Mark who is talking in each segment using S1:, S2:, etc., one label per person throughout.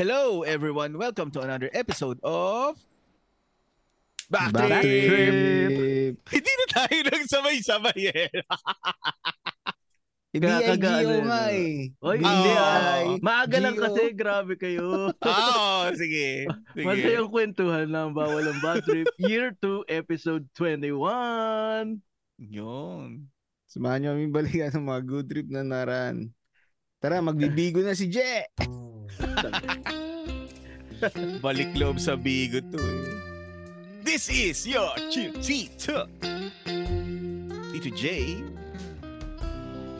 S1: Hello, everyone. Welcome to another episode of Backtrip. Hindi na tayo nagsabay-sabay eh.
S2: Nakakagaan
S3: BIGO nga
S2: na, no?
S3: eh.
S2: ano, Oy,
S1: Ah,
S2: hindi
S1: ah,
S2: ay.
S1: ah.
S2: Maaga lang
S3: Gio.
S2: kasi, grabe kayo.
S1: Oo, Oh, sige. sige.
S2: Masayang kwentuhan ng Bawal ang Bad Trip, Year 2, Episode 21.
S1: Yun.
S3: Samahan niyo kami balikan ng mga good trip na naran. Tara, magbibigo na si Je!
S1: Balik loob sa bigo to eh. This is your Chill Tito. Tito J.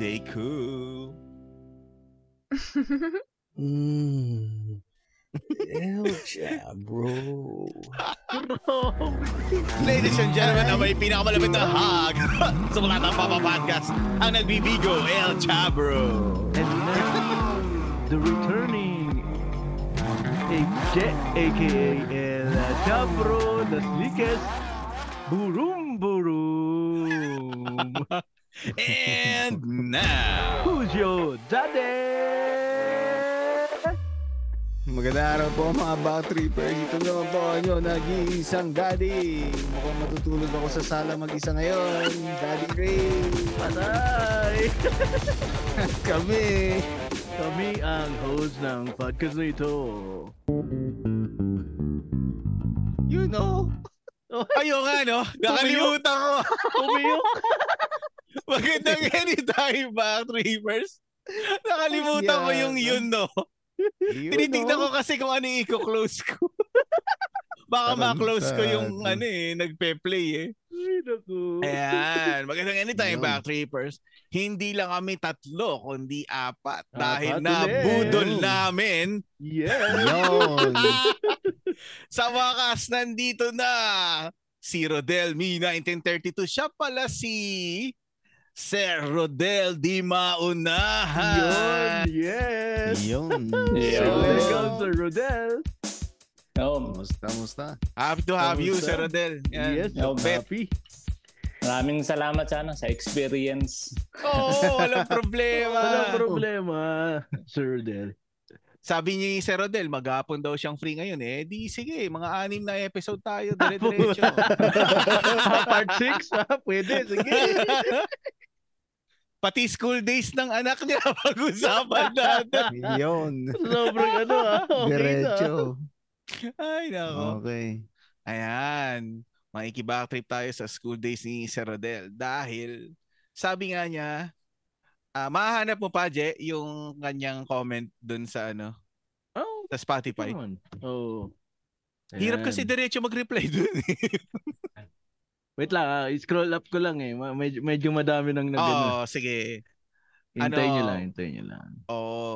S1: Deku.
S4: Mm. Hell
S2: ah,
S4: yeah, bro.
S1: Ladies and gentlemen, ang may pinakamalapit na hug sa mga ng Papa Podcast, ang nagbibigo, El Chabro.
S2: And now, the returning AJ, aka El Chabro Nasliques, Burum Burum.
S1: And now,
S2: Who's your daddy?
S3: Magandang araw po mga backtrippers. Ito naman po ang inyo, nag-iisang daddy. Mukhang matutulog ako sa sala mag-isa ngayon. Daddy Ray,
S2: Patay!
S3: kami!
S2: Kami ang host ng podcast na ito.
S3: You know,
S1: ayo nga no, nakalimutan ko.
S2: Umiyok!
S1: Magandang anytime back trippers. Nakalimutan ko yung yun no.
S3: you
S1: Tinitignan ko
S3: know.
S1: kasi kung ano yung i-close ko. Baka
S3: Tarantado.
S1: ma-close ko yung ano eh, nagpe-play eh.
S2: Ay, naku.
S1: Ayan, magandang anytime
S3: Yun.
S1: back trippers. Hindi lang kami tatlo, kundi apat. Dahil
S2: Apat
S1: na
S2: ulit.
S1: budol namin
S2: Yeah!
S3: Yun.
S1: Sa wakas, nandito na si Rodel Mi 1932. Siya pala si Sir Rodel Di
S2: Yun!
S1: Maunahan.
S2: Yes!
S3: Yun.
S4: Yo.
S2: Sir,
S3: Yun.
S2: welcome, Sir Rodel!
S4: Yo,
S3: Musta, musta?
S1: Happy to have you,
S4: Kamusta?
S1: Sir Rodel. Yan.
S2: Yes,
S4: Yo, Beth.
S2: happy!
S4: maraming salamat sa ano, sa experience.
S1: Oo, walang problema.
S2: Walang problema, Sir Rodel.
S1: Sabi ni Sir Rodel, maghapon daw siyang free ngayon. Eh, di sige, mga anim na episode tayo.
S2: Hapon.
S1: Dire-diretso.
S2: Part 6, ha? Pwede, sige!
S1: Pati school days ng anak niya pag-usapan natin.
S3: Yun.
S2: Sobrang ano, ha? Okay na.
S3: Diretso.
S1: Ay, nako.
S3: Okay.
S1: Ayan. Makikiback trip tayo sa school days ni Sir Rodel. Dahil, sabi nga niya, ah mahanap mo pa, Je, yung kanyang comment dun sa ano,
S2: Oh,
S1: sa Spotify.
S2: come on. Oh.
S1: Hirap
S2: Ayan.
S1: kasi diretso mag-reply dun. eh.
S2: Wait lang, ah, i-scroll up ko lang eh. Ma- Medyo, medyo madami nang nag
S1: Oo, sige. Oh,
S2: Hintayin
S1: ano-
S2: nyo lang, hintayin nyo lang.
S1: Oo.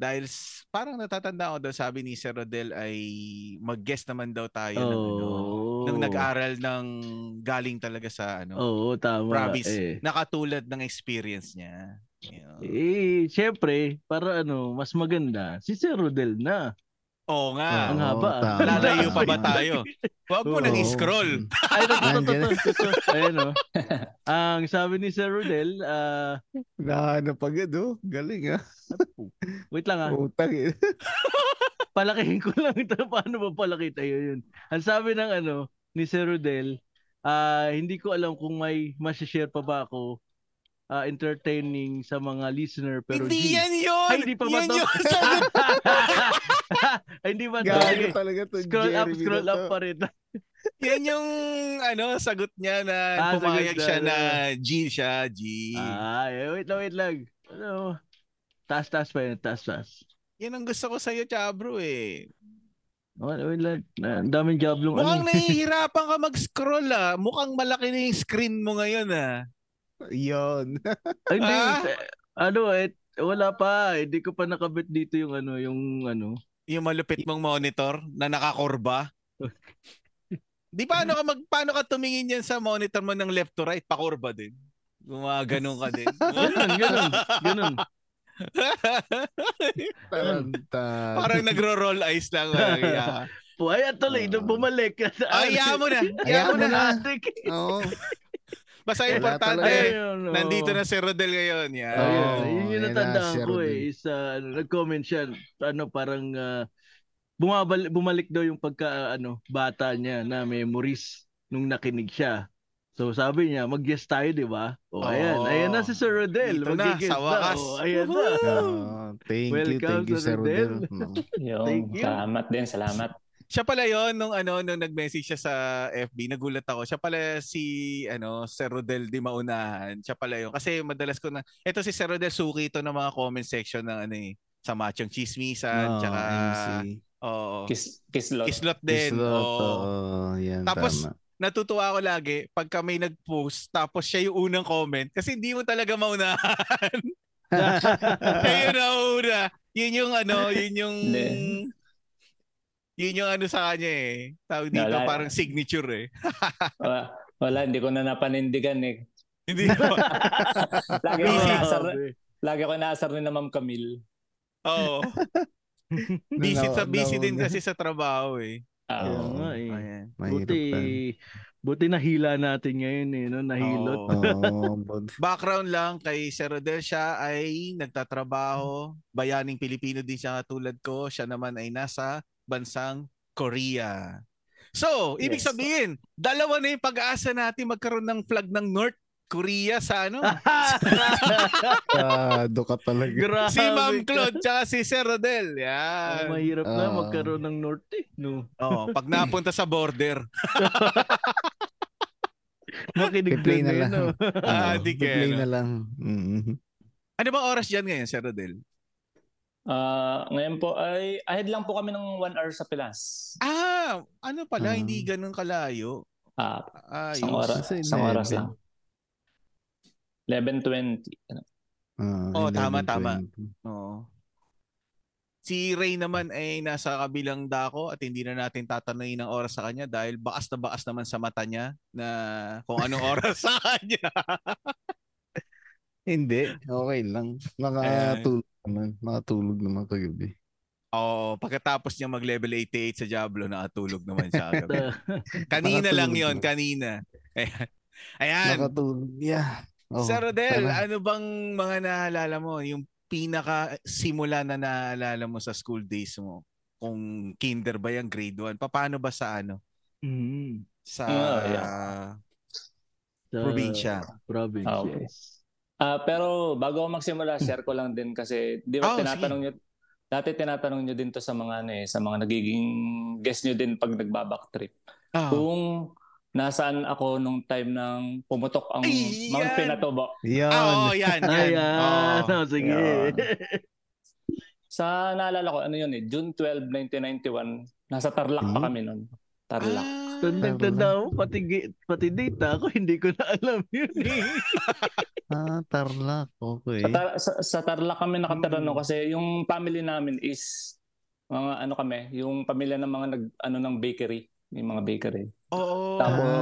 S1: Dahil s- parang natatanda ko daw sabi ni Sir Rodel ay mag-guest naman daw tayo ng ano,
S2: Oo.
S1: nung nag-aral ng galing talaga sa ano,
S2: Oo, tama.
S1: Promise.
S2: Eh.
S1: nakatulad ng experience niya. Yun.
S2: Eh, syempre, para ano, mas maganda, si Sir Rodel na.
S1: Oo nga.
S3: Oo,
S2: Ang haba.
S3: tama.
S1: Lalayo pa ba
S3: Tama.
S1: tayo? Huwag mo
S2: Oo.
S1: nang scroll.
S2: Ay, totoo,
S3: Nandiyan.
S2: totoo, totoo. Ayan o. Ang sabi ni Sir Rodel, ah,
S3: Nahanap agad oh. Galing ah.
S2: wait lang ah,
S3: Utang eh.
S2: palakihin ko lang ito. Paano ba palaki tayo yun? Ang sabi ng ano, ni Sir Rodel, ah, hindi ko alam kung may masashare pa ba ako ah, entertaining sa mga listener. Pero
S1: hindi
S2: G.
S1: yan yun!
S2: Ay, hindi pa ba
S1: yan
S2: to?
S1: yun! Sabi-
S2: Ay, hindi ba?
S3: Gago
S2: Okay.
S3: talaga to.
S2: Scroll up,
S3: Jeremy na
S2: scroll up
S3: to.
S2: pa rin.
S1: yan yung ano, sagot niya na
S2: Ah,
S1: pumayag
S2: sagot
S1: siya
S2: na,
S1: na G siya, G.
S2: Ah, eh, wait lang, wait lang. Ano? Taas, taas pa yun, taas, taas.
S1: Yan ang gusto ko sa'yo, Chabro eh.
S2: Wait, wait lang. Ah, Ang daming jablong
S1: Mukhang
S2: ano.
S1: nahihirapan ka mag-scroll ah. Mukhang malaki na yung screen mo ngayon ah.
S3: Yun.
S2: Ay, hindi.
S1: Ah!
S2: Eh, Ano, eh, wala pa. Hindi ko pa nakabit dito yung ano, yung ano.
S1: Yung malupit mong monitor na nakakurba. Di paano ka mag paano ka tumingin yan sa monitor mo ng left to right pakurba din. Gumagano ka din.
S2: Ganun, ganun, ganun.
S3: Tarantado.
S1: Parang nagro-roll eyes lang. ah, kaya.
S2: Po, ay, tuloy, nung bumalik.
S1: Ay, hayaan mo na. Hayaan
S3: Hayaan
S1: mo
S3: mo
S1: na.
S3: na.
S2: Atik.
S3: Oo.
S1: Basta
S3: Wala
S1: importante,
S3: talaga.
S2: Ay, ano.
S1: nandito na si Rodel ngayon. Yan.
S3: Oo.
S2: Ayun, Oh, yun yung
S3: Ayun Oh, na,
S2: natandaan
S3: Sir
S2: ko
S3: Rodel.
S2: eh. Is, ah, nag-comment siya, ano, parang ah, bumabal, bumalik daw yung pagka ano, bata niya na memories nung nakinig siya. So sabi niya, mag-guest tayo, di ba?
S1: Oo.
S2: O
S3: Oh.
S2: ayan, ayan na si Sir Rodel.
S1: Dito na,
S2: mag-guest
S1: sa wakas.
S2: O, ayan na.
S3: Oo, thank you,
S2: Welcome,
S3: thank you,
S2: Sir
S3: Sir Rodel. Mm.
S4: Yung,
S2: Thank you.
S4: Salamat din, salamat.
S1: Siya pala yon nung ano nung nag-message siya sa FB, nagulat ako. Siya pala si ano Sir Rodel di maunahan. Siya pala yon kasi madalas ko na eto si Sir Rodel suki ito ng mga comment section ng ano eh sa Machong Chismisan,
S3: Oo,
S1: tsaka
S3: MC.
S1: oo.
S4: Kiss, kislot.
S1: Kislot din.
S3: Slot,
S1: oo.
S3: oo, yan,
S1: Tapos,
S3: tama.
S1: Natutuwa ako lagi pagka may nag-post tapos siya yung unang comment kasi hindi mo talaga maunahan. Ayun na una. Yun yung ano, yun yung
S4: Hindi.
S1: yun yung ano sa kanya eh. Tawag dito
S4: Wala.
S1: parang signature eh.
S4: Wala, wala, hindi ko na napanindigan eh.
S1: Hindi naman.
S4: Lagi ako
S1: Busy.
S4: naasar,
S2: Ah, Grabe.
S4: lagi ako naasar rin na Ma'am Camille.
S1: Oo. Busy
S3: Nalaw-
S1: sa busy din
S3: nalaw-
S1: kasi sa trabaho eh.
S4: Ah,
S2: Oo
S3: Oo.
S2: nga eh.
S1: Ayan.
S3: Oh, Mahirap
S2: Buti,
S3: yan.
S2: buti nahila natin ngayon eh, no?
S3: Oh.
S2: Nahilot.
S1: Oo.
S3: Oo, but-
S1: Background lang kay Sir Rodel, siya ay nagtatrabaho, bayaning Pilipino din siya katulad ko. Siya naman ay nasa bansang Korea. So, ibig
S4: Yes.
S1: sabihin, dalawa na yung pag-aasa natin magkaroon ng flag ng North Korea sa ano?
S3: Tado ka talaga.
S2: Grabe.
S1: si Ma'am Claude tsaka si Sir Rodel. Yan.
S2: Ang mahirap na
S3: Ah.
S2: magkaroon ng norte, no?
S1: Oo, pag napunta sa border,
S2: Makinig
S3: Replay
S2: doon
S3: na
S2: na yun,
S3: lang.
S2: no?
S1: Ah,
S3: Oo,
S1: di kaya,
S3: replay
S1: no?
S3: na lang. Mm.
S1: ano bang oras dyan ngayon, Sir Rodel?
S4: ah, ngayon po ay ahead lang po kami ng one hour sa Pilas.
S1: Ah, ano pala,
S3: Ah.
S1: hindi ganun kalayo.
S4: Ah,
S1: Ayos.
S4: isang oras,
S3: Sa
S4: isang oras lang. 11.20.
S3: Ah,
S1: Oo, Oh, tama, tama.
S3: 11:20.
S1: Oo. Si Ray naman ay nasa kabilang dako at hindi na natin tatanungin ang oras sa kanya dahil bakas na bakas naman sa mata niya na kung anong oras sa kanya.
S3: Hindi, okay lang.
S1: Eh.
S3: Nakatulog naman. Nakatulog naman kagabi.
S1: Oo, pagkatapos niya mag-level 88 sa Diablo, nakatulog naman siya. agad.
S2: ah,
S1: kanina
S3: Nakatulog
S1: lang yon
S3: na.
S1: kanina. Ayan. Ayan.
S3: Nakatulog, yeah. Oo,
S1: Sir Rodel,
S3: oh, tara.
S1: ano bang mga naaalala mo? Yung pinaka simula na naaalala mo sa school days mo? Kung kinder ba yan, grade 1? Paano ba sa ano?
S2: Mhm.
S1: Sa
S4: Ah, yeah.
S2: Sa
S1: probinsya.
S2: Province,
S4: Ah, okay.
S2: yes.
S4: Ah, pero bago ako magsimula, share ko lang din kasi di ba
S1: Oh,
S4: tinatanong niyo dati tinatanong niyo din to sa mga ano eh, sa mga nagiging guest niyo din pag nagba-backtrip.
S1: Ah.
S4: Kung nasaan ako nung time ng pumutok ang
S1: Ay,
S4: Mount
S1: yan!
S4: Pinatubo.
S3: Yan.
S1: Ah, oo, yan, yan.
S4: Ah,
S2: Ayan.
S1: Oo.
S2: Oh, sige.
S4: Yan. Sa naalala ko, ano yun eh, June 12, 1991, nasa Tarlac pa
S3: Hmm?
S4: kami nun. Tarlac.
S1: Ah.
S2: Kung nagtanda ako, pati, gi- pati data ako, hindi ko na alam yun eh.
S3: Ah, tarlac. Okay.
S4: Sa, tar- sa, sa Tarlac kami nakatira
S2: Mm.
S4: no kasi yung family namin is mga ano kami, yung pamilya ng mga nag ano ng bakery, may mga bakery.
S1: Oo.
S4: Tapos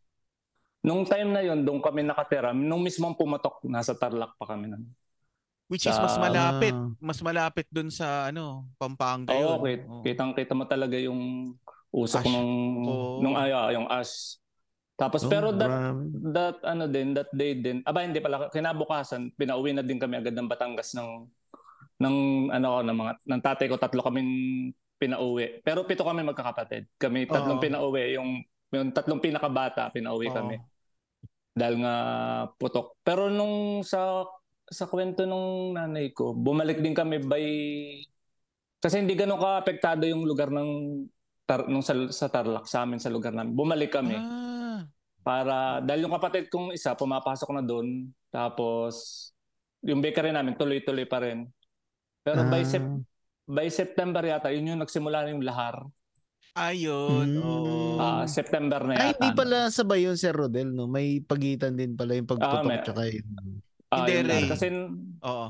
S4: Ah. nung time na yon doon kami nakatira, nung mismong pumatok nasa Tarlac pa kami nun.
S1: Which is mas
S4: sa-
S1: malapit.
S3: Ah,
S1: Mas malapit dun sa ano, Pampanga yun.
S4: Oo, kit-
S1: Oo.
S4: Oh, kitang-kita mo talaga yung usok
S1: Oh. Ash.
S4: nung
S1: Oo.
S4: nung ay, ah, yung ash. Tapos
S3: oh,
S4: pero that
S3: grabe.
S4: that ano din, that day din. Aba hindi pala kinabukasan, pinauwi na din kami agad ng Batangas ng ng ano ko ng mga ng tatay ko tatlo kaming pinauwi. Pero pito kami magkakapatid. Kami tatlong
S1: Oo.
S4: pinauwi, yung yung tatlong pinakabata pinauwi
S1: Oo.
S4: kami dahil nga putok. Pero nung sa sa kwento nung nanay ko, bumalik din kami by kasi hindi ganun kaapektado yung lugar ng tar, nung sa, sa Tarlac sa amin sa lugar namin. Bumalik kami.
S1: Ah.
S4: Para, dahil yung kapatid kong isa, pumapasok na doon. Tapos, yung bakery namin, tuloy-tuloy pa rin. Pero by,
S3: Ah,
S4: Sep- by September yata, yun yung nagsimula na yung lahar.
S1: Ayun.
S3: Mm.
S1: Oo.
S4: Ah, September na yata.
S3: Ay, hindi pala sabay yun, Sir Rodel, no? May pagitan din pala yung pagputok
S4: Ah. Ah, may-
S3: tsaka yun.
S4: Ah,
S1: Hindi,
S4: yun na.
S1: Ray.
S4: Kasi,
S1: Oo.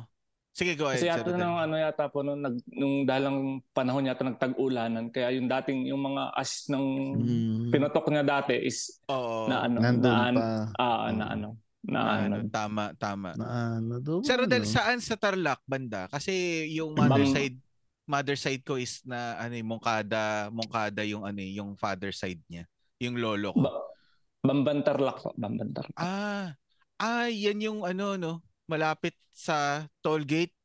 S1: Sige, go ahead.
S4: kasi yata
S1: Sir Rodel.
S4: nung ano yata po, nung, nag, nung dahil ang panahon yata nagtag-ulanan. Kaya yung dating, yung mga ash ng
S3: Mm,
S1: Mm-hmm.
S4: pinotok niya dati is
S1: Oo.
S4: na ano,
S3: nandun
S4: na, an-
S3: pa.
S4: ah,
S3: Mm.
S4: na ano, na
S1: Ah,
S4: ano.
S1: ano, tama, tama.
S3: Na ano doon.
S1: Sir Rodel,
S3: ano?
S1: saan sa Tarlac banda? Kasi yung mother
S4: Bang-
S1: side mother side ko is na ano eh, Moncada, Moncada yung ano eh, yung father side niya, yung lolo ko.
S4: Ba- Bambantarlak po, Bambantarlak.
S1: ah, ah, yan yung ano no, malapit sa toll gate.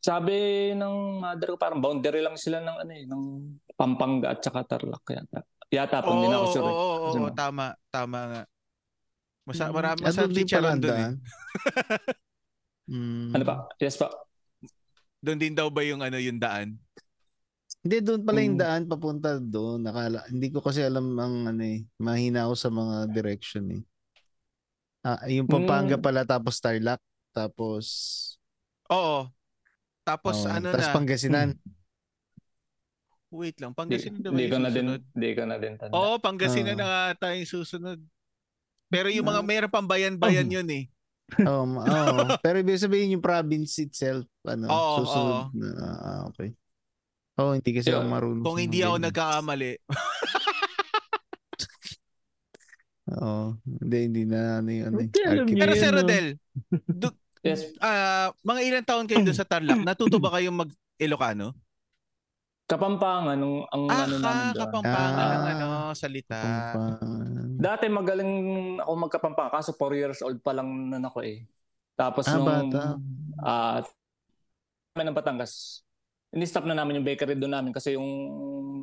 S4: Sabi ng mother ko, parang boundary lang sila ng ano eh, ng Pampanga at saka Tarlac yata. Yata
S1: Oo,
S4: pag hindi na ako
S1: oo,
S4: sure. eh.
S1: oo, oo,
S4: Sure.
S1: tama, tama nga. Masa,
S4: Mm.
S1: marami,
S3: At
S1: masa
S3: doon Mm-hmm. din
S1: chicharon
S3: pala
S1: doon eh.
S3: ang daan.
S1: oh.
S3: Mm.
S4: Ano pa? Yes pa.
S1: Doon din daw ba yung ano yung daan?
S3: Hindi, doon pala yung
S4: Mm.
S3: daan papunta doon. Nakala, hindi ko kasi alam ang ano eh. Mahina ako sa mga direction eh. Ah, yung Pampanga
S4: Mm.
S3: pala tapos Tarlac. Tapos,
S1: Oo. Tapos
S3: oh,
S1: ano
S3: tapos
S1: na,
S3: Pangasinan.
S1: wait lang,
S4: Di,
S1: Pangasinan daw
S4: di
S1: yung
S4: ko na din,
S1: susunod. Oh.
S4: di ko na din tanda.
S1: Oo, Pangasinan
S3: Ah.
S1: na nga tayong susunod. Pero yung mga mayroon pang bayan-bayan yun eh.
S3: Oh, ma- oh. Pero ibig sabihin yung province itself, ano,
S1: Oo,
S3: susunod.
S1: oo.
S3: na, ah, okay. Oh, hindi kasi
S4: Yeah.
S3: ako marunong.
S1: Kung
S3: sa
S1: hindi
S3: mga
S1: ako
S3: ganyan.
S1: nagkakamali.
S3: eh. Oo, hindi, hindi na ano yun. Ano, eh,
S2: Hindi, alam
S3: architect.
S2: niyo
S1: Pero
S2: Yun,
S1: Sir
S2: no?
S1: Rodel,
S4: Yes.
S1: ah, mga ilang taon kayo doon sa Tarlac? Natuto ba kayong mag Ilocano?
S4: Kapampanga nung ang
S1: Ah,
S4: ano namin
S1: ka,
S4: doon.
S1: kapampangan
S3: Ah.
S1: ng ano, salita.
S3: Pampanga.
S4: Dati magaling ako magkapampanga kaso 4 years old pa lang nun ako eh. Tapos
S3: Ah,
S4: nung
S3: bata.
S4: at kami ng Batangas. Ini-stop na namin yung bakery doon namin kasi yung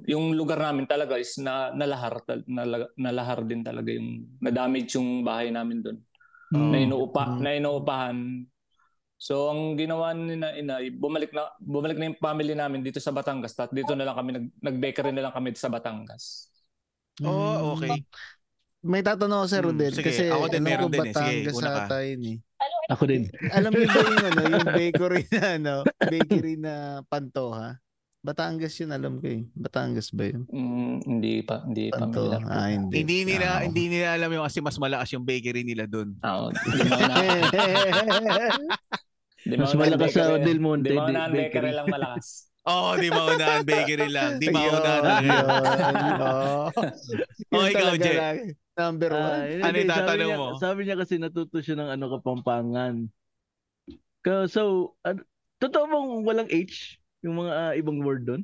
S4: yung lugar namin talaga is na nalahar tal- nala- nalahar din talaga yung na-damage yung bahay namin doon.
S2: Oh.
S1: Mm.
S4: Na inuupa
S3: Mm.
S4: na inuupahan. So ang ginawa ni na ina, bumalik na bumalik na yung family namin dito sa Batangas. At dito na lang kami nag, nag-bakery na lang kami sa Batangas.
S1: Oh,
S3: Mm.
S1: okay.
S3: May tatanong ako sa
S1: Hmm,
S3: Rodel
S1: sige.
S3: kasi
S1: Ako din,
S3: alam
S1: meron
S3: ko
S1: din eh. Sige,
S3: Batangas
S1: una ka.
S3: ata yun eh.
S2: Ako din.
S3: Alam niyo ba yung ano, yung bakery na ano, bakery na Pantoha? Batangas yun,
S1: Mm.
S3: alam ko eh. Batangas ba yun?
S4: Mm, hindi pa hindi pa
S3: Pantoha.
S4: familiar.
S3: Ah, hindi.
S1: Hindi nila
S3: Ah, okay.
S1: hindi nila alam yung kasi mas malakas yung bakery nila doon.
S4: Oo, di mga na- di
S2: Mas
S4: mga
S2: malakas sa
S4: bakery.
S2: Del Monte
S4: eh? Di
S2: di-
S4: mga na- bakery
S2: bakery.
S4: eh, lang malakas.
S1: Oo, Oh, di maunahan bakery lang. Di maunahan
S3: Yun,
S1: talaga.
S3: yun, oh. Yun
S1: Oh, ikaw,
S3: talaga
S1: Jay.
S3: lang. Number one.
S2: Ah,
S1: Ano
S2: yun, yun,
S1: yung
S2: sabi
S1: tatanong
S2: niya-
S1: mo?
S2: Sabi niya kasi natuto siya ng ano kapampangan. Ka- So, ano, totoo bang walang H? Yung mga ah, ibang word doon?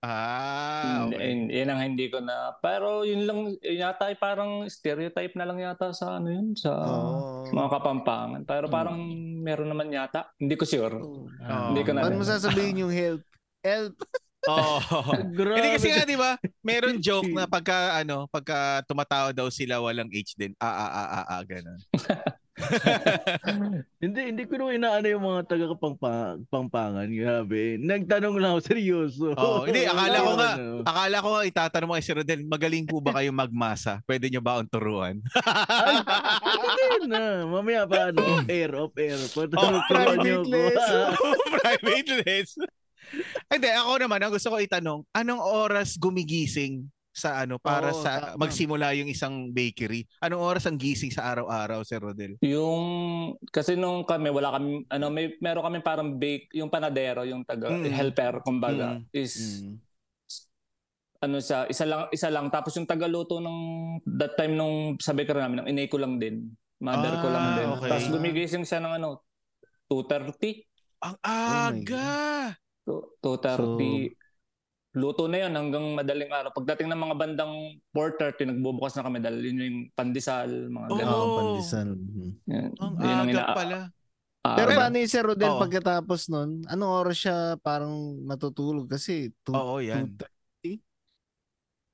S1: Ah,
S4: Ah,
S1: okay.
S4: Yan ang hindi ko na. Pero yun lang, yun yata ay parang stereotype na lang yata sa ano yun, sa
S3: Oh.
S4: mga kapampangan.
S2: Hmm.
S4: Pero parang meron naman yata. Hindi ko sure.
S1: Oo.
S4: Ah, Hindi ko
S3: Oh.
S4: na-
S3: Paano mo sasabihin yung help? Help.
S1: Oo. Oh.
S2: Grabe.
S1: Hindi kasi nga, di ba, meron joke na pagka, ano, pagka tumatao daw sila, walang H din. Ah, ah, ah, ah, ah, ganun.
S2: Hindi, hindi ko nung inaano yung mga taga-pampangan. Grabe. Nagtanong lang ako, seryoso.
S1: Oo, hindi, akala
S4: ko
S1: nga.
S2: Ano.
S1: Akala ko, itatanong mo kay Sir Rodel, magaling po ba kayo magmasa? Pwede nyo ba akong turuan?
S2: Ay, hindi na. Mamaya pa, ano, off air, off air.
S1: Oh,
S2: Pagtanong ko
S1: private
S2: niyo ako. Ano
S3: lesson.
S1: Private lesson. Hindi, ako naman, ang gusto ko itanong, anong oras gumigising sa ano para
S3: Oo,
S1: sa
S3: tama.
S1: magsimula yung isang bakery? Anong oras ang gising sa araw-araw, Sir Rodel?
S4: Yung, kasi nung kami, wala kami, ano, may, meron kami parang bake, yung panadero, yung taga,
S2: Hmm.
S1: Mm.
S4: helper, kumbaga, is,
S3: Mm.
S4: ano sa isa lang isa lang tapos yung tagaluto ng that time nung sa bakery namin ang inay ko lang din mother ko lang
S1: Ah,
S4: din
S1: okay.
S4: tapos gumigising siya ng ano 2:30
S1: Ang
S3: my
S1: aga!
S4: Two- 2.30. Luto na yun hanggang madaling araw. Pagdating ng mga bandang 4.30, nagbubukas na kami dahil yun yung pandesal, mga
S1: Oo.
S4: ganun.
S3: Oh, pandesal. Mm.
S4: Yan.
S1: Ang
S4: Yun ang
S1: aga
S4: ina- ah,
S1: pala.
S4: araw.
S3: Pero paano yung Sir Rodel
S1: Oo.
S3: pagkatapos nun? Anong oras siya parang natutulog? Kasi two,
S1: Oo, yan.
S3: two-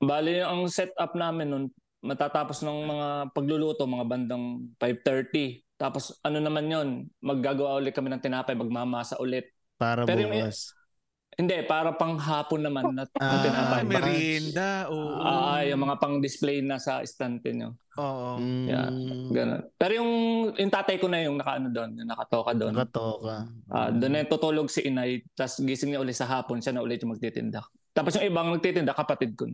S4: Bali, ang setup namin nun, matatapos ng mga pagluluto, mga bandang 5.30. Tapos ano naman yun, maggagawa ulit kami ng tinapay, magmamasa ulit.
S3: para
S4: Pero yung-
S3: bukas.
S4: Hindi, para pang hapon naman na
S3: Ah,
S4: ng tinapay.
S1: Ah, merienda. Oo.
S4: Ah, yung mga pang-display na sa estante nyo.
S1: Oo.
S3: Mm,
S4: Yeah, Ganun. Pero yung, yung tatay ko na yung nakaano doon, yung nakatoka doon.
S3: Nakatoka.
S4: Ah, doon na yung tutulog si inay, tapos gising niya ulit sa hapon, siya na ulit yung magtitinda. Tapos yung ibang nagtitinda, kapatid ko.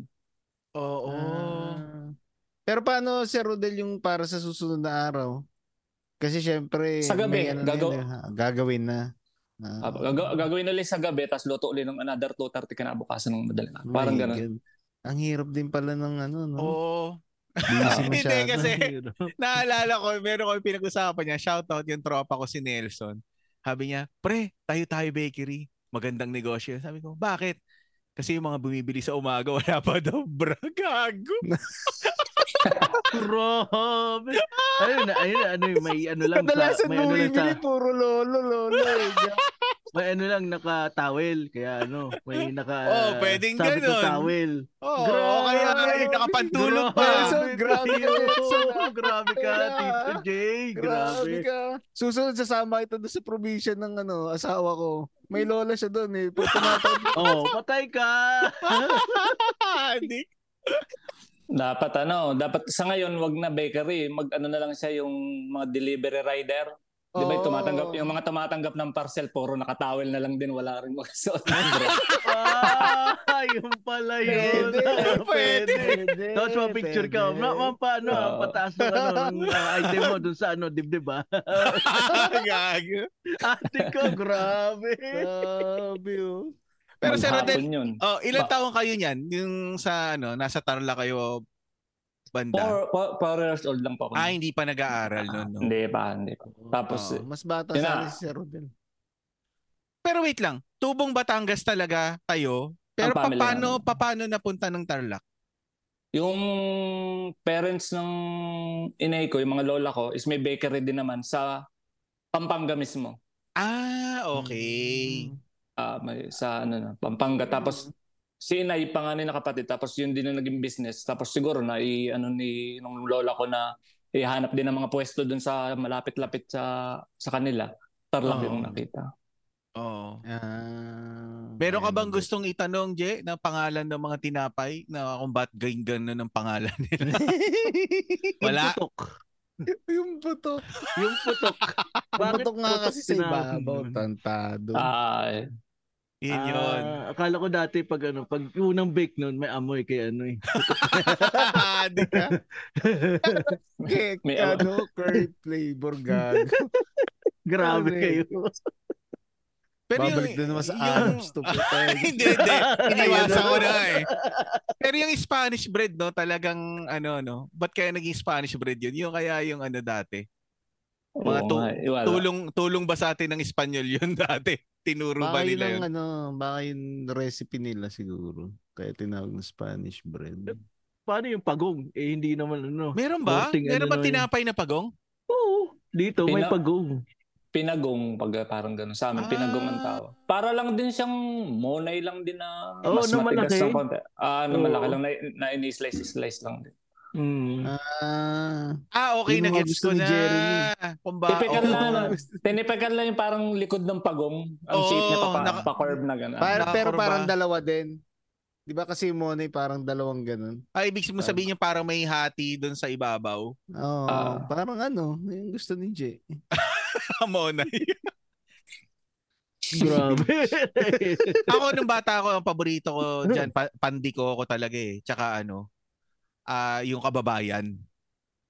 S1: Oo. Oh.
S3: Ah. Pero paano Sir Rodel yung para sa susunod na araw? Kasi syempre
S4: Sa gabi,
S3: may ano na
S4: gagaw-
S3: yun eh, ha? gagawin na. Ah,
S4: Ah, gag- gagawin ulit sa gabi, tapos luto ulit ng another 2.30 kinabukasan ng madaling araw.
S3: my
S4: Parang ganun.
S3: God. Ang hirap din pala ng ano, no?
S1: Oo.
S3: Busy
S1: Hindi,
S3: masyado.
S1: kasi- Naalala ko, meron ko yung pinag-usapan niya. Shoutout yung tropa ko si Nelson. Sabi niya, pre, tayo-tayo bakery. Magandang negosyo. Sabi ko, bakit? Kasi yung mga bumibili sa umaga, wala pa daw bra. Gago.
S2: Grabe. Ayun na, ayun na, ano, yung may ano lang sa,
S3: Kadalasan
S2: may
S3: nung
S2: ano lang sa,
S3: bibili, puro lolo, lolo. eh.
S2: may ano lang nakatawel kaya ano may naka
S1: Oh, pwedeng
S2: sabit na
S1: ganun.
S2: towel.
S1: Oo,
S3: Grabe.
S1: kaya eh, nakapantulog pa.
S3: Grabe. Nelson, grabe ka, Nelson, ah.
S2: grabe ka, Tito Jay. Grabe.
S3: Grabe ka. Susunod sasama kita doon sa probinsya ng ano, asawa ko. May lola siya doon eh. Pupunatan.
S2: Oh, patay ka.
S1: Dick.
S4: Dapat ano, dapat sa ngayon wag na bakery, mag ano na lang siya yung mga delivery rider. 'Di ba yung tumatanggap yung mga tumatanggap ng parcel puro nakatawel na lang din, wala rin magsuot. ng dress.
S2: ah, yung pala yun.
S1: Pwede, pwede.
S2: Tapos mga picture ka. Ma, ma, paano,
S4: Oo.
S2: ang pataas ng ano, ng ah, item mo dun sa ano, dibdib ah.
S1: Gago.
S2: Ate ko, grabe.
S3: Grabe oh.
S1: Pero Sir
S4: Maghapon
S1: Rodel,
S4: yun.
S1: oh, ilang
S4: Ba-
S1: taong kayo niyan? Yung sa ano, nasa Tarlac kayo banda.
S4: Four, four, four years old lang pa ako.
S1: Ah, hindi pa nag-aaral noon. no?
S4: Hindi pa, hindi pa. Tapos
S1: Oo.
S3: Oh, Mas bata
S4: Yun
S3: sa
S4: na.
S3: akin si Sir Rodel.
S1: Pero wait lang, tubong Batangas talaga kayo. Pero
S4: Ang family
S1: paano
S4: namin.
S1: paano napunta ng Tarlac?
S4: yung parents ng inay ko, yung mga lola ko, is may bakery din naman sa Pampanga mismo.
S1: Ah, okay.
S3: Mm.
S4: Ah, may, sa ano na, Pampanga. Tapos si inay, panganay na kapatid. Tapos yun din ang naging business. Tapos siguro na i, ano ni nung lola ko na ihanap din ng mga pwesto dun sa malapit-lapit sa sa kanila. Tarlac
S1: Oo.
S4: yung nakita.
S1: Oo.
S3: Hmm. Ah,
S1: Meron ka
S3: ayan.
S1: bang gustong itanong, Je, na pangalan ng mga tinapay? Na kung ba't gain gano'n ang pangalan nila? Wala?
S3: Ah,
S2: Yung putok.
S3: Yung puto.
S2: Yung putok.
S3: Bakit putok nga
S2: putok
S3: kasi sa
S2: tinawag
S3: ibabaw.
S2: nun?
S3: Tantado.
S4: Ah,
S1: Yun yun.
S2: Ah, akala ko dati pag ano, pag unang bake noon may amoy kay ano eh.
S1: Di ka.
S3: Kek,
S4: May awa.
S3: ano, curry flavor gag.
S2: Grabe
S3: Grabe.
S2: kayo.
S1: Pero yung-
S3: Babalik na naman sa
S1: yung-
S3: Arabs to protect.
S1: hindi, hindi. Iniwasan ko na eh. Pero yung Spanish bread, no, talagang ano, no. Ba't kaya naging Spanish bread yun? Yung kaya yung ano dati. Mga
S4: oo
S1: tu-
S4: nga, eh, wala.
S1: Tulong tulong ba sa atin ng Espanyol yun dati? Tinuro ba
S3: Baka yun
S1: nila
S3: ang
S1: yun?
S3: ano, baka yung recipe nila siguro. Kaya tinawag na Spanish bread.
S2: Paano yung pagong? Eh hindi naman ano.
S1: Meron ba?
S2: Konting
S1: Meron
S2: ano
S1: ba
S3: eh.
S2: na yun.
S1: tinapay na pagong?
S2: Oo, dito may
S4: Pina-
S2: pagong.
S4: Pinagong, pag parang gano'n. Sa
S1: Ah.
S4: amin, pinagong ang tao. Para lang din siyang monay lang din na
S2: Oo,
S4: mas
S2: na
S4: matigas
S2: malaki.
S4: ng konti. Ah, na
S2: Oo.
S4: malaki lang. Na, na ini-slice-slice lang din.
S2: Mm.
S3: Ah,
S1: Ah, okay,
S3: Yun yung mga
S1: nag-gets
S3: gusto
S1: ko
S3: ni
S1: na.
S3: Jeremy.
S1: Kumba,
S4: Typical
S1: oo.
S4: na, ano, typical na yung parang likod ng pagong. Ang
S1: Oo,
S4: shape niya pa, pa,
S1: naka-
S4: pa-curve na gano'n.
S3: par-
S1: nakakurba.
S3: pero parang dalawa din. Di ba kasi yung monay parang dalawang ganun?
S1: Ah, ibig mo sabihin yung parang may hati doon sa ibabaw.
S3: Oo,
S4: Ah.
S3: parang ano, yung gusto ni Jay.
S1: Monay.
S2: Grabe.
S1: ako nung bata ako, ang paborito ko
S3: Ano?
S1: dyan, pa- pandiko ko talaga eh. Tsaka ano, ah yung kababayan.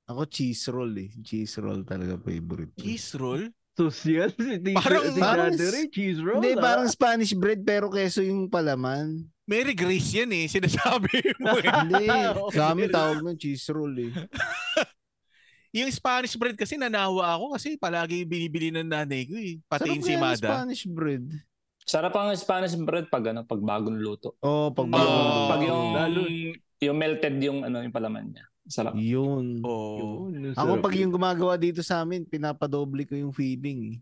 S3: Ako cheese roll eh. Cheese roll talaga favorite. ko.
S1: Cheese roll?
S2: Social si Tito.
S1: Parang-
S2: si
S3: parang-
S2: Daddy Ray, cheese roll.
S3: Hindi,
S2: ah.
S3: parang Spanish bread pero keso yung palaman.
S1: Mary Grace yan eh, sinasabi mo eh.
S3: Hindi,
S2: Okay.
S3: sa amin tawag ng cheese roll eh.
S1: yung Spanish bread kasi nanawa ako kasi palagi binibili ng nanay ko eh. Pati
S3: Sarap
S1: yung
S3: kaya ng
S1: simada.
S3: Spanish bread.
S4: Sarap ang Spanish bread pag, ano, pag bagong luto.
S3: Oh, pag
S1: Oo.
S4: Pag,
S1: Oo.
S4: pag yung,
S2: Lalo.
S4: yung melted yung, ano, yung palaman niya. Sarap.
S3: Yun.
S1: Oo.
S2: Yun, yung
S3: Ako
S2: sarap.
S3: pag yung gumagawa dito sa amin, pinapadoble ko yung feeling. eh.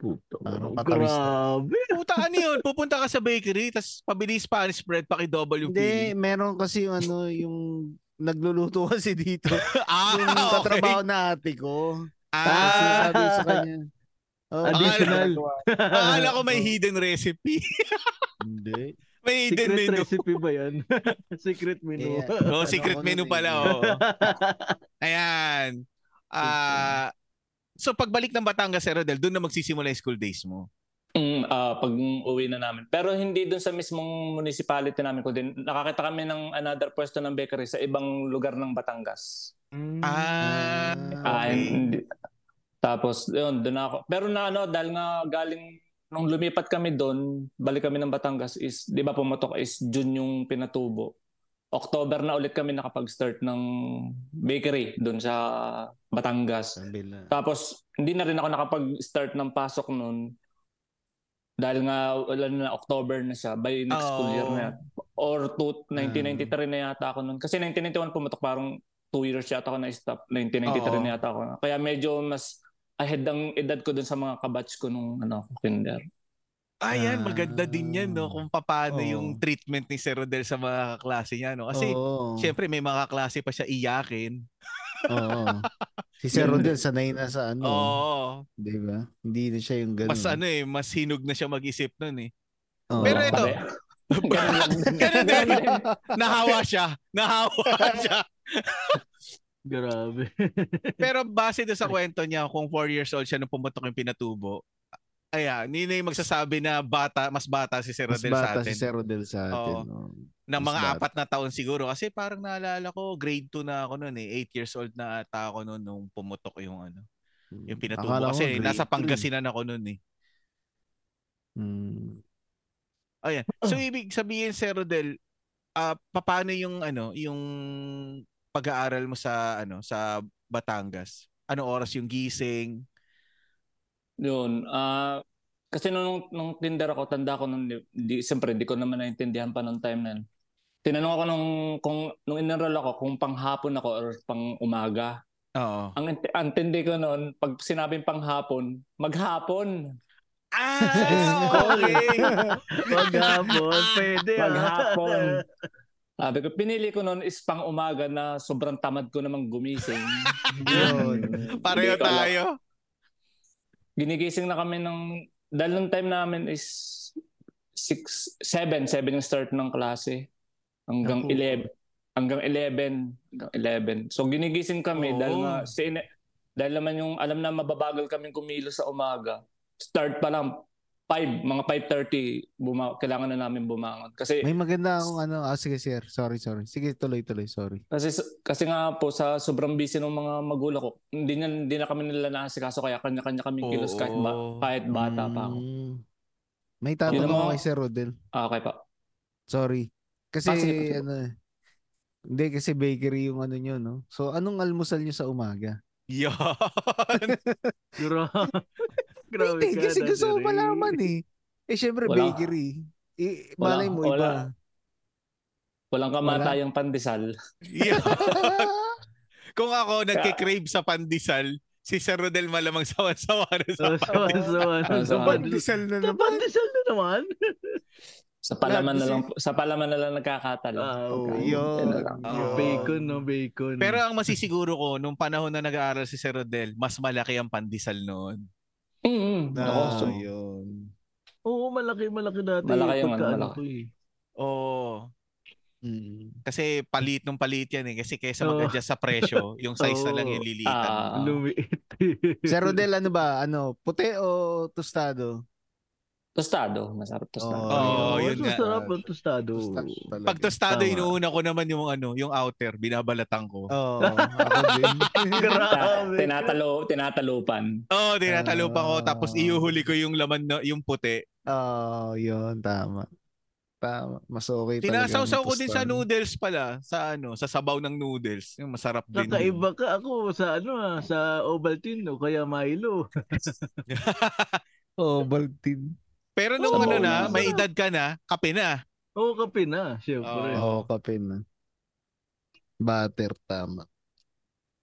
S2: Puto.
S3: Parang patamis na.
S2: Ah, Grabe.
S1: Puta ano yun, pupunta ka sa bakery tapos pabili Spanish bread paki-double yung
S3: Hindi,
S1: feeling.
S3: meron kasi yung ano, yung nagluluto kasi dito.
S1: Ah,
S3: yung
S1: okay.
S3: katrabaho na ate ko. Tapos
S1: Ah,
S3: sinasabi ko sa kanya. Oh,
S2: Additional.
S1: akala ko may hidden recipe.
S3: Hindi.
S1: may hidden
S2: Secret
S1: menu.
S2: recipe ba yan? Secret menu.
S3: Yeah.
S1: Oh, secret
S3: Ano ko
S1: menu
S3: nun eh.
S1: pala. Oh. Ayan. Ah, so pagbalik ng Batangas, Sir Rodel, doon na magsisimula yung school days mo.
S4: Mm, ah, pag uwi na namin. Pero hindi doon sa mismong municipality namin ko din. Nakakita kami ng another pwesto ng bakery sa ibang lugar ng Batangas.
S2: Hmm,
S1: Ah,
S3: Hmm.
S4: Ah,
S1: Okay.
S4: hindi. Tapos yun, doon ako. Pero na ano, dahil nga galing nung lumipat kami doon, balik kami ng Batangas is, 'di ba pumatok is June yung pinatubo. October na ulit kami nakapag-start ng bakery doon sa Batangas.
S3: Sabi na.
S4: Tapos, hindi na rin ako nakapag-start ng pasok noon. Dahil nga, wala na, October na siya. By next
S1: Oo.
S4: school year na yata. Or two, 1993 na yata ako noon. Kasi 1991 pumatok, parang two years yata ako na-stop. 1993
S1: Oo.
S4: na yata ako. Kaya medyo mas ahead ang edad ko dun sa mga kabatch ko nung ano, kinder.
S1: Ah, yan.
S3: Ah.
S1: Maganda din yan, no? Kung paano
S3: Oo.
S1: yung treatment ni Sir Rodel sa mga kaklase niya, no? Kasi,
S3: Oo.
S1: syempre, may mga kaklase pa siya iyakin.
S3: Oo. Si Sir Rodel sanay na sa ano,
S1: Oo.
S3: di ba? Hindi na siya yung ganun.
S1: Mas ano eh, mas hinog na siya mag-isip nun eh.
S3: Oo.
S1: Pero ito,
S4: Pare. Ganun lang.
S1: ganun din. Nahawa siya. Nahawa siya.
S2: Grabe.
S1: Pero base doon sa kwento niya, kung 4 years old siya nung pumutok yung pinatubo, ayan, yun na yung magsasabi na bata, mas bata si Sir
S3: mas
S1: Rodel sa
S3: bata
S1: atin.
S3: si Sir Rodel sa atin. oo.
S1: ng
S3: Mas
S1: mga
S3: bata.
S1: apat na taon siguro. Kasi parang naalala ko, grade 2 na ako noon eh. 8 years old na ata ako noon nung pumutok yung ano, yung pinatubo.
S3: Hmm. Akala ko
S1: Kasi
S3: grade
S1: nasa
S3: three.
S1: Pangasinan ako noon eh.
S3: Mm.
S1: Ayan. So
S3: Ah.
S1: ibig sabihin Sir Rodel, ah paano yung ano, yung pag-aaral mo sa ano, sa Batangas? Ano oras yung gising?
S4: Yun. ah kasi nung, nung Tinder ako, tanda ko nung, di, siyempre, di ko naman naintindihan pa nung time na yun. Tinanong ako nung, kung, nung in-enroll ako, kung panghapon ako or pang umaga.
S1: Oo.
S4: Ang, int- ang tindi ko noon, pag sinabing panghapon, maghapon.
S1: Ah, okay.
S2: Wag hapon. Pwede ah.
S4: Maghapon. Sabi ko, pinili ko noon is pang umaga na sobrang tamad ko namang gumising.
S3: Yun.
S1: Pareho
S4: Hindi ko alam.
S1: tayo.
S4: ginigising na kami ng dahil nung time namin is 6 7 7 yung start ng klase hanggang
S3: Naku.
S4: 11 hanggang 11 hanggang 11 so ginigising kami
S1: Oo.
S4: dahil nga si ine- dahil naman yung alam na mababagal kaming kumilo sa umaga start pa lang 5 mga 5:30 buma- kailangan na namin bumangon kasi
S3: May maganda akong ano. Ah, sige, sir. Sorry, sorry. Sige, tuloy, tuloy. Sorry.
S4: kasi kasi nga po sa sobrang busy ng mga magulang ko hindi na hindi na kami nila naasikaso kaya kanya-kanya kaming kilos kahit ba-
S1: Oo.
S4: kahit bata pa ako
S3: Mm. May
S4: Yun
S3: tatanong
S4: ang
S3: ako
S4: mga-
S3: kay Sir Rodel.
S4: okay pa
S3: Sorry. Kasi,
S4: Ah, sige, sige.
S3: ano eh. Hindi, kasi bakery yung ano nyo, no? So, anong almusal nyo sa umaga?
S1: Yun.
S2: Grabe. Grabe
S3: Hindi,
S2: ka,
S3: kasi gusto ko
S2: Daddy Ray.
S3: malaman eh. Eh, syempre,
S4: Wala.
S3: bakery. Eh,
S4: Wala,
S3: malay mo,
S4: wala.
S3: iba.
S4: Walang kamatayang pandesal.
S1: Yun. Kung ako nagkikrave sa pandesal, si Sir Rodel malamang sawan-sawa na sa
S2: Oh, sawan, sawan.
S4: Ah,
S3: Sa
S4: sawan.
S2: Pandesal.
S3: pandesal na
S2: ano Sa
S3: naman.
S2: pandesal na naman.
S4: Sa palaman na
S3: Lahat
S4: lang sa palaman na lang nagkakatalo.
S2: Ah, oo.
S4: Pagkain.
S3: Yun.
S4: Ano lang.
S1: Oo.
S2: Bacon, no? Bacon.
S1: Pero ang masisiguro ko, nung panahon na nag-aaral si Sir Rodel, mas malaki ang pandesal noon.
S4: Mm, mm. Ako,
S3: Ah,
S4: so,
S3: yun.
S2: Oo, malaki, malaki dati.
S4: Malaki yung
S2: Pagka
S4: ano,
S2: ano
S4: malaki.
S2: ko eh.
S1: Oo.
S3: Mm.
S1: Kasi palit nung palit yan eh. Kasi kesa
S2: Oo.
S1: mag-adjust sa presyo, yung size na lang yung
S2: Oo.
S1: lilitan.
S4: ah,
S2: Lumiit.
S3: Sir Rodel, ano ba? Ano, puti o tostado?
S4: tostado, masarap tostado.
S1: Oo,
S3: Oo,
S1: yun nga.
S2: Ang sarap ang tostado.
S3: Tostado talaga.
S1: Pag tostado,
S4: Tama.
S1: inuuna ko naman yung ano, yung outer, binabalatan ko.
S3: Oo, ako din.
S4: Ta-
S2: Grabe.
S4: tinatalo, tinatalupan.
S1: Oo, oh, tinatalo pa ko.
S3: Ah.
S1: Tapos iuhuli ko yung laman, na, yung puti.
S3: Oo, yun, tama. Tama, mas okay talaga.
S1: Sinasawsaw
S3: ang
S1: ko din sa
S3: tostado.
S1: noodles pala. Sa ano, sa sabaw ng noodles. Yung masarap din.
S2: Kakaiba ka ako sa ano ah, sa Ovaltine o kaya Milo.
S3: Oo, Baltin.
S1: Pero nung
S4: Sabaw
S1: ano
S4: na,
S1: na, may
S2: masarap.
S1: edad ka na, kape na.
S2: Oo, kape na, syempre.
S1: Oo.
S3: Oo, kape na. Butter, tama.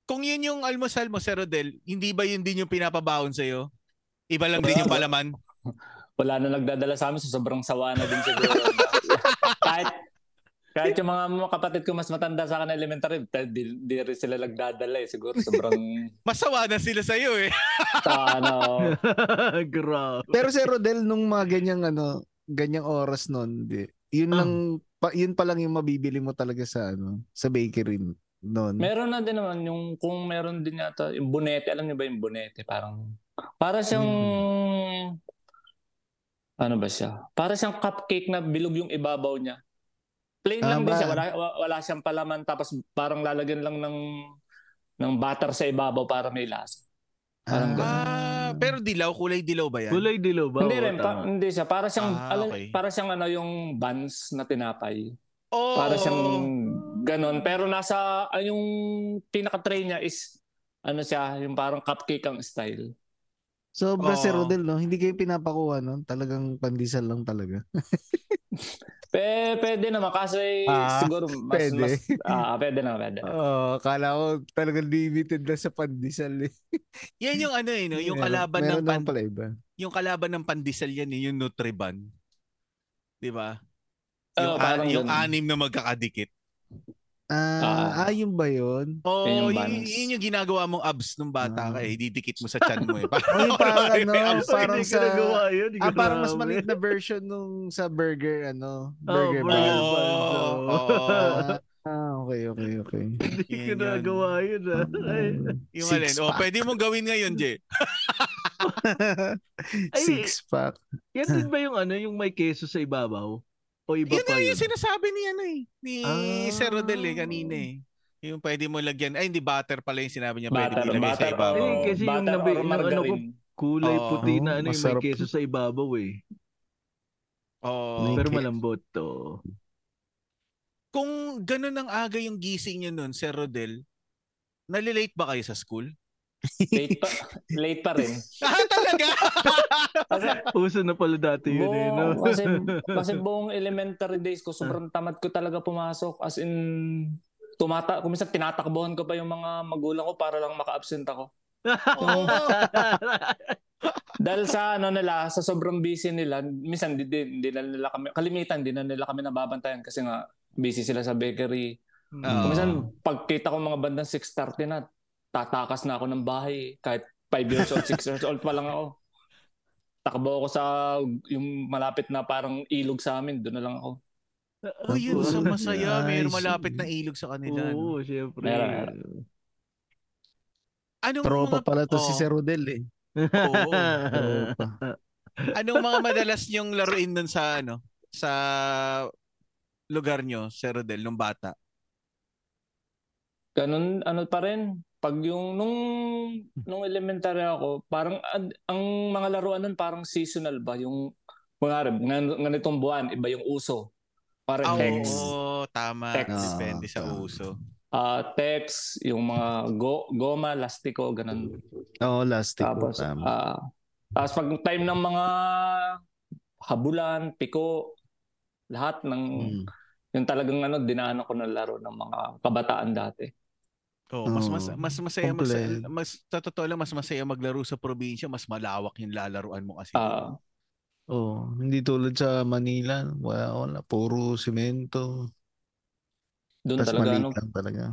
S1: Kung yun yung almusal mo, Sir Rodel, hindi ba yun din yung pinapabaon sa'yo? Iba lang din
S4: Wala.
S1: yung palaman.
S4: Wala na nagdadala sa amin, so sobrang sawa na din siguro. kahit kahit yung mga mga kapatid ko mas matanda sa akin na elementary, ta- di, di rin sila nagdadala eh. Siguro sobrang
S1: Masawa na sila sa'yo eh.
S4: sa ano.
S2: Grabe.
S3: Pero Sir Rodel, nung mga ganyang, ano, ganyang oras nun, di, yun lang, pa, yun pa lang yung mabibili mo talaga sa, ano, sa bakery nun.
S4: Meron na din naman yung kung meron din yata yung bonete, alam niyo ba yung bonete? Parang para siyang ano ba siya? Para siyang cupcake na bilog yung ibabaw niya. Plain lang
S3: Tama.
S4: din siya, wala wa- wala siyang palaman tapos parang lalagyan lang ng ng butter sa ibabaw para may lasa. parang ganun.
S1: Ah, pero dilaw, kulay dilaw ba yan?
S2: Kulay dilaw ba?
S4: hindi
S2: Oo,
S4: rin pa,
S2: tama.
S4: hindi siya para siyang
S1: Ah,
S4: alam-
S1: okay.
S4: para siyang ano yung buns na tinapay.
S1: Oo.
S4: Para siyang ganon. Pero nasa, ah, yung pinaka-tray niya is, ano siya, yung parang cupcake ang style.
S3: Sobra
S1: Oo.
S3: Sir Rodel, no? Hindi kayo pinapakuha nun. Talagang pandesal lang talaga.
S4: Pe, pwede naman kasi
S3: Ah,
S4: siguro mas
S3: pwede.
S4: mas ah pwede naman pwede.
S3: Oh, kala ko talagang limited na sa pandesal eh.
S1: Yan yung ano eh, no? yung
S3: Meron-
S1: kalaban ng
S3: meron naman
S1: pan-
S3: pala iba.
S1: yung kalaban ng pandesal yan eh, yung Nutriban. 'Di ba? Yung,
S4: Oo,
S1: a-
S4: Ah, parang
S1: yung
S4: ganun.
S1: anim na magkakadikit.
S3: Ah, ah, yun ba yun?
S1: Oh,
S4: Yan yung
S1: yun, yun,
S4: balance.
S1: yung ginagawa mong abs nung bata ka
S3: Ah.
S1: eh, didikit mo sa chan mo eh. Parang, eh.
S3: Ay, parang ano, parang
S2: hindi ko
S3: sa-
S2: nagawa yun.
S3: Ah, parang mas
S2: grabe.
S3: maliit na version nung sa burger, ano? Burger
S2: burger.
S3: bun.
S1: Oo, oo, oo.
S3: Ah, ah, okay, okay, okay.
S2: Hindi ko
S1: Yun, yun.
S2: nagawa yun. ah. Ay,
S1: Yung
S3: Six
S1: alin. Oh,
S3: pack.
S1: pwede mong gawin ngayon, Jay.
S2: Ay,
S3: Six pack.
S2: Yan din ba yung ano, yung may keso sa ibabaw? O iba
S1: Yun
S2: pa
S1: na
S2: yun?
S1: yung sinasabi ni ano eh. Ni
S2: Ah.
S1: Sir Rodel eh, kanina eh. Yung pwede mo lagyan. Ay, hindi butter pala yung sinabi niya. Pwede
S4: Butter,
S1: mo ilagay sa
S4: butter,
S1: ibabaw.
S2: Eh,
S4: or-
S2: kasi yung
S4: butter
S2: nabi-
S4: or
S2: yung ano
S4: margarine.
S2: Kulay
S1: Oo.
S2: puti na ano, yung may
S3: Masarap
S2: keso sa ibabaw eh.
S1: Oo.
S2: Pero
S3: Okay.
S2: malambot to.
S1: Kung ganun ang aga yung gising niyo nun, Sir Rodel, nalilate ba kayo sa school?
S4: Late pa, late pa rin.
S1: Ah, talaga?
S4: Kasi,
S2: Uso na pala dati yun eh. No? Ah.
S4: buong, kasi, kasi buong elementary days ko, sobrang tamad ko talaga pumasok. As in, tumata, kuminsan tinatakbohan ko pa yung mga magulang ko para lang maka-absent ako.
S1: Oo.
S4: Dahil sa ano nila, sa sobrang busy nila, minsan di, di, di na nila kami, kalimitan din na nila kami nababantayan kasi nga busy sila sa bakery.
S1: Oo.
S4: Minsan pagkita ko mga bandang 6.30 na, tatakas na ako ng bahay. Kahit 5 years old, 6 years old pa lang ako. Takbo ako sa yung malapit na parang ilog sa amin, doon na lang ako.
S1: Oh, yun, so masaya. Meron
S3: Nice.
S1: malapit na ilog sa kanila. no?
S2: Oo, syempre.
S4: Meron,
S1: Anong
S3: Tropa
S1: mga,
S3: pala to si
S1: Oo.
S3: Sir Rodel eh.
S1: Oo.
S3: Tropa.
S1: anong mga madalas niyong laruin nun sa, ano, sa lugar nyo, Sir Rodel, nung bata?
S4: Ganun, ano pa rin. Pag yung, nung, nung elementary ako, parang ad- ang mga laruan nun parang seasonal ba? Yung, mga ngan, ganitong buwan, iba yung uso.
S1: Ah,
S4: Parang hex.
S1: Oo, tama.
S4: Tex.
S1: Depende sa
S3: Ah, tama.
S1: uso.
S4: Ah, text, yung mga go, goma, lastiko, ganun.
S3: Oo, last week po.
S4: Tapos,
S3: Tama.
S4: ah, tapos pag time ng mga habulan, piko, lahat ng
S3: Mm.
S4: yung talagang ano dinaanan ko ng laro ng mga kabataan dati.
S1: Oh, mas
S3: Oo.
S1: mas mas masaya mas,
S3: Complete.
S1: mas sa totoo lang mas masaya maglaro sa probinsya, mas malawak yung lalaruan mo kasi.
S4: Ah,
S3: Oo, Oh, hindi tulad sa Manila. Wala, wala. Puro simento.
S4: doon
S3: Tapos
S4: talaga
S3: maliit
S4: ano,
S3: lang talaga.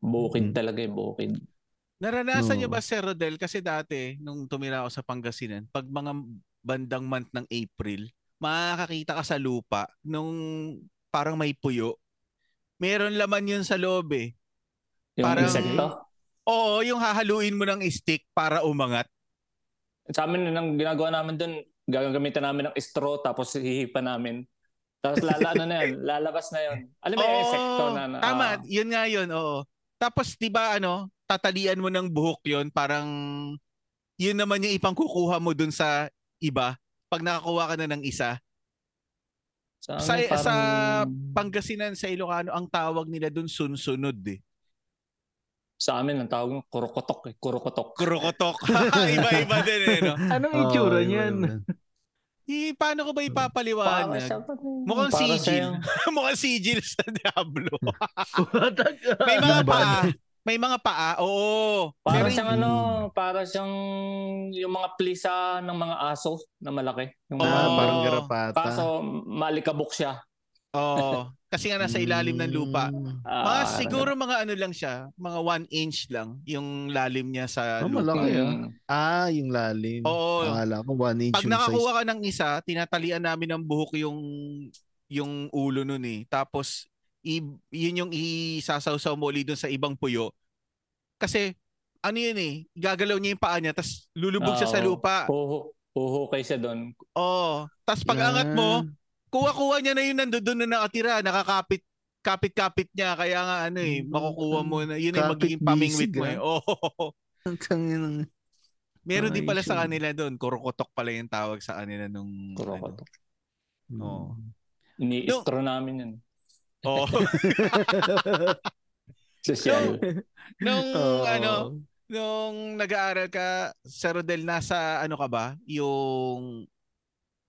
S4: bukid
S3: Mm.
S4: talaga eh, bukid.
S1: Naranasan
S3: No.
S1: niyo ba Sir Rodel kasi dati nung tumira ako sa Pangasinan, pag mga bandang month ng April, makakakita ka sa lupa nung parang may puyo. Meron laman yun sa loob eh.
S4: Yung
S1: Parang-
S4: insekto.
S1: Oo, yung hahaluin mo ng stick para umangat.
S4: Sa amin ang ginagawa namin doon, gagamitan namin ng straw tapos hihipa namin. Tapos lala ano na yan, lalabas na yun. Alam mo yung insekto
S1: Oo,
S4: na. na
S1: Oh, Tama,
S4: ah,
S1: yun nga yun, oo. Tapos 'di ba ano, tatalian mo ng buhok yun, parang yun naman yung ipangkukuha mo dun sa iba pag nakakuha ka na ng isa.
S4: ah, amin
S1: Sa-
S4: parang-
S1: sa Pangasinan sa Ilocano ang tawag nila dun sunsunod eh.
S4: sa amin ang tawag ng kurokotok eh, kurokotok.
S1: Krokotok. Iba-iba din eh, no?
S2: Anong
S3: Oo,
S2: itsura
S3: iba
S2: niyan?
S3: Oh, ano yun.
S1: Eh, paano ko ba
S4: Para siya
S1: ipapaliwanag?
S4: pa-
S1: Mukhang
S4: para
S1: sigil.
S4: siyang-
S1: Mukhang sigil sa Diablo.
S2: Watak.
S1: May mga
S3: Yung
S1: paa. May mga paa. Oo.
S4: Para
S1: Pero
S4: siyang
S3: Mm.
S4: ano, para siyang yung mga plisa ng mga aso na malaki. Yung mga,
S3: Ah,
S1: Oo.
S3: parang garapata.
S4: kaso malikabok siya.
S1: Oo. Kasi nga nasa ilalim ng lupa.
S3: Mm.
S1: Mga
S4: Ah,
S1: siguro mga ano lang siya, mga one inch lang yung lalim niya sa
S3: Ah,
S1: lupa.
S3: malaki.
S4: ganun.
S3: Ah, yung lalim.
S1: Mm. Oo.
S3: Akala ko one inch
S1: Pag
S3: yung size.
S1: nakakuha ka ng isa, tinatalian namin ng buhok yung yung ulo nun eh. Tapos i, yun yung isasawsaw mo ulit dun sa ibang puyo. Kasi ano yun eh, gagalaw niya yung paa niya tapos lulubog siya sa
S4: Ah, Oo.
S1: lupa.
S4: Huhu, huhukay siya doon.
S1: Oo. Tapos pag angat mo, kuha-kuha niya na yun nandoon na nakatira, nakakapit kapit-kapit niya kaya nga ano eh
S3: Mm,
S1: makukuha mo na yun ay
S3: kapit
S1: magiging pamingwit
S3: bisig,
S1: mo eh. Oo.
S3: Ah, ang tangin ng-
S1: Meron din
S3: Ay,
S1: pala sa
S3: sure.
S1: kanila doon, kurokotok pala yung tawag sa kanila nung ano.
S4: Kurokotok.
S1: Oo.
S4: Ini-istro namin yun.
S1: ano. Oo.
S4: Social.
S1: nung
S3: Oo.
S1: ano, nung nag-aaral ka, Sir Rodel, nasa ano ka ba? Yung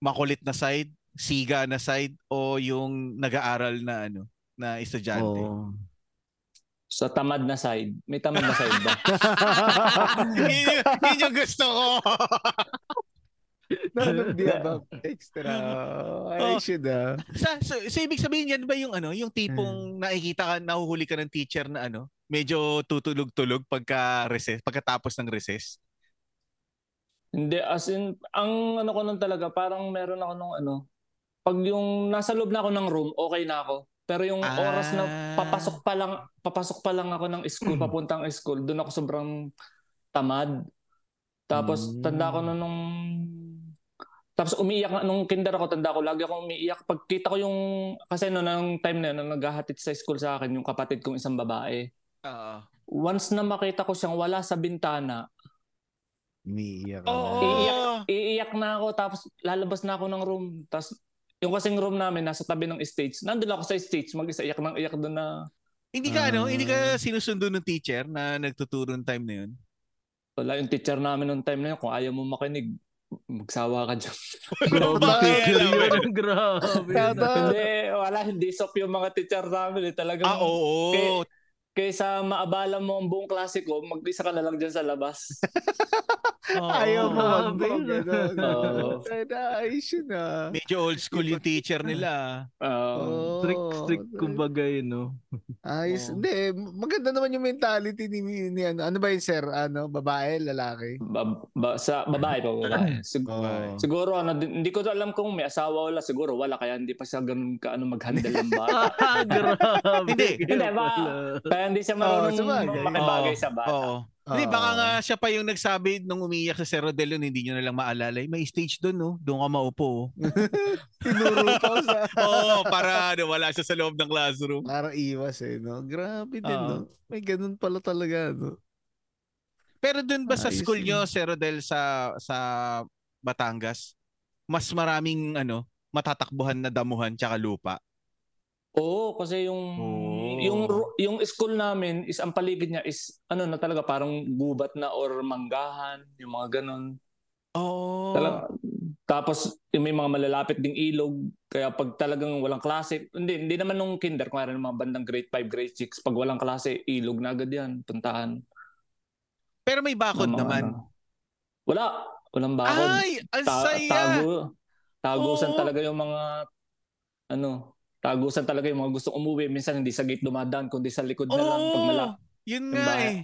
S1: makulit na side siga na side o yung nag-aaral na ano na estudyante.
S3: Oo.
S4: Sa tamad na side. May tamad na side ba?
S1: yun, yung, yun yung gusto ko.
S3: Nanon di ba? Extra. I
S1: Oh.
S3: should ah.
S1: sa, so, so, ibig sabihin yan ba yung ano, yung
S3: Hmm.
S1: tipong nakikita ka, nahuhuli ka ng teacher na ano, medyo tutulog-tulog pagka recess, pagkatapos ng recess.
S4: Hindi, as in, ang ano ko nun talaga, parang meron ako nung ano, pag yung nasa loob na ako ng room, okay na ako. Pero yung
S1: Ah.
S4: oras na papasok pa lang, papasok pa lang ako ng school, papuntang school, doon ako sobrang tamad. Tapos
S3: Mm.
S4: tanda ko nun nung tapos umiiyak na nung kinder ako, tanda ko, lagi akong umiiyak. Pagkita ko yung, kasi no, nung time na yun, nung naghahatid sa school sa akin, yung kapatid kong isang babae.
S1: Oo.
S4: Once na makita ko siyang wala sa bintana,
S3: Umiiyak ka
S1: Oo.
S3: na.
S1: Oh.
S4: iiyak na ako tapos lalabas na ako ng room tapos yung kasing room namin nasa tabi ng stage nandun ako sa stage mag-isa iyak ng iyak doon na
S1: Hindi ka ano,
S3: Ah.
S1: hindi ka sinusundo ng teacher na nagtuturo ng time na yun.
S4: wala yung teacher namin noong time na yun kung ayaw mo makinig magsawa ka dyan
S1: Ano ba
S2: Bakit
S1: kaya
S2: yun?
S1: naman?
S2: Ang grabe.
S3: Tata.
S4: hindi wala hindi soft yung mga teacher namin eh. talagang
S1: Ah, oo.
S4: kaysa maabala mo ang buong klase ko mag-isa ka na lang dyan sa labas
S2: Oo,
S3: Ayaw mo eh. wag
S2: grabe
S3: mo,
S2: yun.
S3: ganun.
S4: Oo.
S3: Tara, I should ah.
S1: Medyo old school yung teacher
S4: Ah.
S1: nila.
S4: um,
S3: Oo.
S2: Strict, strict, kumbaga yun, no?
S3: Ayos.
S4: Oo.
S3: Hindi, maganda naman yung mentality ni, ni ano. Ano ba yun, sir? Ano, babae, lalaki?
S4: ba- ba- sa babae pa babae
S3: Oh.
S4: Sig-
S3: Oo.
S4: siguro ano din- hindi ko alam kung may asawa wala siguro wala kaya hindi pa siya ganun ka ano mag-handle ng bata
S2: Ah, grabe.
S1: Hindi,
S2: Kaya
S4: hindi ba?
S2: pala.
S4: Kaya hindi siya
S3: marunong
S4: marunong
S3: Oo, sabagay.
S4: makibagay
S1: Oo.
S4: sa bata.
S1: Oo. Hindi, baka
S3: Oo.
S1: nga siya pa yung nagsabi nung umiyak sa Cerro del Leon, hindi nyo nalang maalala. eh, May stage doon, no? Doon ka maupo. oh.
S3: Tinuro ko sa...
S1: Oo, para ano, wala siya sa loob ng classroom.
S3: Para iwas eh, no? Grabe din,
S1: Oo.
S3: no? May ganun pala talaga, no?
S1: Pero doon ba sa
S3: Ayos
S1: school nyo,
S3: yun.
S1: Cerro del, sa, sa Batangas, mas maraming ano, matatakbuhan na damuhan tsaka lupa.
S4: Oo, kasi yung
S1: Oo.
S4: yung ru- yung school namin is ang paligid niya is ano na talaga parang gubat na or manggahan, yung mga ganun.
S1: Oo.
S4: Talaga. Tapos yung may mga malalapit ding ilog, kaya pag talagang walang klase, hindi hindi naman nung kinder, kung ng mga bandang grade 5, grade 6, pag walang klase, ilog na agad 'yan, puntahan.
S1: Pero may bakod
S4: Ng mga
S1: naman. Ah,
S4: ano. Wala, walang bakod.
S1: Ay, ang
S4: Ta-
S1: saya!
S4: tago,
S1: Oo.
S4: tagusan talaga yung mga ano, tagusan talaga yung mga gusto umuwi. Minsan hindi sa gate dumadaan, kundi sa likod na lang pag mala.
S1: Oo, yun nga
S4: Diba?
S1: eh.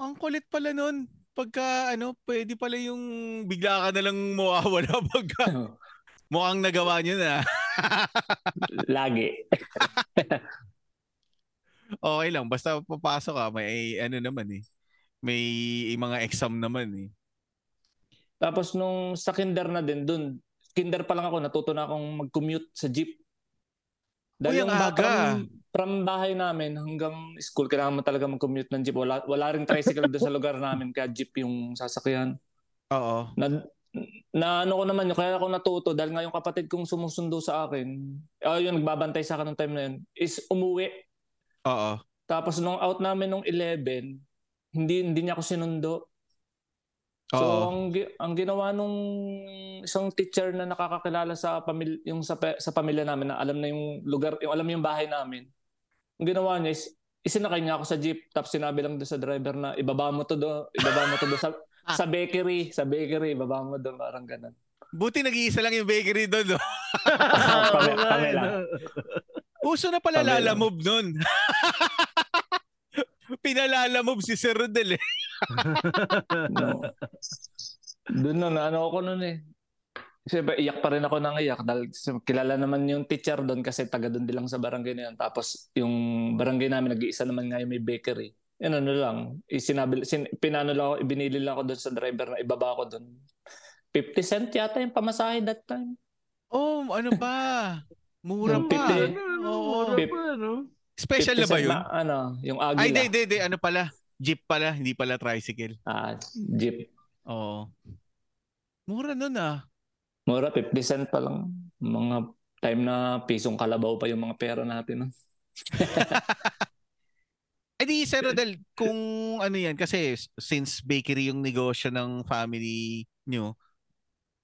S1: Ang kulit pala nun. Pagka ano, pwede pala yung bigla ka na lang mawawala pagka
S4: ano,
S1: mukhang nagawa nyo na.
S4: Lagi.
S1: Okay lang, basta papasok ka, may ano naman eh. May mga exam naman eh.
S4: Tapos nung sa kinder na din dun, kinder pa lang ako, natuto na akong mag-commute sa jeep.
S1: Uy, ang
S4: ba-
S1: aga.
S4: From, from bahay namin hanggang school, kailangan mo talaga mag-commute ng jeep. Wala, wala rin tricycle doon sa lugar namin, kaya jeep yung sasakyan.
S1: Oo.
S4: na, na ano ko naman yun, kaya ako natuto dahil nga yung kapatid kong sumusundo sa akin, ah yun, nagbabantay sa akin ng time na yun, is umuwi.
S1: Oo.
S4: Tapos nung out namin nung 11, hindi, hindi niya ako sinundo. So
S1: Oo.
S4: ang, gi- ang ginawa nung isang teacher na nakakakilala sa pamilya yung sa, pe- sa pamilya namin na alam na yung lugar, yung alam yung bahay namin. Ang ginawa niya is isinakay niya ako sa jeep tapos sinabi lang doon sa driver na ibaba mo to do, ibaba mo to do sa sa bakery, sa bakery ibaba mo doon parang ganun.
S1: Buti nag-iisa lang yung bakery doon. No?
S4: Pame-
S2: Oo,
S4: Pamela.
S2: ano.
S1: Uso na pala
S4: Pamela.
S1: lalamob nun. Pinalalamob si Sir Rodel eh.
S4: No. Doon na, naano ako noon eh. Siyempre, iyak pa rin ako ng iyak dahil siyempre, kilala naman yung teacher doon kasi taga doon din lang sa barangay na yun. Tapos yung barangay namin, nag-iisa naman nga yung may bakery. Yun ano lang, isinabi, sin, pinano lang ako, ibinili lang ako doon sa driver na ibaba ako doon. 50 cent yata yung pamasahe that time.
S1: Oh, ano ba? Mura
S4: Yung
S1: pa.
S4: pipi.
S2: Ano, ano,
S1: Oo.
S2: mura
S4: Pip-
S2: pa, ano?
S1: Special
S4: 50
S1: na ba
S4: cent
S1: yun?
S4: ano, yung Agila.
S1: Ay, di, di, di. Ano pala? Jeep pala. Hindi pala tricycle.
S4: Ah, jeep.
S1: Oo. Mura nun ah.
S4: Mura, 50 cent pa lang. Mga time na pisong kalabaw pa yung mga pera natin. no?
S1: Eh di, Sir Rodel, kung ano yan, kasi since bakery yung negosyo ng family nyo,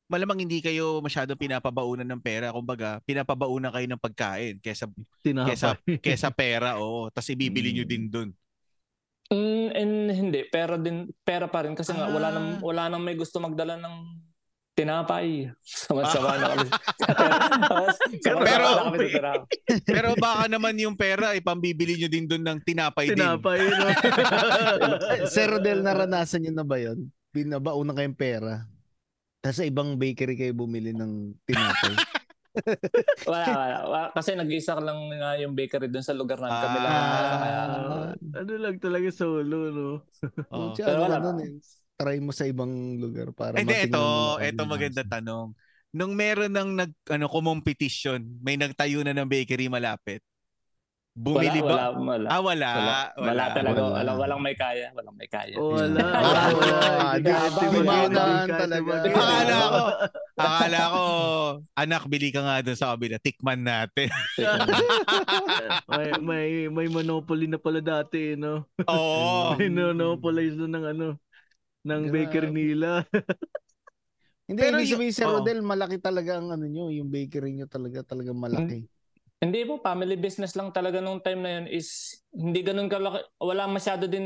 S1: malamang hindi kayo masyado pinapabaunan ng pera. Kumbaga, pinapabaunan kayo ng pagkain kesa
S2: Tinapay.
S1: Kesa- kesa pera, oo. Tapos ibibili nyo din dun.
S4: Mm, and hindi, pera din, pera pa rin kasi nga wala
S1: Ah.
S4: nang wala nang may gusto magdala ng tinapay. Sama-sama na kami. Sama-sama
S1: Pero-
S4: na kami sa tinapay.
S1: Pero baka naman yung pera, ipambibili nyo din dun ng tinapay din.
S2: Tinapay. No?
S3: Sir Rodel, naranasan nyo na ba yun? Binabaon na kayong pera. Tapos sa ibang bakery kayo bumili ng tinapay.
S4: Wala, wala, Wa- Kasi nag-isa ka lang nga yung bakery dun sa lugar namin. Kami
S1: Ah.
S4: lang. Kaya,
S3: Ah,
S2: ano lang talaga solo, no?
S1: Oo.
S3: Pucha, ano
S4: Pero wala
S3: ka
S4: pa.
S3: nun eh. Try mo sa ibang lugar para
S1: Hindi,
S3: matingnan
S1: ito,
S3: mo na-
S1: ito maganda tanong. Nung meron ng nag, ano, kumompetisyon, may nagtayo na ng bakery malapit. Bumili ba?
S4: wala, Wala, wala.
S1: Ah, wala. Oh.
S4: Wala, wala, talaga.
S3: Wala.
S4: Wala, walang may kaya. Walang may kaya.
S2: O, Wala.
S3: Wala. Hindi,
S2: Wala.
S3: timaginan
S2: Wala.
S3: talaga.
S1: Akala ko, akala ko, anak, bili ka nga dun sa kabila. Tikman natin.
S2: may, may, may monopoly na pala dati, eh, no?
S1: oo.
S2: May monopolize na ng ano, ng
S3: Grabe.
S2: bakery nila.
S3: Hindi,
S1: Pero
S3: Pero ibig
S1: yung-
S3: sabihin, Sir
S1: oo.
S3: Rodel, malaki talaga ang ano nyo, yung bakery nyo talaga, talaga malaki.
S4: Hmm. Hindi po, family business lang talaga nung time na yun is hindi ganun kalaki. Wala masyado din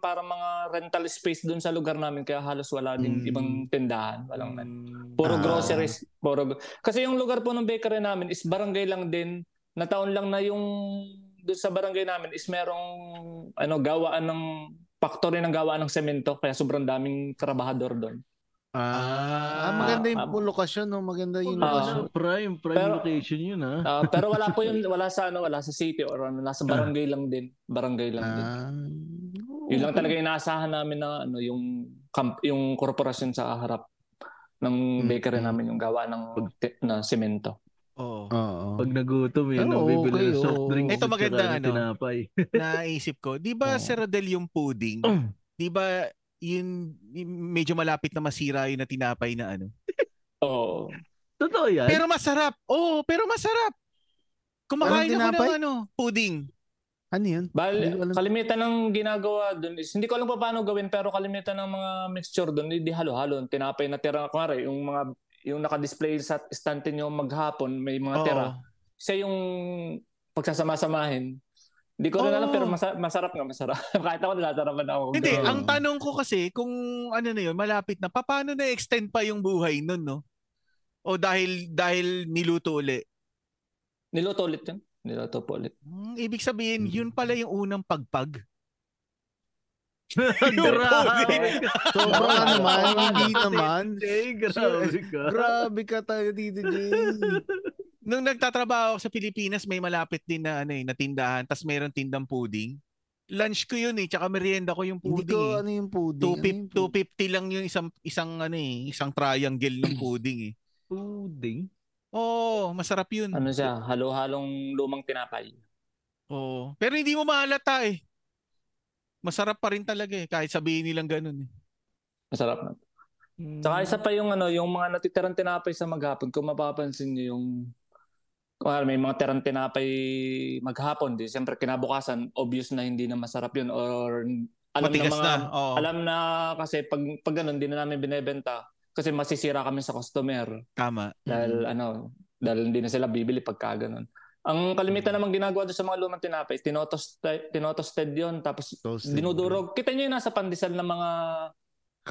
S4: para mga rental space dun sa lugar namin kaya halos wala din
S1: Hmm.
S3: Mm.
S4: ibang tindahan. Walang
S2: Hmm.
S4: ano.
S1: Mm.
S4: Puro
S3: Ah.
S4: groceries. Puro... gro- Kasi yung lugar po ng bakery namin is barangay lang din. Na taon lang na yung doon sa barangay namin is merong ano, gawaan ng factory ng gawaan ng semento. Kaya sobrang daming trabahador doon.
S3: Ah, maganda yung po lokasyon, no? maganda yung
S4: Ah.
S3: lokasyon.
S2: Ano, prime, prime
S4: Pero-
S2: location yun, ha?
S4: Ah, pero wala po yun, wala sa ano, wala sa city or ano, nasa barangay lang din. Barangay lang din.
S3: Ah,
S4: Yun lang talaga inaasahan namin na ano, yung camp, yung korporasyon sa harap ng bakery
S3: Mm.
S4: namin yung gawa ng te- na semento.
S1: Oo.
S3: Oo.
S2: Pag nagutom, eh,
S3: Pero
S2: no?
S3: okay,
S2: Bibili ng soft
S3: oo.
S2: drinks.
S1: oh. Ito
S2: at saka
S1: maganda,
S2: ng
S1: ano?
S2: Tinapay.
S1: Naisip ko, di ba,
S4: Oo.
S1: Sir Rodel, yung pudding, di ba, yun, yun medyo malapit na masira yun na tinapay na ano.
S4: Oo.
S2: Totoo yan?
S1: Pero masarap. Oo, oh, pero masarap. Kumakain
S3: Walang
S1: ako ng
S3: tinapay?
S1: ano, pudding.
S3: Ano yun? Hindi
S4: Bal,
S3: ko alam.
S4: kalimitan ng ginagawa doon is, hindi ko alam pa paano gawin, pero kalimitan ng mga mixture doon, hindi halo-halo. Tinapay na tira, kunwari, yung mga, yung nakadisplay sa estante nyo maghapon, may mga
S1: Oo.
S4: tira. Siya yung pagsasama-samahin. Hindi ko rin alam,
S1: Oo.
S4: pero masa- masarap nga, masarap. Kahit ako, nalatarapan ako. kung
S1: Hindi,
S4: gano'n.
S1: ang tanong ko kasi kung ano na yun, malapit na, paano na-extend pa yung buhay nun, no? O dahil dahil niluto uli.
S4: Niluto ulit yun. Niluto po ulit.
S1: Hmm, ibig sabihin, yun pala yung unang pagpag.
S2: Grabe ka.
S3: Sobrang
S4: Wala.
S3: naman,
S4: Wala.
S3: hindi naman.
S2: Jay, grabe ka.
S3: Grabe ka tayo dito, Jay.
S1: Nung nagtatrabaho ako sa Pilipinas, may malapit din na ano eh, na tindahan, tapos meron tindang pudding. Lunch ko yun eh, tsaka merienda ko yung
S3: Hindi
S1: pudding.
S3: ko,
S1: eh.
S3: ano yung pudding? Ano yung
S1: 250, 250 lang yung isang isang ano eh, isang triangle ng pudding eh.
S2: Pudding?
S1: Oo, masarap 'yun.
S4: Ano siya, halo-halong lumang tinapay.
S1: Oo. Pero hindi mo maalata eh. Masarap pa rin talaga eh kahit sabihin nilang ganun eh.
S4: Masarap na. Tsaka isa pa yung ano, yung mga natitirang tinapay sa maghapon, kung mapapansin niyo yung Kuwari, may mga tirang tinapay maghapon, di siyempre kinabukasan, obvious na hindi na masarap yun or alam
S1: Matigas
S4: na mga,
S1: na. Oo.
S4: alam na kasi pag pag ganun din na namin binebenta kasi masisira kami sa customer.
S1: Tama.
S4: Dahil ano, dahil hindi na sila bibili pagka ganun. Ang kalimitan namang ginagawa doon sa mga lumang tinapay, tinotoste- tinotosted yun, tapos
S3: Toasted.
S4: dinudurog. Kita nyo yung nasa pandesal na mga,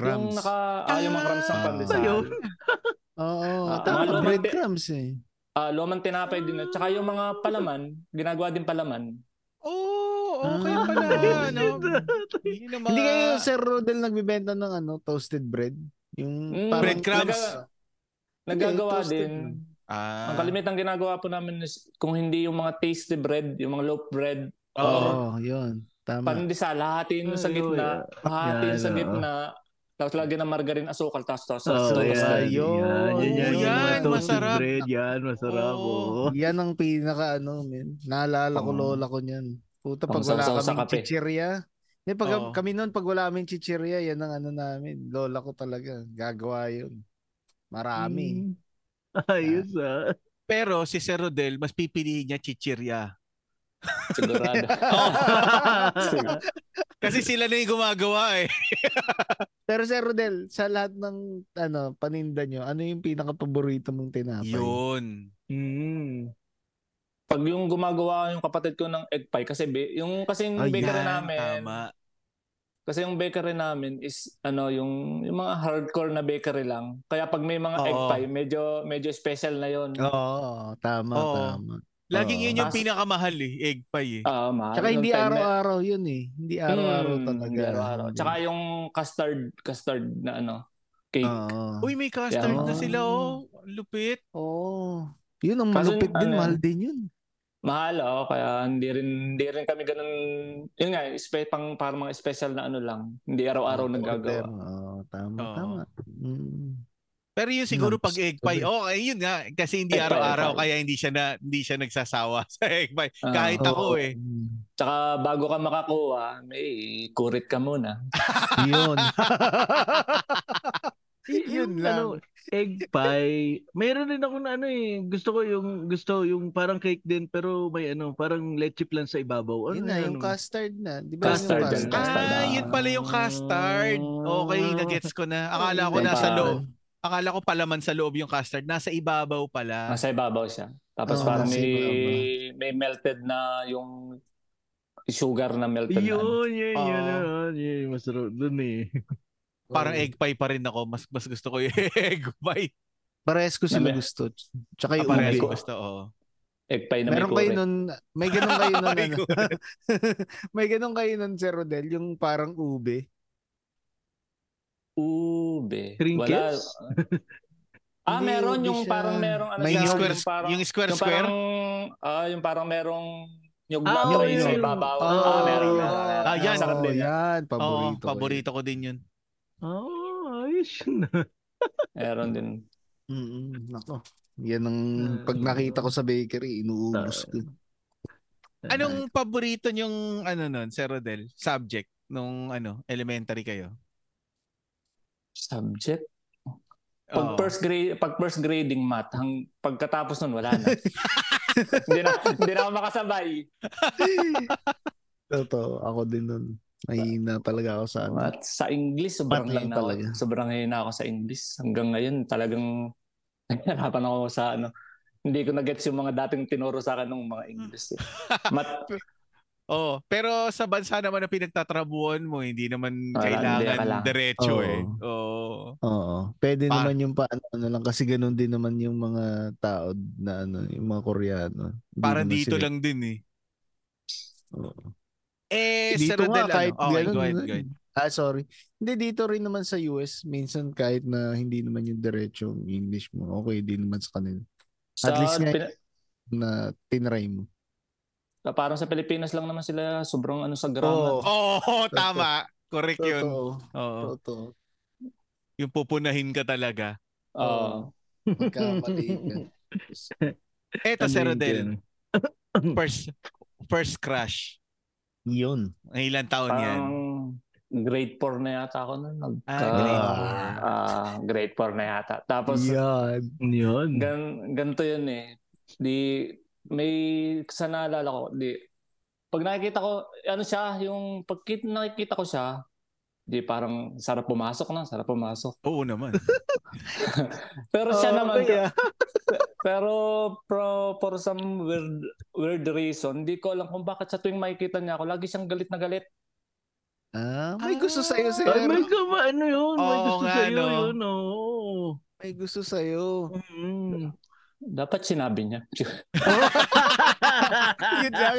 S4: yung
S3: Crumbs.
S4: naka, ah, yung mga crumbs ng
S3: Ah.
S4: pandesal.
S2: Ayun.
S3: Oo,
S4: Ah,
S3: tama,
S4: mga lumang-
S3: breadcrumbs eh.
S4: Ah, lumang tinapay din. At saka yung mga palaman, ginagawa din palaman.
S1: Oo, oh, okay
S3: Ah.
S1: pala.
S3: Oh,
S1: ano? Yun yung mga...
S3: Hindi kayo, Sir Rodel, nagbibenta ng ano, toasted bread? Yung
S4: Mm,
S3: parang
S1: breadcrumbs.
S3: Naga-
S4: Nagagawa
S3: toasted
S4: din.
S1: Ah.
S4: Ang kalimitan ginagawa po namin is kung hindi yung mga tasty bread, yung mga loaf bread,
S1: Oo.
S3: Oo, yun. Tama.
S4: pandesal, hahatiin mo sa
S2: Ay,
S4: gitna, hahatiin
S2: Yan,
S4: sa
S2: oo.
S4: gitna, tapos lagyan ng margarine, asukal, tapos tapos
S3: So,
S2: Oh, yan,
S4: tapos- tapos-
S3: basta yun.
S2: yan, yan, yan,
S1: Oo,
S2: yung mga
S1: yan,
S2: toasted
S1: masarap.
S2: bread, yan, masarap.
S1: Oo.
S2: Oh.
S3: Yan ang pinaka ano, men. Naalala ko
S4: Pang-
S3: lola ko niyan. Puta, pag
S4: pang
S3: wala
S4: sausaw sa
S3: kaming
S4: kape.
S3: chichirya. Hindi, pag
S1: Oo.
S3: kami noon, pag wala kaming chichirya, yan ang ano namin. Lola ko talaga. Gagawa yun.
S4: Mm.
S3: Marami.
S2: Ayos ah.
S1: Pero si Sir Rodel, mas
S4: Oh.
S1: pipiliin niya chichirya.
S4: Sigurado.
S1: Kasi sila na yung gumagawa eh.
S3: Pero Sir Rodel, sa lahat ng ano, paninda nyo, ano yung pinaka-paborito mong tinapay?
S1: Yun.
S4: Mm. Pag yung gumagawa yung kapatid ko ng egg pie kasi ba- yung kasing
S3: Ayan,
S4: bakery
S1: Yan,
S4: namin
S1: Tama.
S4: kasi yung bakery namin is ano yung yung mga hardcore na bakery lang. Kaya pag may mga egg
S1: Oo.
S4: pie medyo medyo special na yon.
S3: Oo, oo, tama,
S1: Oo.
S3: tama.
S1: Laging
S3: Oo.
S1: yun yung
S4: Tas-
S1: pinakamahal eh. Egg pie eh.
S4: Ah, mahal.
S3: Tsaka
S4: Yung
S3: hindi
S4: time na-
S3: araw-araw yun eh. Hindi araw-araw
S4: Mm,
S3: talaga.
S4: hindi araw-araw. Tsaka yung custard custard na ano cake.
S3: Oo.
S4: Ah.
S1: Uy, may custard
S4: Yeah.
S1: na sila oh. Lupit.
S3: Oo. Yun, ang
S4: Kaso
S3: malupit
S4: yung
S3: din,
S4: ano,
S3: mahal din yun.
S4: Mahal oh, kaya hindi rin hindi rin kami ganun. Yun nga, spe, pang para mga special na ano lang. Hindi araw-araw
S3: Oo,
S4: nagagawa.
S3: Oo, tama,
S1: Oo.
S3: tama. Mm.
S1: Pero yun siguro
S3: Nuts.
S1: pag egg pie.
S3: Okay.
S1: Oh, ay, yun nga kasi hindi
S4: Egg pie,
S1: araw-araw
S4: egg pie.
S1: kaya hindi siya na hindi siya nagsasawa sa egg pie.
S4: Ah.
S1: Kahit ako
S3: Oo. mm.
S1: eh.
S4: Tsaka bago ka makakuha, may kurit ka muna.
S3: yun. yun lang.
S2: Ano, egg pie. Mayroon din ako na ano eh. Gusto ko yung, gusto yung parang cake din pero may ano, parang leche plan sa ibabaw. Ano
S3: yun na, yung
S2: ano?
S3: custard na. Di ba yun
S4: Custard
S3: yung
S4: yan, custard.
S1: Ah, yun pala yung custard. Okay, nagets ko na. Akala ko
S4: Egg
S1: Ah, nasa
S4: pie.
S1: loob. Akala ko palaman sa loob yung custard. Nasa ibabaw pala.
S4: Nasa ibabaw siya. Tapos
S3: Oo,
S4: parang
S3: nasa
S4: may, may melted na yung sugar na melted na. ano.
S2: Yun, yun, yun,
S1: Oo.
S2: yun, yun, yun, masarap dun eh.
S1: Parang egg pie pa rin ako. Mas mas gusto ko yung egg pie.
S3: Parehas ko sila
S4: May-
S3: gusto. Tsaka
S1: Ah,
S3: yung
S1: parehas
S3: ube.
S1: ko gusto. Oh.
S4: Egg pie na may
S3: Meron kayo
S4: kurit.
S3: nun, may ganun kayo nun.
S1: May
S3: ano? may ganun kayo nun, Sir Rodel, yung parang ube.
S4: Ube. Wala.
S2: Crinkets?
S4: ah,
S3: Hindi,
S4: meron
S3: hindi
S4: yung
S3: siya.
S4: parang merong ano
S3: May
S4: siya,
S1: Yung
S3: Yung
S1: square,
S4: yung parang
S1: yung square
S4: yung
S1: square.
S4: parang ah, yung parang merong yung
S2: Ah,
S4: baboy
S3: oo,
S4: sa
S3: yun.
S4: ibabaw.
S3: Oo.
S4: ah, meron, meron, meron.
S1: Ah, yan.
S4: Sarap
S3: Oo,
S4: din. yan.
S3: yan. oh, Paborito.
S1: Oo, paborito ko din yun.
S2: Oh, ayos yun.
S4: Meron din.
S3: Mm Nako. Yan ang
S2: Mm.
S3: pag nakita ko sa bakery, inuubos ko.
S1: Anong paborito niyong ano nun, Sir Rodel, subject nung ano, elementary kayo?
S4: Subject?
S1: Oo.
S4: Pag first grade, pag first grading math, hang, pagkatapos nun wala na. hindi na hindi na ako makasabay.
S3: Totoo, ako din nun. Mahina talaga ako sa ano.
S4: At sa English sobrang
S3: Math lang
S4: hina ako.
S3: talaga.
S4: Sobrang hina ako sa English hanggang ngayon talagang nahirapan ako sa ano. Hindi ko na-gets yung mga dating tinuro sa akin ng mga English. eh. Math,
S1: Oh, pero sa bansa naman na pinagtatrabuhan mo, hindi naman
S4: Wala,
S1: kailangan
S4: hindi, wala.
S1: diretso
S3: Oo.
S1: eh. Oo.
S3: Oo. Pwede
S1: Pa-
S3: naman yung paano ano lang kasi ganun din naman yung mga tao na ano, yung mga Koreano. Hindi
S1: Para
S3: naman
S1: dito
S3: sila-
S1: lang din eh.
S3: Oo.
S1: Eh,
S3: Dito
S1: Sir Rodel,
S3: nga, kahit
S1: ano? Okay,
S3: ganun,
S1: go ahead,
S3: ano,
S1: go ahead.
S3: Ah, sorry. Hindi, dito rin naman sa US, minsan kahit na hindi naman yung diretso yung English mo, okay din naman sa kanila
S4: sa,
S3: least nga-
S4: pina-
S3: na tinry mo.
S4: na parang sa Pilipinas lang naman sila sobrang ano sa grammar.
S1: Oo, tama. Correct yun.
S3: Totoo.
S4: Oh.
S1: Oo.
S3: Totoo.
S1: Yung pupunahin ka talaga.
S4: Oo.
S3: Magkamali ka.
S1: Eto, Sir Rodel, first, first crush.
S3: Yun.
S1: Ilan taon yan?
S4: parang grade 4 na yata ako noon. Nagka,
S1: Ah, grade
S3: Ah.
S1: four.
S4: ah, grade 4 na yata. Tapos
S3: Yan.
S2: Yun.
S4: Gan, ganito yun eh. Di, may, sa naalala ko, di, pag nakikita ko, ano siya, yung pag kit- nakikita ko siya, di parang sarap pumasok na, sarap pumasok.
S1: Oo naman.
S4: Pero siya naman,
S3: kaya.
S4: pero pro, for some weird, weird reason, di ko alam kung bakit sa tuwing makikita niya ako, lagi siyang galit na galit.
S3: Ah, may gusto sa'yo, sir.
S2: Ay, may kama, ano yun?
S1: Oo
S2: May gusto
S1: nga,
S2: sa'yo
S1: no?
S2: yun, oo.
S3: May gusto sa'yo.
S2: Mm.
S4: Dapat sinabi niya.
S3: Yun lang.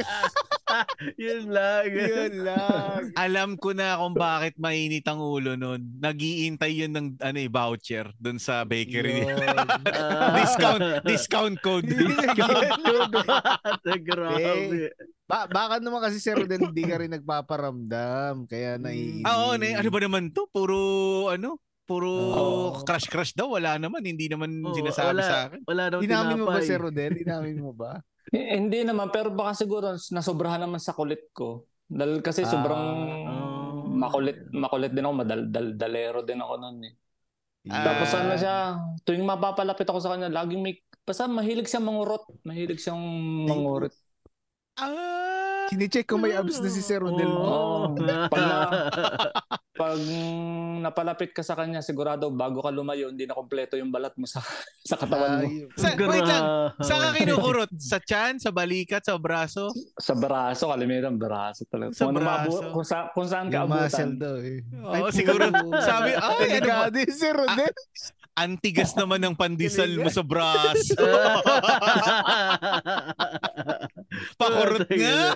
S2: Yun lang.
S3: Yun lang.
S1: Alam ko na kung bakit mainit ang ulo nun. Nagiintay yun ng ano, eh, voucher dun sa bakery.
S2: Ah.
S1: Discount. Discount code.
S2: Grabe.
S3: ba baka naman kasi si Rodel hindi ka rin nagpaparamdam. Kaya naiinip.
S1: Ah, oo, na, ano ba naman to? Puro, ano? Puro
S3: Oo.
S1: crush-crush daw. Wala naman. Hindi naman
S2: Oo,
S1: sinasabi
S2: wala.
S1: sa akin.
S2: Wala daw
S3: Inamin mo ba
S2: tinapay.
S3: si Rodel? Inamin mo ba?
S4: Eh, hindi naman, pero baka siguro nasobrahan naman sa kulit ko. Dahil kasi
S3: Ah,
S4: sobrang
S2: oh.
S4: makulit, makulit din ako, madal, dal, dalero din ako noon eh.
S1: Ah.
S4: Tapos ano siya, tuwing mapapalapit ako sa kanya, laging may, basta mahilig siya mangurot. Mahilig siyang mangurot.
S1: Ah,
S3: Kinicheck ko may abs na si Sir Rodel.
S4: Oo. Oh, Pag na-
S2: Pag
S4: Pag mm, napalapit ka sa kanya, sigurado bago ka lumayo, hindi na kompleto yung balat mo sa, sa katawan mo.
S3: Ay,
S1: Sa, wait lang. Saan ka kinukurot? Sa tiyan? Sa balikat? Sa braso?
S4: Sa braso, kalimitan, braso talaga.
S1: Sa
S4: kung, ano maabu-
S1: braso.
S4: kung, sa, kung saan ka
S3: yung muscle
S4: abutan.
S3: daw eh.
S1: ah. Oo, siguro. Sabi, ay, ano ba? ah.
S3: Delikado yung Sir Rodel.
S1: Antigas naman ng pandesal mo sa braso. Pakurot nga.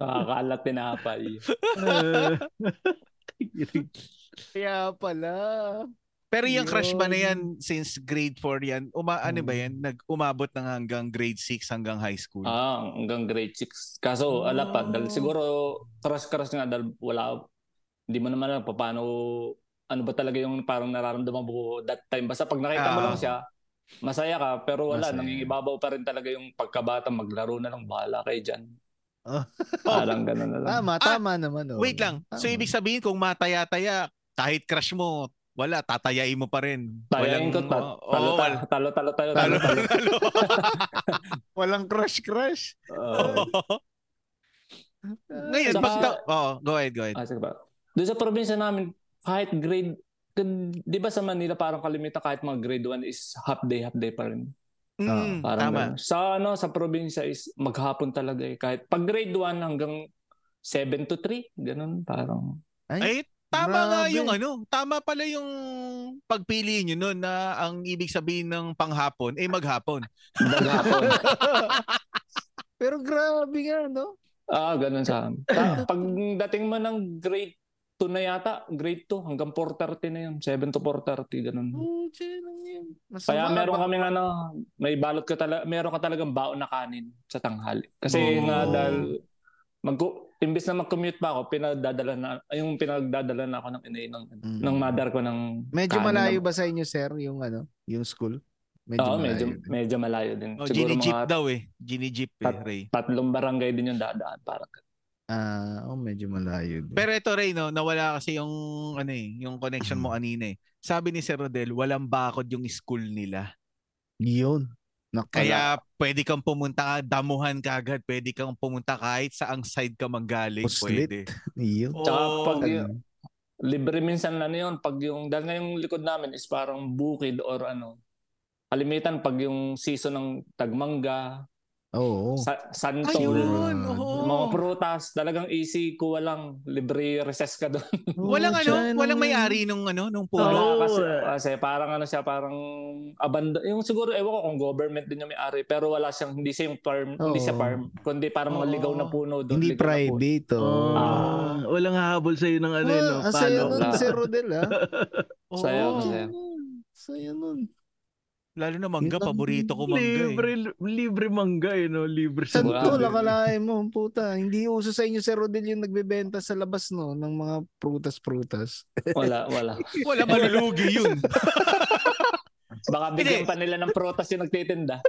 S4: Nakakalat tinapay.
S3: Kaya pala.
S1: Pero yung crush ba na
S3: Yun. Mm.
S1: yan since grade 4 yan? Uma, ano ba yan? Nag, umabot ng hanggang grade 6 hanggang high school.
S4: Ah, hanggang grade 6. Kaso, ala pa, dahil
S1: Ah.
S4: siguro, crush-crush nga, dahil wala, hindi mo naman alam pa paano, ano ba talaga yung parang nararamdaman mo that time. Basta pag nakita mo
S1: Ah.
S4: lang siya, masaya ka, pero wala,
S1: Masaya.
S4: nangingibabaw pa rin talaga yung pagkabata, maglaro na lang, bahala kayo dyan.
S3: Ah.
S4: Parang ganun na lang.
S1: Ah.
S3: Tama, tama naman. Oh.
S1: Wait lang. So
S3: Tama.
S1: ibig sabihin kung mataya-taya, kahit crush mo, wala, tatayain mo pa rin.
S4: Tayain ko,
S1: Walang-
S4: ta-
S1: oo,
S4: talo,
S1: oo, wal-
S4: talo, talo, talo, talo,
S1: Oh, talo,
S4: talo.
S1: talo.
S3: Walang crush-crush.
S4: Oo.
S1: Ngayon,
S4: Saka-
S1: pag... ta- oh, go ahead, go ahead.
S4: Ah, sige ba? Doon sa probinsya namin, kahit grade, di ba sa Manila parang kalimitan kahit mga grade 1 is half day, half day pa rin.
S3: Ah,
S1: Mm,
S4: Parang
S1: tama.
S4: ganun. Sa ano, sa probinsya is maghapon talaga eh. Kahit pag grade 1 hanggang 7 to 3, ganun parang.
S1: Ay, Eh, tama nga
S3: Grabe.
S1: yung ano, tama pala yung pagpili nyo nun na ang ibig sabihin ng panghapon, eh maghapon.
S4: Maghapon.
S3: Pero grabe nga, no?
S4: ah, ganun sa amin. Ta- Pagdating mo ng grade 2 na yata, grade 2 hanggang 4.30 na yun. 7 to 4.30, ganun.
S3: Oh, tiyan lang yan. Masama
S4: Kaya meron
S3: ba?
S4: kami ano, may balot ka talaga, meron ka talagang baon na kanin sa tanghali. Kasi
S1: Oh.
S4: nga dahil mag imbes na mag-commute pa ako, pinagdadala na ay, yung pinagdadala na ako ng inay ng,
S3: Mm.
S4: ng mother ko ng
S3: Medyo
S4: kanin.
S3: malayo ba sa inyo, sir, yung ano, yung school? Medyo
S4: Oo,
S3: malayo.
S4: medyo medyo malayo din.
S1: Oh,
S4: Siguro
S1: gini-jeep
S4: mga
S1: daw eh. Gini-jeep eh,
S4: Tat-
S1: Ray.
S4: tatlong barangay din yung dadaan parang. ganun.
S3: Ah, oh, medyo malayo. din.
S1: Pero ito Ray, no, nawala kasi yung ano eh, yung connection
S3: Mm.
S1: mo kanina eh. Sabi ni Sir Rodel, walang bakod yung school nila.
S3: yun.
S1: Kaya pwede kang pumunta, damuhan ka agad, pwede kang pumunta kahit sa ang side ka manggaling,
S3: Puslit.
S1: pwede.
S3: Yun.
S1: Oo.
S4: Tsaka pag
S3: Ano?
S4: libre minsan ano yun, pag yung dahil ngayong likod namin is parang bukid or ano. Kalimitan pag yung season ng tagmangga,
S3: Oo.
S4: sa, santol,
S1: Ayun, oo.
S4: Mga prutas, talagang easy, kuha lang, libre recess ka doon.
S1: Walang
S3: Oo,
S1: ano,
S3: tiyan,
S1: walang
S3: ano.
S1: may-ari nung ano, nung puno.
S4: Wala
S2: Oo,
S4: kasi,
S2: eh.
S4: kasi parang ano siya, parang abandon, yung siguro, ewan ko kung government din yung may-ari, pero wala siyang, hindi siya yung farm, hindi siya
S3: Oo.
S4: farm, kundi parang mga
S1: Oo.
S4: ligaw na puno doon.
S3: Hindi
S4: ligaw na puno.
S3: private, oh.
S4: Ah.
S2: Walang hahabol sa'yo ng ano, no?
S3: Ah, ang saya
S2: Palo.
S3: nun,
S4: Ah.
S3: Sir Rodel, ah.
S1: Oo.
S4: Sayo, sayo.
S3: Saya nun.
S1: Lalo na mangga,
S3: Yun lang.
S1: paborito ko mangga. Eh.
S2: Libre, libre mangga, eh, no? Libre
S3: Sa
S4: Saan
S2: mangga.
S4: Grabe.
S3: tol, akalain mo, puta. Hindi uso sa inyo, Sir Rodel, yung nagbebenta sa labas, no? Ng mga prutas-prutas.
S4: Wala, wala.
S1: Wala malulugi yun.
S4: Baka bigyan pa nila ng protas yung nagtitinda.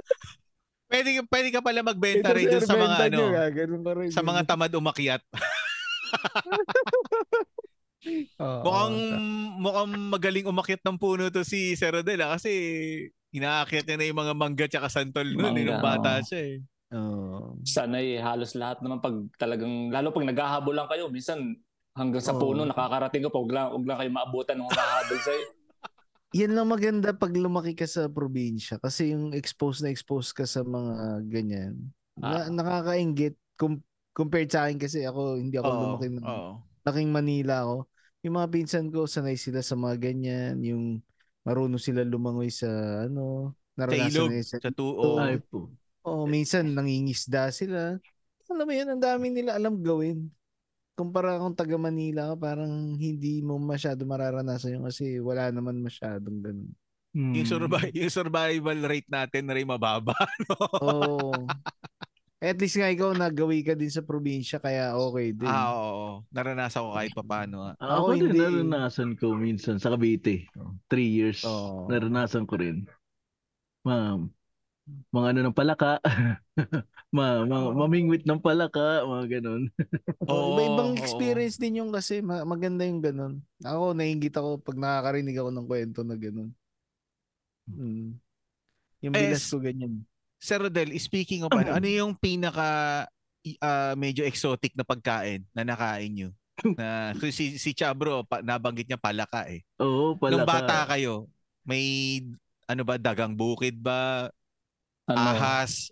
S1: Pwede pwede ka pala magbenta
S3: Ito,
S1: rin dun
S3: sir,
S1: sa mga
S3: benta
S1: ano,
S3: nyo, ah. Ganun pa rin.
S1: sa mga tamad umakyat.
S3: Oo.
S1: Mukhang mukhang magaling umakyat ng puno to si Sir Rodel ah, kasi inaakyat niya na yung mga mangga tsaka santol noon eh, nung
S4: Mangga,
S1: bata
S4: oo.
S1: siya eh.
S3: Oo.
S4: Sana eh, halos lahat naman pag talagang, lalo pag naghahabol lang kayo, minsan hanggang sa
S3: Oo.
S4: puno, nakakarating ko pa, huwag lang, huwag lang kayo maabutan ng humahabol sa'yo.
S3: Yan lang maganda pag lumaki ka sa probinsya kasi yung exposed na exposed ka sa mga ganyan.
S4: Ah.
S3: Na, nakakaingit com- compared sa akin kasi ako hindi ako
S1: Oo.
S3: lumaki ng
S1: oo.
S3: laking Manila ako. Yung mga pinsan ko sanay sila sa mga ganyan, yung marunong sila lumangoy sa ano,
S1: ilog.
S3: naranasan nila sa
S1: Sa tuo.
S2: Ay po.
S3: Oo, minsan nangingisda sila. Alam mo yun, ang dami nila alam gawin. Kumpara kung taga Manila ka, parang hindi mo masyado mararanasan yun kasi wala naman masyadong ganun.
S2: Hmm. mm.
S1: Yung survival, yung survival rate natin na rin mababa.
S3: Oo. At least nga ikaw nagawi ka din sa probinsya kaya okay din.
S1: Ah, oo, oo. Naranasan ko kahit papaano. ah.
S3: Ako
S2: Ako, din,
S3: hindi.
S2: naranasan ko minsan sa Cavite. Three years.
S3: Oo.
S2: Naranasan ko rin. Ma'am, mga ano ng palaka. ma, ma, mamingwit ng palaka, mga ganun.
S1: Oo,
S3: Oo, Iba-ibang
S1: oo.
S3: experience din yung kasi ma- maganda yung ganun. Ako nainggit ako pag nakakarinig ako ng kwento na ganun. Mm. Yung
S1: Eh,
S3: bilas
S1: s-
S3: ko ganyan.
S1: Sir Rodel, speaking of ano, ano yung pinaka ah, medyo exotic na pagkain na nakain nyo? Na, so si, si Chabro, pa, nabanggit niya palaka eh.
S2: Oo, pala.
S1: Nung bata kayo, may ano ba, dagang bukid ba?
S4: Ano, Oh,
S1: Ahas?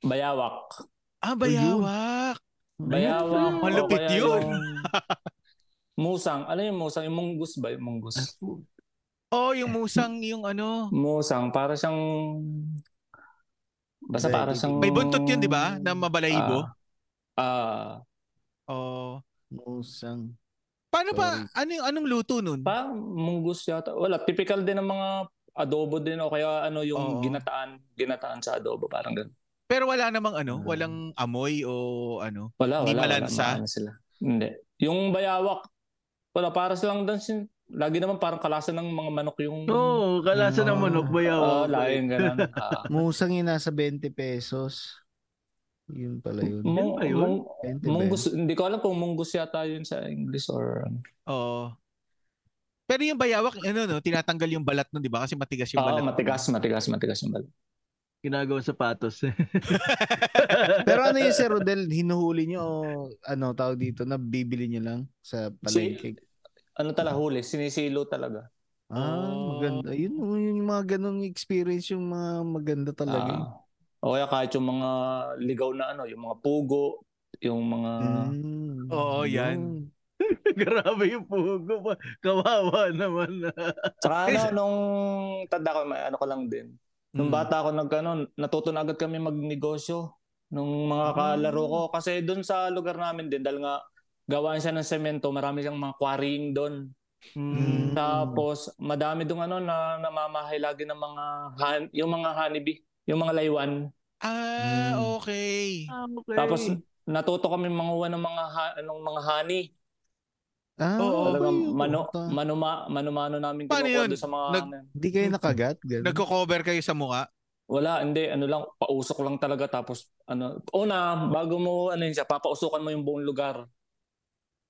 S4: Bayawak.
S1: Ah,
S2: yun.
S1: bayawak!
S4: Bayawak.
S1: Ang
S4: o
S1: lupit
S4: kaya
S1: yun.
S4: yung Musang. Ano yung musang? Yung munggus ba? Yung munggus.
S1: Oh, yung musang, yung ano.
S4: Musang. Para siyang... Basta para siyang...
S1: May buntot yun, di ba? Na mabalaybo.
S4: Oh. Ah, ah.
S1: Oh.
S3: Musang.
S1: Paano pa, ano, yung- anong luto nun?
S4: pa, munggus yata. Wala, typical din ng mga adobo din o kaya ano yung
S1: Oo.
S4: ginataan, ginataan sa adobo, parang ganun.
S1: Pero wala namang ano,
S3: Ah.
S1: walang amoy o ano.
S4: Wala,
S1: Hindi
S4: wala, wala.
S1: malansa?
S4: mga ano sila. Hindi. Yung bayawak, wala, para silang dansin. Lagi naman parang kalasa ng mga manok yung...
S2: Oo, kalasa ng
S3: Ah.
S2: manok ba yaw?
S4: Oo, lain, ganun. Ah.
S3: Musang yung nasa 20 pesos. Yun pala
S1: Mm,
S3: yun.
S4: Mung,
S2: ba yun?
S4: mung,
S3: 20 ba yun?
S4: munggus, hindi ko alam kung munggus yata yun sa English or... ano.
S1: Oo. Oh. Pero yung bayawak, ano no, tinatanggal yung balat nun, di ba? Kasi matigas yung
S4: Oo,
S1: balat.
S4: Ah, matigas, matigas, matigas yung balat.
S2: Ginagawa sapatos.
S3: Pero ano yung si Rodel, hinuhuli nyo o ano tawag dito, nabibili nyo lang sa palengke?
S4: Ano tala huli, sinisilo talaga.
S3: ah,
S1: Oh.
S3: maganda. Yun, yun yung mga ganong experience yung mga maganda talaga.
S4: Ah. o kaya kahit yung mga ligaw na ano, yung mga pugo, yung mga...
S3: Mm,
S1: Ah. Oo, yan.
S3: yun.
S2: Grabe yung pugo pa. Kawawa naman.
S4: Tsaka ano, nung tanda ko, may ano ko lang din. Nung
S1: Mm.
S4: bata ako nagkano, natuto na agad kami magnegosyo nung mga kalaro ko.
S1: Ah.
S4: Kasi doon sa lugar namin din, dahil nga gawaan siya ng semento, marami siyang mga quarrying doon.
S1: Hmm.
S3: Mm.
S4: Tapos, madami doon ano, na namamahay lagi ng mga, han- yung mga honeybee, yung mga laywan. Hmm.
S1: Ah,
S3: Mm.
S1: okay.
S2: okay.
S4: Tapos, natuto kami manguha ng mga, ha- ng mga honey.
S3: Ah,
S1: Oo,
S3: okay,
S4: Talagang
S3: yun.
S4: mano,
S3: Ta-
S4: manuma, manumano namin
S1: Paano
S4: kinukuha
S1: yun?
S4: doon sa mga... ano.
S3: Hindi kayo nakagat? Ganun.
S1: Nagko-cover kayo sa mukha.
S4: Wala, hindi. Ano lang, pausok lang talaga. Tapos, ano, una, bago mo, ano yun siya, papausukan mo yung buong lugar.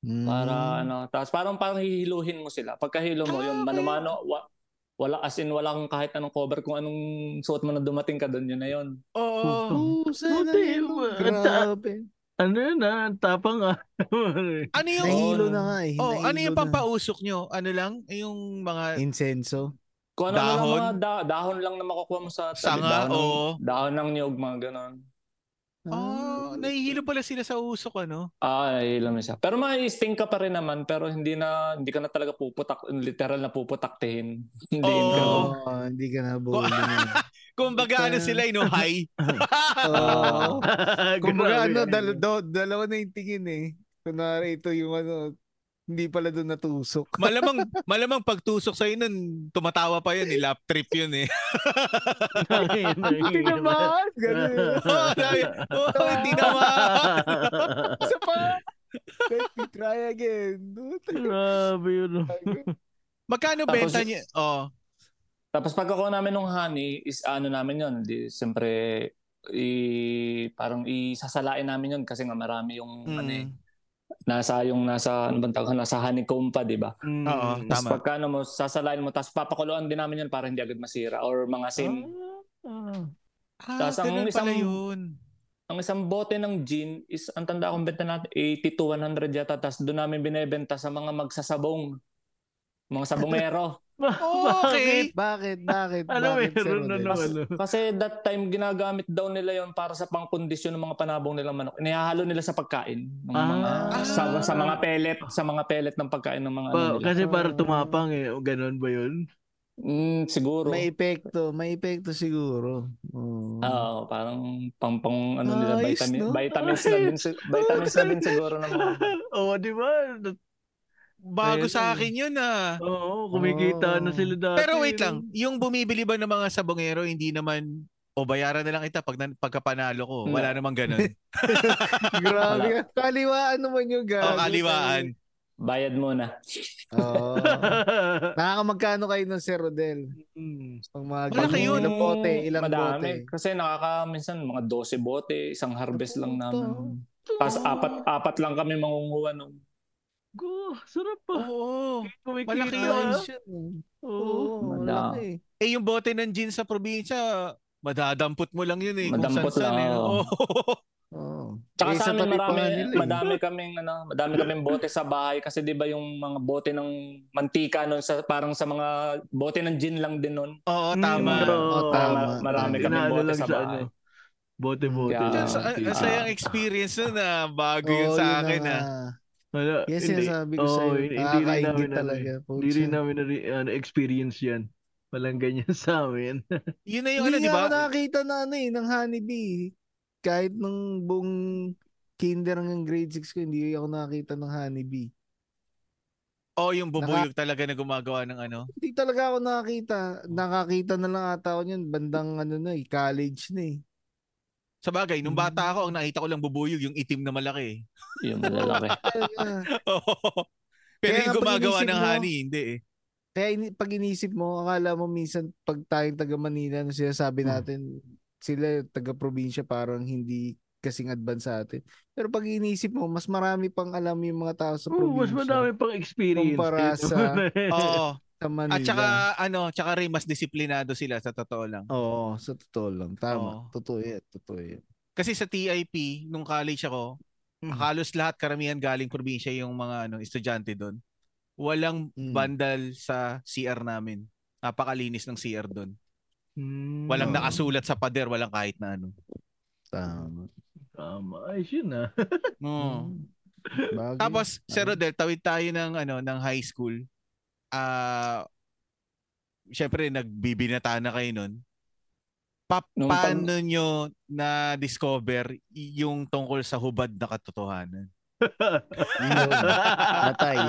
S3: Mm.
S4: Para, ano, tapos parang, parang hihiluhin mo sila. Pagkahilo mo,
S1: Ah,
S4: yun, manumano, wa, wala, as in, walang kahit anong cover kung anong suot mo na dumating ka doon, yun na yun.
S1: Oo.
S3: Pusa na
S2: Puti,
S3: yun.
S2: ma-
S3: Grabe.
S2: Ano yun ah? Ang tapang ah.
S1: Ano yung
S4: Nahi-
S3: Nahilo
S4: Oo,
S3: na nga eh.
S1: Oh, ano
S3: nahilo
S1: yung
S3: na.
S1: pampausok nyo? Ano lang? Yung mga
S3: Insenso.
S4: Kung ano, dahon?
S1: Dahon?
S4: mga da- dahon lang na makukuha mo sa tabi.
S1: sanga
S4: dahon, ng-
S1: o...
S4: dahon ng niyog, mga ganon.
S3: Ah,
S1: Oh, nahihilo pala sila sa usok, ano?
S4: Ah, ilam siya. Pero may sting ka pa rin naman, pero hindi na hindi ka na talaga puputak, literal na puputaktihin. Hindi
S1: Oo.
S4: ka.
S3: Oo, hindi ka na buo.
S1: Kumbaga, ano sila, you know, high.
S3: Oo. Kumbaga
S2: Grabe.
S3: ano, dal- do- dalawa na yung tingin eh. Kunwari ito yung ano, hindi pala doon natusok.
S1: Malamang, malamang pagtusok sa'yo nun, tumatawa pa yun, eh. Lap trip yun, eh.
S3: Hindi naman! Ganun.
S1: Oo, sabi, oh, hindi naman.
S3: Isa pa! Let me try again.
S2: Grabe yun. oh.
S1: Magkano
S4: Tapos-
S1: benta niya? Oh.
S4: Tapos pagkakuha namin ng honey, is ano namin yun, di, siyempre, i, parang isasalain namin yun kasi nga marami yung ano eh,
S1: Mm.
S4: nasa yung nasa ano bang tawag nasa honeycomb pa, 'di ba?
S1: Oo,
S4: Tapos
S1: tama.
S4: pagka ano mo sasalain mo tapos papakuluan din namin yun para hindi agad masira or mga sim.
S2: Oh.
S1: Ah,
S4: Tapos ang
S1: ganun pala
S4: isang-
S1: yun.
S4: ang isang bote ng gin is, ang tanda akong benta natin, 80 to 100 yata. Tapos doon namin binebenta sa mga magsasabong. Mga sabongero.
S1: Okay.
S3: Bakit? Bakit?
S2: Ano
S3: bakit, Sir
S2: meron na
S3: Rodel?
S2: naman? Ano?
S4: Kasi that time, ginagamit daw nila yon para sa pangkondisyon ng mga panabong nilang manok. Inihahalo nila sa pagkain. Ng mga,
S2: Ah.
S4: sa, sa mga pellet. Sa mga pellet ng pagkain ng mga ano
S2: Pa-
S4: nila.
S2: kasi para tumapang eh. O, Ganun ba yun?
S4: Mm, siguro.
S3: May epekto. May epekto siguro. Oo.
S4: Oo, parang pang pang ano nila
S3: Ayos,
S4: vitamin
S3: no?
S4: vitamins na din si- vitamins na din siguro ng mga
S2: Oo, di ba?
S1: Bago
S2: Ayun.
S1: sa akin yun, ah.
S2: Oo,
S3: Oo.
S2: kumikita na sila dati.
S1: Pero wait lang, yung bumibili ba ng mga sabongero, hindi naman, o bayaran na lang kita pag nan- pagkapanalo ko.
S3: Hmm.
S1: Wala namang ganun.
S3: Grabe. ka. Kaliwaan naman yung
S1: o
S3: gagawin.
S1: kaliwaan.
S4: bayad muna.
S3: Oo. Nakakamagkano kayo nun, Sir Rodel?
S2: Mm.
S3: Pang mga
S1: Malaki
S3: ganyan.
S1: yun.
S3: Ilang bote? Ilang
S4: Hmm, Madami.
S3: bote?
S4: Kasi nakaka, minsan mga 12 bote, isang harvest lang
S3: Puta.
S4: namin. Tapos apat, apat lang kami mangunguha nung
S2: Go, sarap pa.
S1: Oo. Oh.
S2: Kumikita.
S1: malaki yun.
S3: Ayos yun.
S2: Oo.
S3: Oo,
S4: Madami.
S3: malaki.
S1: Eh, yung bote ng gin sa probinsya, madadampot mo lang yun eh. kung
S4: Madampot
S1: saan-saan
S4: lang,
S1: eh, no?
S4: oo.
S1: Oo.
S3: Oo.
S4: Tsaka
S3: Eh,
S4: sa
S3: sa
S4: amin
S3: tabi pa
S4: marami,
S3: nga nila eh.
S4: madami kaming ano, madami kaming bote sa bahay kasi 'di ba yung mga bote ng mantika noon sa parang sa mga bote ng gin lang din noon.
S1: Oo,
S3: Hmm,
S2: Mm,
S1: Oh, tama.
S2: oo.
S3: Oo, tama.
S4: Mar- marami
S3: Tama.
S4: kaming
S2: Inaano
S4: bote
S2: lang
S4: sa
S2: sa
S4: bahay.
S2: ano. Bote-bote.
S4: Yeah.
S2: lang.
S1: Ang sa- ang- ang
S4: Ah.
S1: sayang experience nun na bago yun
S3: Oo,
S1: sa
S3: yun
S1: akin
S3: na
S1: ah.
S3: nga.
S2: Wala,
S3: Yes, ah.
S2: hindi.
S3: sinasabi ko
S2: Oo,
S3: sa'yo.
S2: hindi rin namin
S3: Nakakaingit
S2: ano
S3: talaga.
S2: Hindi rin
S3: putsa.
S2: namin na, ano, experience yan. Walang ganyan sa amin.
S1: Yun na yung
S3: Hindi
S1: ano, di
S3: nga
S1: ba?
S3: ako nakakita na ano eh, ng honeybee. Kahit nung buong kinder hanggang grade 6 ko, hindi ako nakakita ng honeybee.
S1: Oo, yung bubuyog talaga na gumagawa ng ano.
S3: Hindi talaga ako nakakita. Nakakita na lang ata ako yun. Bandang ano na eh, college na eh.
S1: Sa bagay,
S3: Hmm.
S1: nung bata ako, ang nakita ko lang bubuyog, yung itim na malaki.
S4: Yung malalaki.
S3: Talaga.
S1: Oo. Pero
S3: Kaya
S1: yung
S3: nga pag
S1: gumagawa
S3: inisip
S1: ng
S3: mo-
S1: honey, hindi eh.
S3: Kaya ini- pag inisip mo, akala mo minsan pag tayong taga Manila, ano sinasabi natin, sila taga probinsya parang hindi kasing advance sa atin. Pero pag inisip mo, mas marami pang alam yung mga tao sa
S2: Oo,
S3: probinsya.
S2: mas madami pang experience.
S3: Kumpara sa-
S1: Oo.
S3: Sa Manila.
S1: At saka, ano, tsaka rin mas disiplinado sila sa totoo lang.
S3: Oo, sa totoo
S1: Oo.
S3: lang. Tama. Totoo yan. Totoo yan.
S1: Kasi sa TIP, nung college ako,
S2: Mm.
S1: halos lahat karamihan galing probinsya yung mga ano, estudyante doon. Walang
S3: Mm.
S1: bandal sa CR namin. Napakalinis ng CR doon.
S2: Hmm.
S1: Walang
S3: Oo.
S1: nakasulat sa pader, walang kahit na ano.
S3: Tama.
S2: Tama. Ayos yun ah.
S1: Oo.
S3: Mm. Bagay.
S1: Tapos, Sir
S3: Tama.
S1: Rodel, tawid tayo ng, ano, ng high school. Ah, Siyempre, nagbibinata na kayo nun. Pa-
S4: Nung pag-
S1: paano nyo na-discover yung tungkol sa hubad na katotohanan?
S3: Yun. Matay.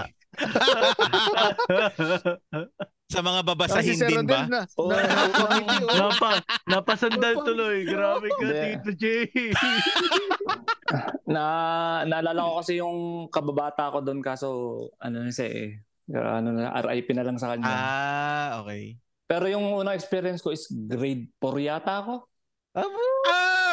S1: Sa mga
S3: Kasi
S1: babasahin
S3: Sir
S1: din ba?
S3: Rodel na.
S4: Oo.
S3: na- nakangiti, oh.
S2: Napa, napasandal
S3: Napang-
S2: tuloy. Grabe ka,
S4: Hindi.
S2: Tito Jay.
S4: Na naalala ko kasi yung kababata ko doon kaso ano na siya eh. Ano na, RIP na lang sa kanya.
S1: Ah, okay.
S4: Pero yung unang experience ko is grade 4 yata ako.
S1: Ah,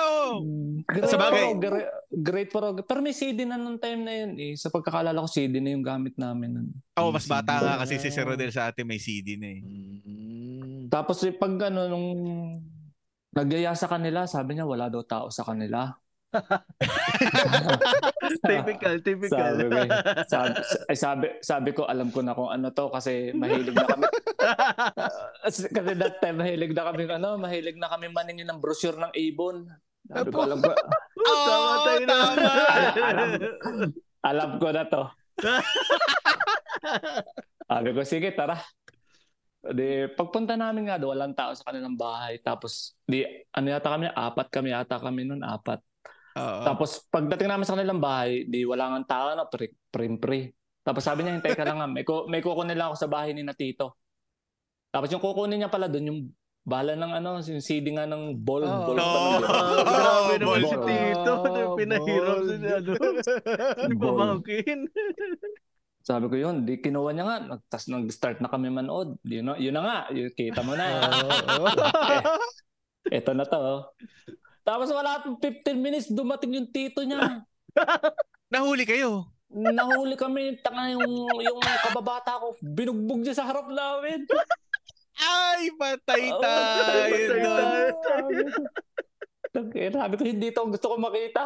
S3: Oh.
S1: oo.
S4: Great
S1: Sa bagay.
S4: pro, gre- great pro. Pero may CD na nung time na yun eh. Sa pagkakalala ko, CD na yung gamit namin nun.
S1: Oh, mas bata nga kasi si
S3: Ah.
S1: Sir Rodel sa atin may CD na eh.
S3: Mm.
S4: Tapos eh, pag ano, nung nagyaya sa kanila, sabi niya wala daw tao sa kanila.
S2: typical, typical.
S4: sabi ko, eh. sabi, ay, sabi, sabi ko, alam ko na kung ano to kasi mahilig na kami. kasi that time, mahilig na kami, ano, mahilig na kami maningin ng brochure ng Avon. Sabi ko, alam ko,
S2: Oh, tama
S1: Oo,
S2: tayo na.
S1: tama.
S4: alam ko na to. Sabi ko, sige, tara. Di, pagpunta namin nga doon, walang tao sa kanilang bahay. Tapos, di, ano yata kami, apat kami yata kami noon, apat.
S1: Oo.
S4: Tapos, pagdating namin sa kanilang bahay, di, wala nga tao na, pre, pre, pre. Tapos sabi niya, hintay ka lang nga, may, ku- may kukunin lang ako sa bahay ni na tito. Tapos yung kukunin niya pala doon, yung bala ng ano, yung CD nga ng ball.
S3: Oh.
S4: ball pa
S2: Ah.
S4: ng-
S1: Oh,
S2: Grabe naman si
S4: ball.
S2: Tito. Ano
S3: Oh,
S2: Pinahirap
S3: ball.
S2: si ano. Si
S4: Ball.
S2: pamangkin.
S4: Sabi ko yun, di kinuha niya nga, nag- tas nag-start na kami manood. Yun, na- yun na nga, yun, kita mo na. Ito na to. Tapos wala pang 15 minutes, dumating yung tito niya.
S1: Nahuli kayo.
S4: Nahuli kami, tanga yung, yung kababata ko, binugbog niya sa harap namin.
S1: Ay, patay
S4: Oo,
S1: tayo.
S2: patay
S1: nun.
S2: tayo.
S4: Tangina, Sabi ko, hindi to ang gusto ko makita.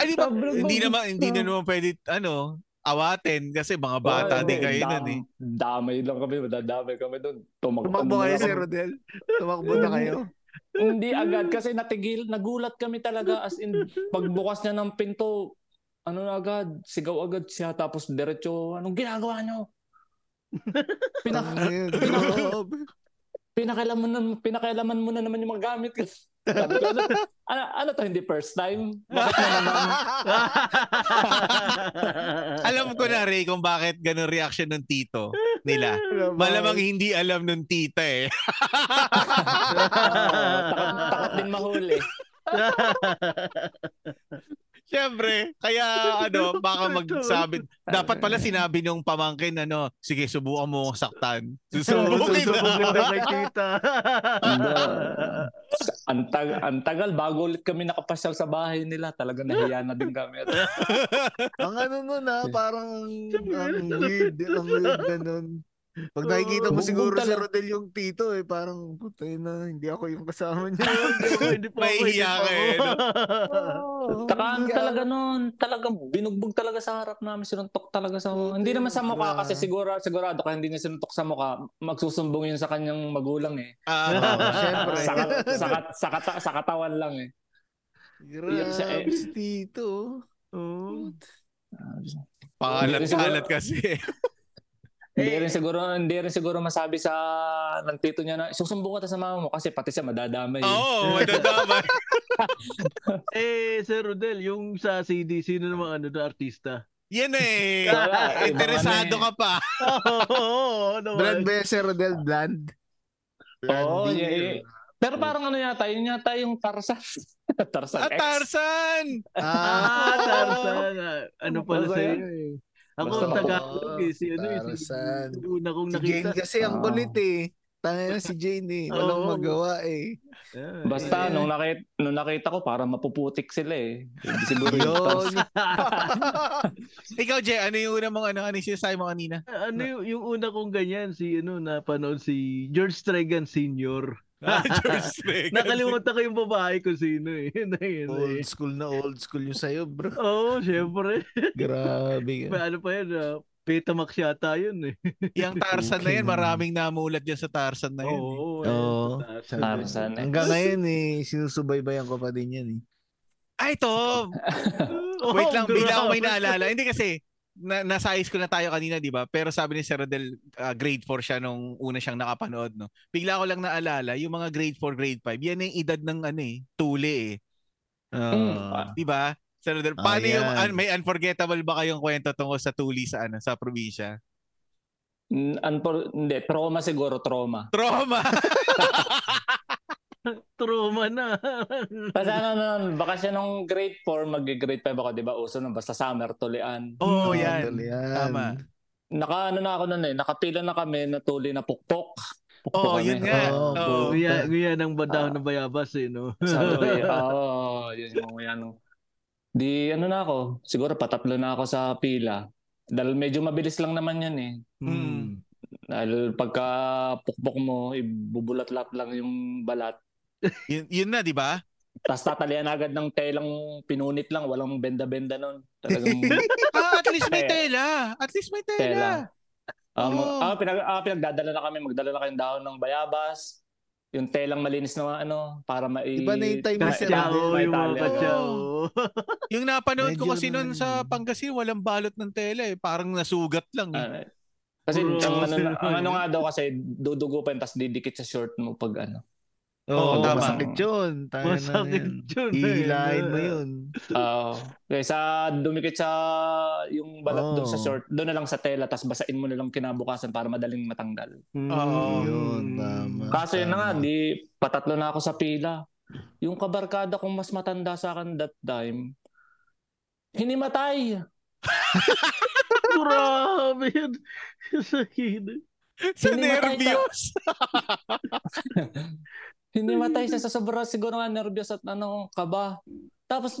S1: Ay, di ba?
S4: Sobrang
S1: Hindi
S4: bangis
S1: naman, hindi na
S4: na.
S1: naman pwede, ano, awatin kasi mga bata
S4: Oo,
S1: din kayo
S4: dam-
S1: nun eh.
S4: Damay lang kami, madadamay kami doon. Tumakbo
S3: Tumakbo
S4: na
S3: kayo,
S4: kami.
S3: Sir Rodel. Tumakbo na kayo.
S4: Hindi agad kasi natigil, nagulat kami talaga as in pagbukas niya ng pinto, ano na agad, sigaw agad siya tapos diretso, anong ginagawa niyo? Pinak
S3: Ayun.
S4: pinakialaman na, pinakialaman mo na naman yung mga gamit ko. Sabi ko, ano, ano, ano to, hindi first time? Bakit na naman?
S1: Alam ko na, Ray, kung bakit ganun reaction ng tito nila. Malamang hindi alam nung tita eh.
S4: Oo, takot, takot din mahuli.
S1: Siyempre, kaya ano, baka magsabi. Dapat pala sinabi nung pamangkin, ano, sige, subukan mo akong saktan. Susubukin na.
S2: Susubok na kay Tita.
S4: Ano, antag, antagal, bago ulit kami nakapasyal sa bahay nila, talaga nahiya na din kami.
S3: ah, ang ano nun ha, parang ang weird, ang weird na nun. Pag nakikita mo
S4: Bugbog
S3: siguro si
S4: talaga.
S3: Rodel yung tito eh, parang putay na, hindi ako yung kasama niya.
S2: Hindi pa ako, hindi
S1: Mahihiya ka
S2: pa ako.
S1: eh, no?
S3: Oo,
S4: Takaan
S3: hindi ka-
S4: ano talaga nun. Talagang binugbog talaga sa harap namin. Sinuntok talaga sa
S3: Puti
S4: Hindi naman sa mukha
S3: na.
S4: kasi siguro, sigurado ka hindi niya sinuntok sa mukha. Magsusumbong yun sa kanyang magulang eh.
S1: Ah,
S3: Oo,
S1: tama.
S3: syempre.
S4: sa, sa, sa, kata- sa katawan lang eh. Yung sa-
S3: Grabe si tito.
S2: Oo.
S1: Pangalat-alat kasi.
S4: Hindi
S2: Eh,
S4: rin siguro hindi rin siguro masabi sa ng tito niya na susumbong ka ta sa mama mo kasi pati siya madadamay. eh."
S1: Oo, madadamay.
S2: Eh, Sir Rodel, yung sa CD, sino naman ano na artista?
S1: Yan eh.
S4: Wala, eh,
S1: Interesado
S4: baka
S1: ka pa.
S2: Oo, ano
S3: Bland
S2: naman.
S3: ba yan si Rodel? Bland?
S4: Oo,
S2: Oh,
S3: Blandy.
S4: yeah, yeah. Pero parang ano yata, yun yata yung Tarzan. Tarzan
S1: Ah,
S4: X.
S1: Tarzan!
S3: Ah,
S2: Ah, Tarzan. ah, Ano pala
S4: Basta
S2: sa
S4: yun.
S2: iyo eh. Ako
S4: Basta
S2: ang Tagalog
S3: ako.
S2: eh. Si ano eh. Si
S3: Tarzan.
S2: yung una kong
S3: si Jane
S2: nakita.
S3: kasi ang
S4: Ah.
S3: kulit eh. Tangina na si Jane eh. Walang
S2: Oo.
S3: magawa eh.
S2: Ah,
S4: Basta
S3: Eh.
S4: nung nakita, nung nakita ko para mapuputik sila eh. Hindi siguro yung
S3: Yun.
S4: Tarzan.
S1: Ikaw, Jay, ano yung una mong ano? Ano yung sinasabi mo kanina?
S2: ano yung, yung una kong ganyan si ano napanood si George Stregan Senior.
S1: Ah, George Strait.
S2: Nakalimutan ko yung babae ko sino eh. Yun na yun
S3: Old
S2: eh.
S3: school na old school yung sayo bro.
S2: Oo, oh, syempre.
S3: Grabe.
S2: May ano pa yun, ah, Betamax yata yun eh.
S1: Yung Tarzan na yan, maraming namulat dyan sa Tarzan na yan. eh.
S2: Oo.
S3: Oo.
S2: eh.
S4: Tarzan X.
S3: Hanggang ngayon eh, sinusubaybayan ko pa din yan eh.
S1: Ah, ito.
S2: Oo,
S1: Wait lang, bigla ako may
S2: grabe.
S1: naalala. Hindi kasi, na, nasa high school na tayo kanina, di ba? Pero sabi ni Sir Rodel, ah, grade 4 siya nung una siyang nakapanood, no? Bigla ko lang naalala, yung mga grade 4, grade 5, yan na yung edad ng ano eh, tuli eh.
S4: Hmm,
S3: Ah,
S1: Di ba? Sir Rodel,
S3: Ah,
S1: paano yung,
S3: yan.
S1: an- may unforgettable ba kayong kwento tungkol sa tuli sa ano, sa probinsya?
S4: Mm, unfor- hindi, trauma siguro, trauma.
S1: Trauma!
S2: Trauma na.
S4: Basta ano nun, baka siya nung grade 4, mag-grade 5 ako, di ba? Uso nun, basta summer, tulian.
S1: Oo, oh, yan.
S3: tol, yan.
S1: Tama.
S4: Naka, ano na ako nun eh, nakapila na kami na tuli na pukpok.
S1: Oo,
S4: Pukpok kami.
S1: Oh, yun nga.
S3: Oo,
S1: Oo.
S3: puta.
S2: Guya, guya ng badaw ng bayabas eh, no?
S4: Ah. Sabi ko, eh, oo, yun yung mga ano. Di ano na ako, siguro patatlo na ako sa pila. Dahil medyo mabilis lang naman yun eh.
S1: Hmm.
S4: Dahil pagka pukpok mo, ibubulat-lat lang yung balat.
S1: Yun, yun na, di ba?
S4: Tapos tatalian agad ng telang pinunit lang, walang benda-benda nun. Talagang
S1: Ah, at least may
S4: Eh.
S1: tela. At least may tela.
S4: tela. Um,
S1: Oo.
S3: Oh.
S4: ah, pinag, ah, pinagdadala na kami, magdala na kayong dahon ng bayabas. Yung telang malinis na ano, para mai...
S3: Di ba na yung time na si
S2: Katsyao,
S3: Rodel?
S2: yung mga
S4: May
S2: katsyao.
S1: Yung napanood ko
S3: Medyo
S1: kasi
S3: ano
S1: noon
S3: yun.
S1: sa Pangasinan, walang balot ng tela eh. Parang nasugat lang. Eh.
S4: Ah, kasi
S2: Puro
S4: ang, ano,
S2: sila,
S4: ang ano
S2: eh.
S4: nga daw kasi dudugo pa yun, tapos didikit sa short mo pag ano.
S1: Oo,
S3: Oo,
S1: tama.
S3: masakit yun. Tangina na
S2: Masakit
S3: yan.
S2: yun. eh.
S3: Hihilahin mo yun.
S4: Ah, kaya sa dumikit sa yung balat
S3: Oo.
S4: doon sa short, doon na lang sa tela, tapos basain mo na lang kinabukasan para madaling matanggal.
S2: Mm.
S1: Oo.
S3: Yun, tama.
S4: Kaso yun na nga,
S3: Ah, Tama.
S4: di patatlo na ako sa pila. Yung kabarkada kong mas matanda sa akin that time, hinimatay.
S2: Grabe yun. Sakit.
S1: Sa
S4: Hindi makita.
S1: nervyos.
S4: Hinimatay siya sa sobra siguro nga nervyos at ano, kaba. Tapos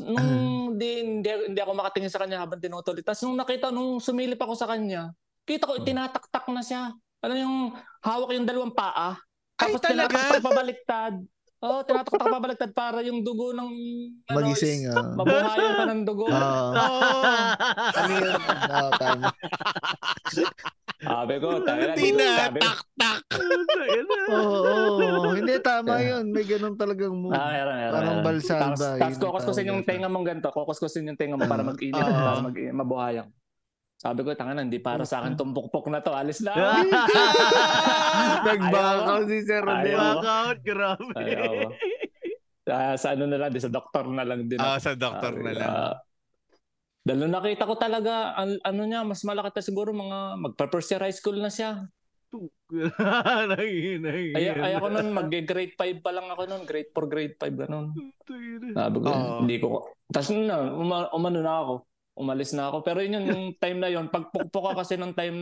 S4: nung di, hindi, hindi ako makatingin sa kanya habang tinutuloy. Tapos nung nakita, nung sumilip ako sa kanya, kita
S1: Hmm.
S4: ko tinataktak na siya. Alam mo yung hawak yung dalawang paa.
S1: Ay,
S4: Tapos
S1: talaga?
S4: tinataktak pabaliktad. Oo, oh, tinataktak pabaliktad para yung dugo ng... ano,
S3: Magising.
S4: is-
S3: ah.
S4: Mabuhayan pa ng dugo.
S1: Ah.
S3: Oo.
S1: Oo.
S3: Ano yun? Oo, tama.
S4: Sabi ko, tayo
S1: Tina, tak, tak.
S3: Oo, oo. Hindi, tama yun. May ganun talagang mood.
S4: Ah, meron, meron.
S3: Parang
S4: meron.
S3: balsalba, yun
S4: Tapos, tapos
S3: ang
S4: kukuskusin
S3: tawag
S4: yung
S3: dito.
S4: tenga mong ganito. Kukuskusin yung tenga mo para
S3: Ah.
S4: mag-init.
S1: Ah.
S4: para mag mabuhayang. Sabi ko, tanga na, hindi para sa akin tong pukpok na to. Alis
S1: Ah.
S4: na. ako."
S3: Nagbakaw si Sir Rodel.
S4: Ayaw.
S2: Blackout, grabe.
S4: Ayaw. Ah, sa ano na lang, di sa doktor na lang din.
S1: Ah,
S4: ako.
S1: sa doktor
S4: Sabi
S1: na
S4: ko,
S1: lang.
S4: ah, dahil nung nakita ko talaga, an- ano niya, mas malaki ta siguro mga magpa-first year high school na siya.
S2: Nangihinay.
S4: Ay, ay ako nun, mag-grade 5 pa lang ako nun. Grade 4, grade 5, ganun. Sabi ko,
S1: Oo.
S4: hindi ko. Tapos nun na, uma- umano na ako. Umalis na ako. Pero yun yun, yung time na yun, pag pukpok ka kasi nung time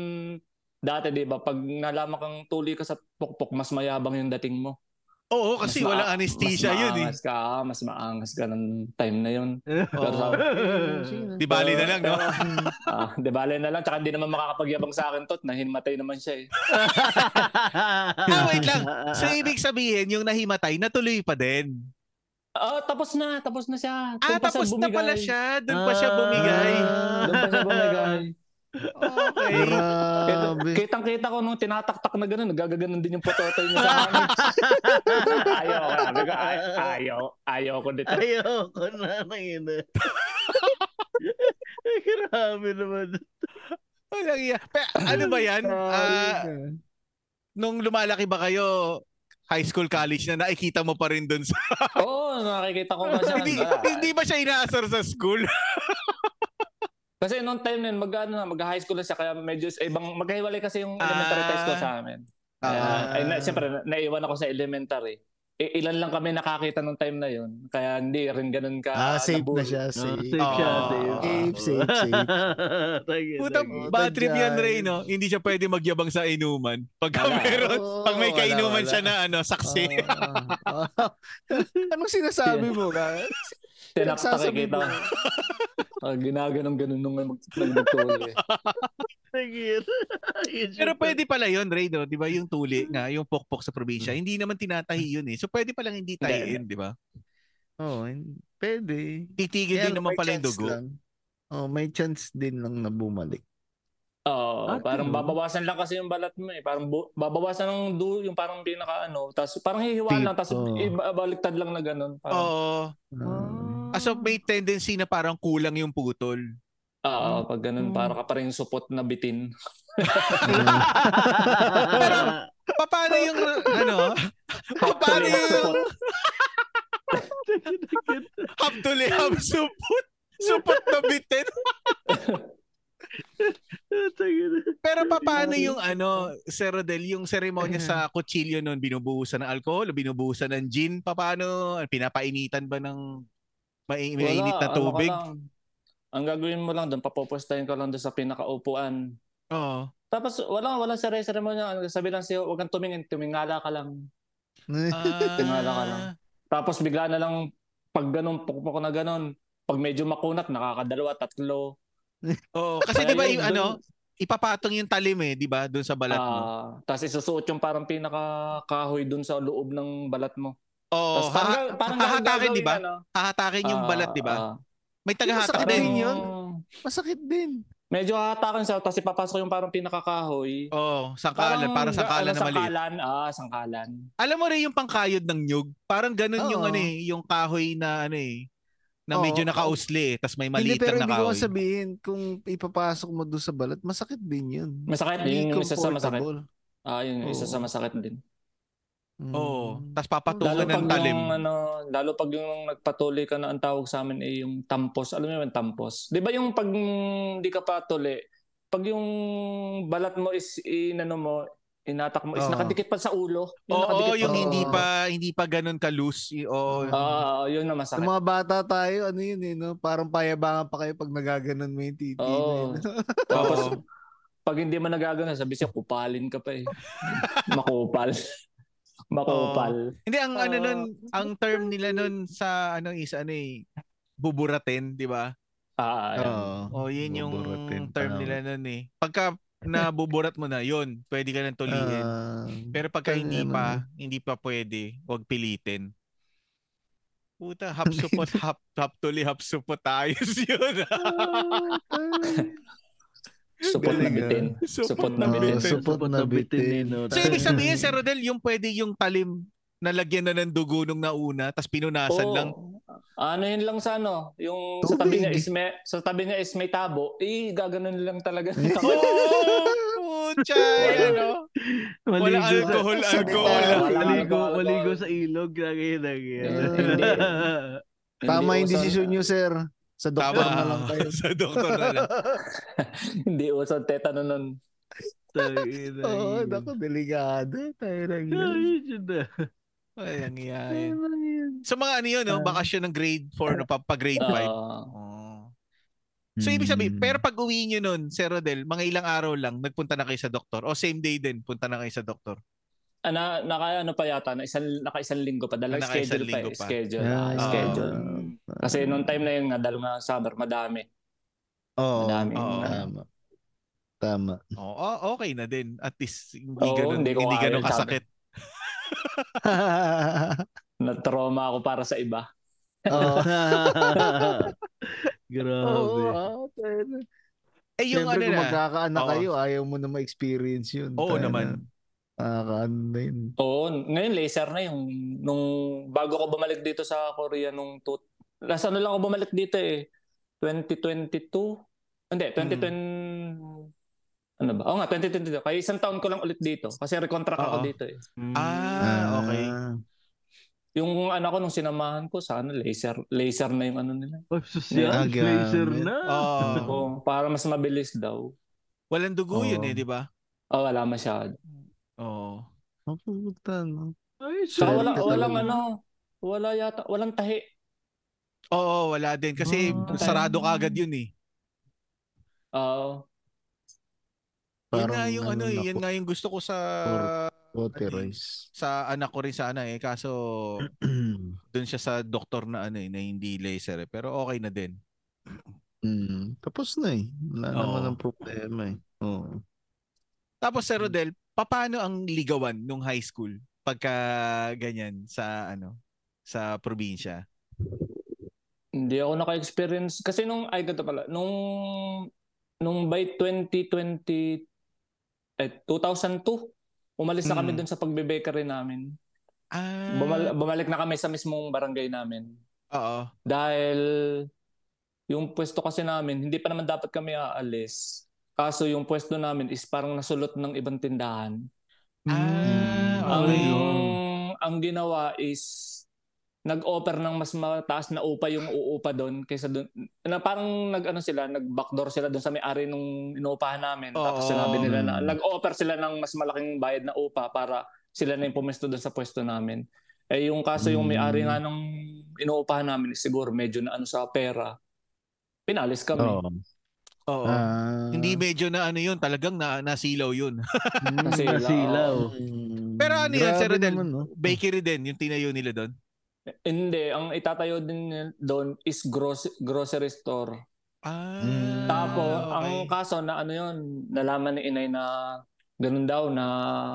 S4: dati, di ba? Pag nalaman kang tuli ka sa pukpok, mas mayabang yung dating mo.
S1: Oo, kasi
S4: Mas maa-
S1: walang anesthesia
S4: mas
S1: yun eh.
S4: maangas ka, mas maangas ka ng time na yun.
S1: Oo.
S3: Sino?
S1: Di bali na lang, no?
S4: Ah, de bale na lang. Tsaka hindi naman makakapagyabang sa akin tot. Nahinmatay naman siya eh.
S1: ah, wait lang. So, ibig sabihin, yung nahimatay, natuloy pa din.
S4: Ah, tapos na. Tapos na siya. Doon
S1: Ah,
S4: pa siya
S1: tapos na
S4: bumigay.
S1: pala siya. Doon pa siya bumigay.
S2: Ah.
S4: Doon pa siya bumigay.
S1: Okay.
S3: Grabe.
S4: Kitang-kita ko nung tinataktak na gano'n, nagagaganon din yung pototoy niya sa akin. ayaw, grabe ka. Ay- Ayaw, ayaw ko dito.
S2: Ayoko na, nangina. Ay, grabe naman.
S1: Walang iya. Pero, ano ba yan? Ah, nung lumalaki ba kayo, high school, college na nakikita mo pa rin doon sa...
S4: Oo, nakikita ko nga siya.
S1: hindi,
S4: Ah,
S1: hindi ba siya inaasar sa school?
S4: Kasi nung time na yun, mag, ano, na, mag-high school na siya, kaya medyo sa ibang, maghiwalay kasi yung elementary
S1: Ah.
S4: high school sa amin.
S3: Ah.
S4: Kaya, ay, na, siyempre, na- naiwan ako sa elementary. I- ilan lang kami nakakita nung time na yun. Kaya hindi rin ganun ka.
S3: ah, safe na
S4: nabully.
S3: siya.
S2: Ah,
S3: Safe.
S2: safe siya,
S1: Oo.
S2: safe.
S3: Safe, safe, safe.
S2: Tangina.
S1: Puta,
S3: Puta
S1: bad trip yan,
S3: dyan.
S1: Ray, no? Hindi siya pwede magyabang sa inuman. Pagka
S4: Wala.
S1: meron,
S3: Oo,
S1: pag may
S3: wala,
S1: kainuman
S3: wala.
S1: siya na ano, saksi.
S3: Ah, ah. Anong sinasabi mo? Ka?
S4: Tinaktak eh,
S3: Nagsasabi
S4: kita.
S3: mo.
S4: Ah, ginaganong-ganon nung mag- nagtutuli.
S2: Tangina. Ayun siya.
S1: Pero pwede pala yun, Ray, no? Di ba yung tuli nga, yung pokpok sa probinsya, hindi naman tinatahi yun eh. So pwede palang hindi tahiin, di ba?
S3: Oo, hin- Oh, pwede.
S1: Titigil din
S3: Kaya
S1: naman
S3: may
S1: pala yung
S3: chance
S1: dugo.
S3: lang. Oh, may chance din lang na bumalik.
S4: Oo,
S2: Ah,
S4: parang
S2: ganun?
S4: babawasan lang kasi yung balat mo eh. Parang bu- babawasan ng du yung parang pinaka ano, tapos parang hihiwa
S3: Tip,
S4: lang tapos
S3: oo.
S4: ibabaliktad lang na ganun. Parang,
S1: Oo.
S3: Ah,
S1: Ah, so may tendency na parang kulang yung putol.
S4: Oo, ah, pag ganun para ka pa rin supot na bitin.
S1: Pero- Pa- Paano yung, ano, Pa- paano
S4: Tuloy ang
S1: yun?
S4: supot.
S1: half to liham, supot? Supot na bitin?
S2: Tangina.
S1: Pero pa- paano yung ano, Sir Rodel, yung seremonya sa kutsilyo noon, binubuhusan ng alcohol, o binubuhusan ng gin, pa- paano, pinapainitan ba ng mai- mainit
S4: Wala,
S1: na
S4: ano ka
S1: tubig?
S4: lang. Ang gagawin mo lang doon, papupustahin ka lang doon sa pinakaupuan.
S1: Oo.
S4: Tapos wala, wala sa resere mo niya. Sabi lang sa'yo, huwag kang tumingin, tumingala ka lang. Tingala ka
S1: Ah,
S4: lang. Tapos bigla na lang, pag ganun, pukpok na ganun, pag medyo makunat, nakakadalawa, tatlo.
S1: Oo, kasi
S4: Kaya
S1: 'di ba
S4: yun,
S1: yung
S4: dun-
S1: ano, ipapatong yung talim eh, 'di ba, doon sa balat mo.
S4: Ah, tapos isusuot yung parang pinakakahoy dun sa loob ng balat mo.
S1: Oo,
S4: Tapos
S1: Oh,
S4: parang,
S1: haha-
S4: ga- parang
S1: hahatakin,
S4: gagawin,
S1: di ba?
S4: ano?
S1: hahatakin yung
S4: Ah,
S1: balat, 'di ba?
S4: ah.
S1: May
S3: Masakit
S1: tagahatak
S4: parang,
S1: din.
S3: din. yun. Masakit din.
S4: Medyo hahatakin siya, tapos ipapasok yung parang pinakakahoy.
S1: Oo, sangkalan, Oh, para sangkalan na maliit.
S4: Sangkalan, ah, sangkalan.
S1: Alam mo rin yung pangkayod ng nyug, parang ganun yung
S3: Oo.
S1: ano eh, yung kahoy na ano eh, na
S3: Oo.
S1: medyo nakausli eh, tas may
S3: hindi,
S1: maliit
S3: pero
S1: lang na
S3: hindi ko
S1: kahoy.
S3: sabihin, kung ipapasok mo doon sa balat, masakit din yun.
S4: Masakit, yun yung isa sa masakit.
S3: comfortable.
S4: Ah, yun yung
S3: Oo.
S4: isa
S1: Oh.
S4: sa masakit din.
S3: Mm.
S1: Oo, tas
S4: Lalo
S1: papatukan
S4: pag
S1: ng talim.
S4: yung, ano, lalo pag yung nagpatuloy ka na ang tawag sa amin ay yung tampos. Alam mo yung tampos? Di ba yung pag mm, di ka patuli, pag yung balat mo is inano mo, inatak mo, is
S3: Oo.
S4: nakadikit pa sa ulo.
S1: Oo,
S4: nakadikit pa
S1: yung
S4: sa
S1: hindi
S4: ulo.
S1: pa hindi pa ganun ka loose. y- Oo.
S4: Oo, oo, yun na masakit.
S3: Yung mga bata tayo, ano yun eh, no? Parang payabangan pa kayo pag nagaganon mo yung titi.
S4: Oo.
S3: Oh.
S4: Tapos,
S1: Oo.
S4: pag hindi mo nagagano, sabi siya, kupalin ka pa eh. Makupal. Makupal.
S1: Hindi ang ano
S4: Oo.
S1: nun, ang term nila nun sa ano is ano eh, buburatin, 'di ba?
S4: Ah, yan.
S1: Oh, yun yung
S3: Buburatin,
S1: term
S3: tama.
S1: nila nun eh. Pagka nabuburat mo na, yun, pwede ka nang tulihin. Pero pagka
S3: tangina
S1: hindi pa,
S3: Ah. naman.
S1: hindi pa pwede, huwag pilitin. Puta, hap supot, hap, hap tuli, hap supot, ayos yun.
S3: Oh
S4: Supot na
S3: Galing, ah.
S4: bitin. Supot na bitin.
S3: Supot na bitin. eh,
S2: eh, no?
S1: So, ibig sabihin, Sir Rodel, yung pwede yung talim na lagyan na ng dugo nung nauna, tapos pinunasan
S4: Oo.
S1: lang.
S4: Ano yun lang sa ano, yung sa tabi
S3: Tubig.
S4: niya is may, sa tabi niya is may tabo, eh gaganon lang talaga.
S1: Oo! Oh, Pucha, ano? Wala
S2: Maligo sa-
S1: alcohol,
S3: sa-
S1: alcohol.
S3: Wala
S4: alcohol.
S2: Maligo,
S4: Alcohol.
S2: maligo sa ilog. Lagi, lagi.
S4: Hindi.
S3: Tama yung
S4: uso-
S3: decision nyo, sir. Sa doktor
S1: Tama.
S3: na lang kayo.
S1: sa doktor na lang.
S4: Hindi uso tetano nun.
S2: Tangina.
S3: Oo, Oh, naku, delikado. Tayo lang yun.
S2: Ayun siya na.
S1: Walang iya
S3: Tayo
S1: yun.
S3: lang yun.
S1: So mga ano yun, no?
S3: Ah.
S1: bakasyon ng grade 4, no? pa, pa grade 5.
S4: Ah,
S1: Oh. So ibig sabihin,
S3: Hmm.
S1: pero pag uwi nyo nun, Sir Rodel, mga ilang araw lang, nagpunta na kayo sa doktor. O same day din, punta na kayo sa doktor.
S4: ah, na, naka ano pa yata, na isang, naka isang linggo pa.
S1: Ah,
S4: Dahil
S1: naka isang
S4: schedule pa,
S1: linggo
S4: eh,
S1: pa.
S4: Schedule.
S3: Ah,
S4: ah, schedule.
S3: ah,
S4: Kasi noong time na yun nga, dahil nga summer, madami.
S3: Oo.
S4: Madami. Ah.
S1: Oo.
S3: Tama. Tama.
S1: Oo, oh, okay na din. At least hindi
S4: Oo,
S1: ganun, hindi,
S4: hindi ko kaya
S1: ganun
S4: yung
S1: kasakit.
S4: Na-trauma ako para sa iba.
S3: Oo.
S2: Grabe.
S3: Oo. ah, tayo.
S1: Eh yung
S3: Siyempre,
S1: ano
S3: kung
S1: na.
S3: magkakaanak
S1: Oo.
S3: kayo, ayaw mo na ma-experience yun.
S1: Oo
S3: Tayo
S1: naman.
S3: na. Nakakaano na yun.
S4: Oo, ngayon laser na yung nung bago ko bumalik dito sa Korea nung two, last ano lang ako bumalik dito eh 2022.
S1: Hmm.
S4: Hindi, 2020 ano ba? Oo nga 2022. Kaya isang taon ko lang ulit dito kasi recontract ako
S1: Oo.
S4: dito eh.
S2: Hmm.
S1: Ah, okay.
S4: Yung ano ko nung sinamahan ko sa ano laser laser na yung ano nila.
S2: Oh, social
S3: Ah, grabe.
S2: laser na.
S1: Oo.
S4: Oo, para mas mabilis daw.
S1: ah, walang dugo yun
S3: Oo.
S1: eh, di ba?
S4: Oh, wala masyado.
S1: Oo.
S3: Ang puta, no?
S2: Ay,
S4: So
S3: Grabe
S4: wala
S3: ka
S4: walang
S3: talaga.
S4: ano, wala yata, walang tahi.
S1: Oo, wala din. Kasi
S3: Ah.
S4: Hmm,
S1: sarado kagad yun eh.
S4: Oo.
S1: Yun nga yung ano, eh, yun Ano
S3: na
S1: eh.
S3: po-
S1: nga yung gusto ko sa
S3: Pote rice.
S1: sa anak ko rin sana eh. Kaso dun siya sa doktor na ano eh, na hindi laser eh. Pero okay na din.
S3: Mm, Tapos na eh. Wala
S1: Oo.
S3: naman ang problema eh. Oo.
S1: Tapos Sir Rodel, paano ang ligawan nung high school pagka ganyan sa ano sa probinsya?
S4: Hindi ako naka-experience kasi nung ay ganito pala nung nung by 2020 eh, 2002 umalis na kami
S1: Mm.
S4: dun sa pagbe-bakery namin.
S1: Ah,
S4: Bumal- bumalik na kami sa mismong barangay namin
S1: oo.
S4: dahil yung pwesto kasi namin hindi pa naman dapat kami aalis. Kaso yung pwesto namin is parang nasulot ng ibang tindahan. Hmm.
S1: Ah,
S4: Ang
S1: okay.
S4: ang ginawa is nag-offer ng mas mataas na upa yung uupa doon kaysa doon na parang nag-ano sila nag-backdoor sila doon sa may-ari nung inuupahan namin tapos
S1: Oo.
S4: sinabi nila na
S3: Mm.
S4: nag-offer sila ng mas malaking bayad na upa para sila na yung pumesto doon sa pwesto namin eh yung kaso yung may-ari nga nung inuupahan namin is siguro medyo na ano sa pera pinalis kami
S3: Oo.
S1: Oo.
S3: Ah.
S1: Hindi medyo na ano yun, talagang na, nasilaw yun.
S3: Mm,
S4: Nasilaw.
S2: Nasilaw.
S4: Oh.
S3: mm,
S1: Pero ano yan,
S3: grabe
S1: Sir Rodel?
S3: naman, no?
S1: Bakery din, yung tinayo nila doon.
S4: hindi ang itatayo din nil- doon is gross, grocery store
S1: Ah,
S3: Mm.
S4: Tapo, ang
S1: okay.
S4: kaso na ano yun, nalaman ni inay na ganun daw na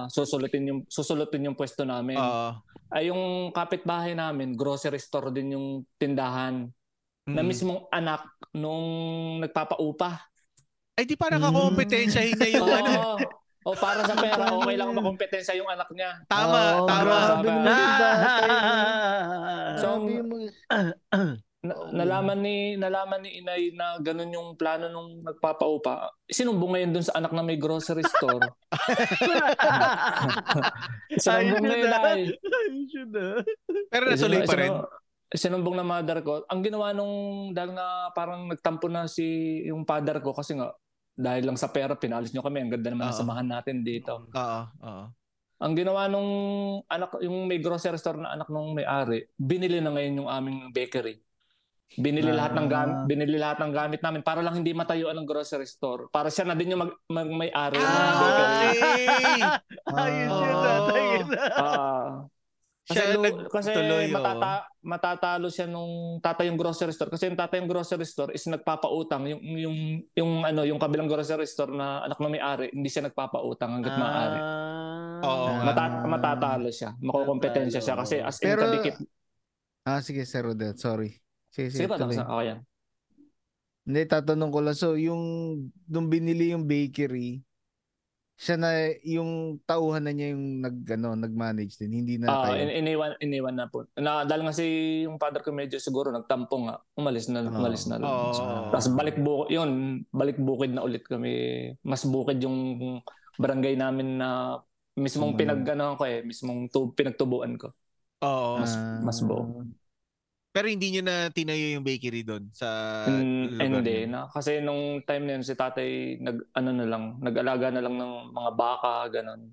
S4: susulutin yung susulutin yung pwesto namin.
S1: Oo.
S4: Ay yung kapitbahay namin, grocery store din yung tindahan na
S1: Mm.
S4: mismong anak nung nagpapaupa.
S3: Hmm.
S1: Ay, di parang kakompetensya niya yung
S4: Oo.
S1: ano.
S4: o para sa pera, okay lang makompetensya yung anak niya.
S1: Tama,
S3: Oo,
S1: tama.
S3: grabe
S4: Tama.
S3: naman yung bata yun.
S2: Ah!
S4: So,
S3: Grabe yung mga-
S4: Na-
S3: Oo.
S4: nalaman ni nalaman ni inay na ganun yung plano nung nagpapaupa. Sinumbong ngayon dun sa anak na may grocery store. Sinumbong
S2: Ayun
S4: ngayon
S2: na.
S4: ay.
S2: Ayun siya na.
S1: Pero nasuloy
S4: Sinu-
S1: pa rin.
S4: sinu- Sinumbong na mother ko. Ang ginawa nung dahil nga parang nagtampo na si yung father ko kasi nga dahil lang sa pera pinalis nyo kami. Ang ganda naman ng
S1: Oo.
S4: samahan natin dito.
S1: Oo, oo.
S4: Ang ginawa nung anak yung may grocery store na anak nung may-ari, binili na ngayon yung aming bakery. Binili
S3: Ah.
S4: lahat ng gamit, binili lahat ng gamit namin para lang hindi matayuan ng grocery store. Para siya na din yung mag, mag- may-ari ng
S1: Ah,
S4: bakery.
S1: okay.
S2: Ayun
S1: Ah.
S2: siya na. Ayun na.
S4: Ah. kasi
S1: Siya
S4: lu-
S1: nag-
S4: kasi
S1: tuloy, oo.
S4: matata- matatalo siya nung tatayong grocery store kasi yung tatayong grocery store is nagpapautang yung yung yung ano yung kabilang grocery store na anak ng may-ari hindi siya nagpapautang
S1: Ah.
S4: hangga't maaari.
S1: Oo
S3: Ah.
S1: nga.
S4: Mata- matatalo siya, makukumpetensya siya kasi as in
S3: Pero-
S4: kadikit.
S3: Ah, sige, Sir Rodel. Sorry. Sige, sige,
S4: Sige pa
S3: tuloy.
S4: tapos na okay yan.
S3: Hindi, tatanong ko lang. So, yung nung binili yung bakery, siya na yung tauhan na niya yung nag, ano, nag-manage din. Hindi na
S4: Ah,
S3: kayo.
S4: in- iniwan iniwan na po. Na dahil nga si yung father ko medyo siguro nagtampo nga. Umalis na
S3: Oo. Ah.
S4: umalis na lang.
S1: Oo.
S4: Tapos balik bukid, yun, balik bukid na ulit kami. Mas bukid yung barangay namin na mismong
S3: Mm.
S4: pinagano ko eh, mismong tu- pinagtubuan ko.
S1: Oo.
S4: mas-
S3: Ah,
S4: mas buo.
S1: Pero hindi nyo na tinayo yung bakery doon sa
S4: Mm,
S1: lugar
S4: and
S1: niyo?
S4: then, ah, kasi nung time na yun, si tatay nag ano na lang, nag-alaga na lang ng mga baka ganun.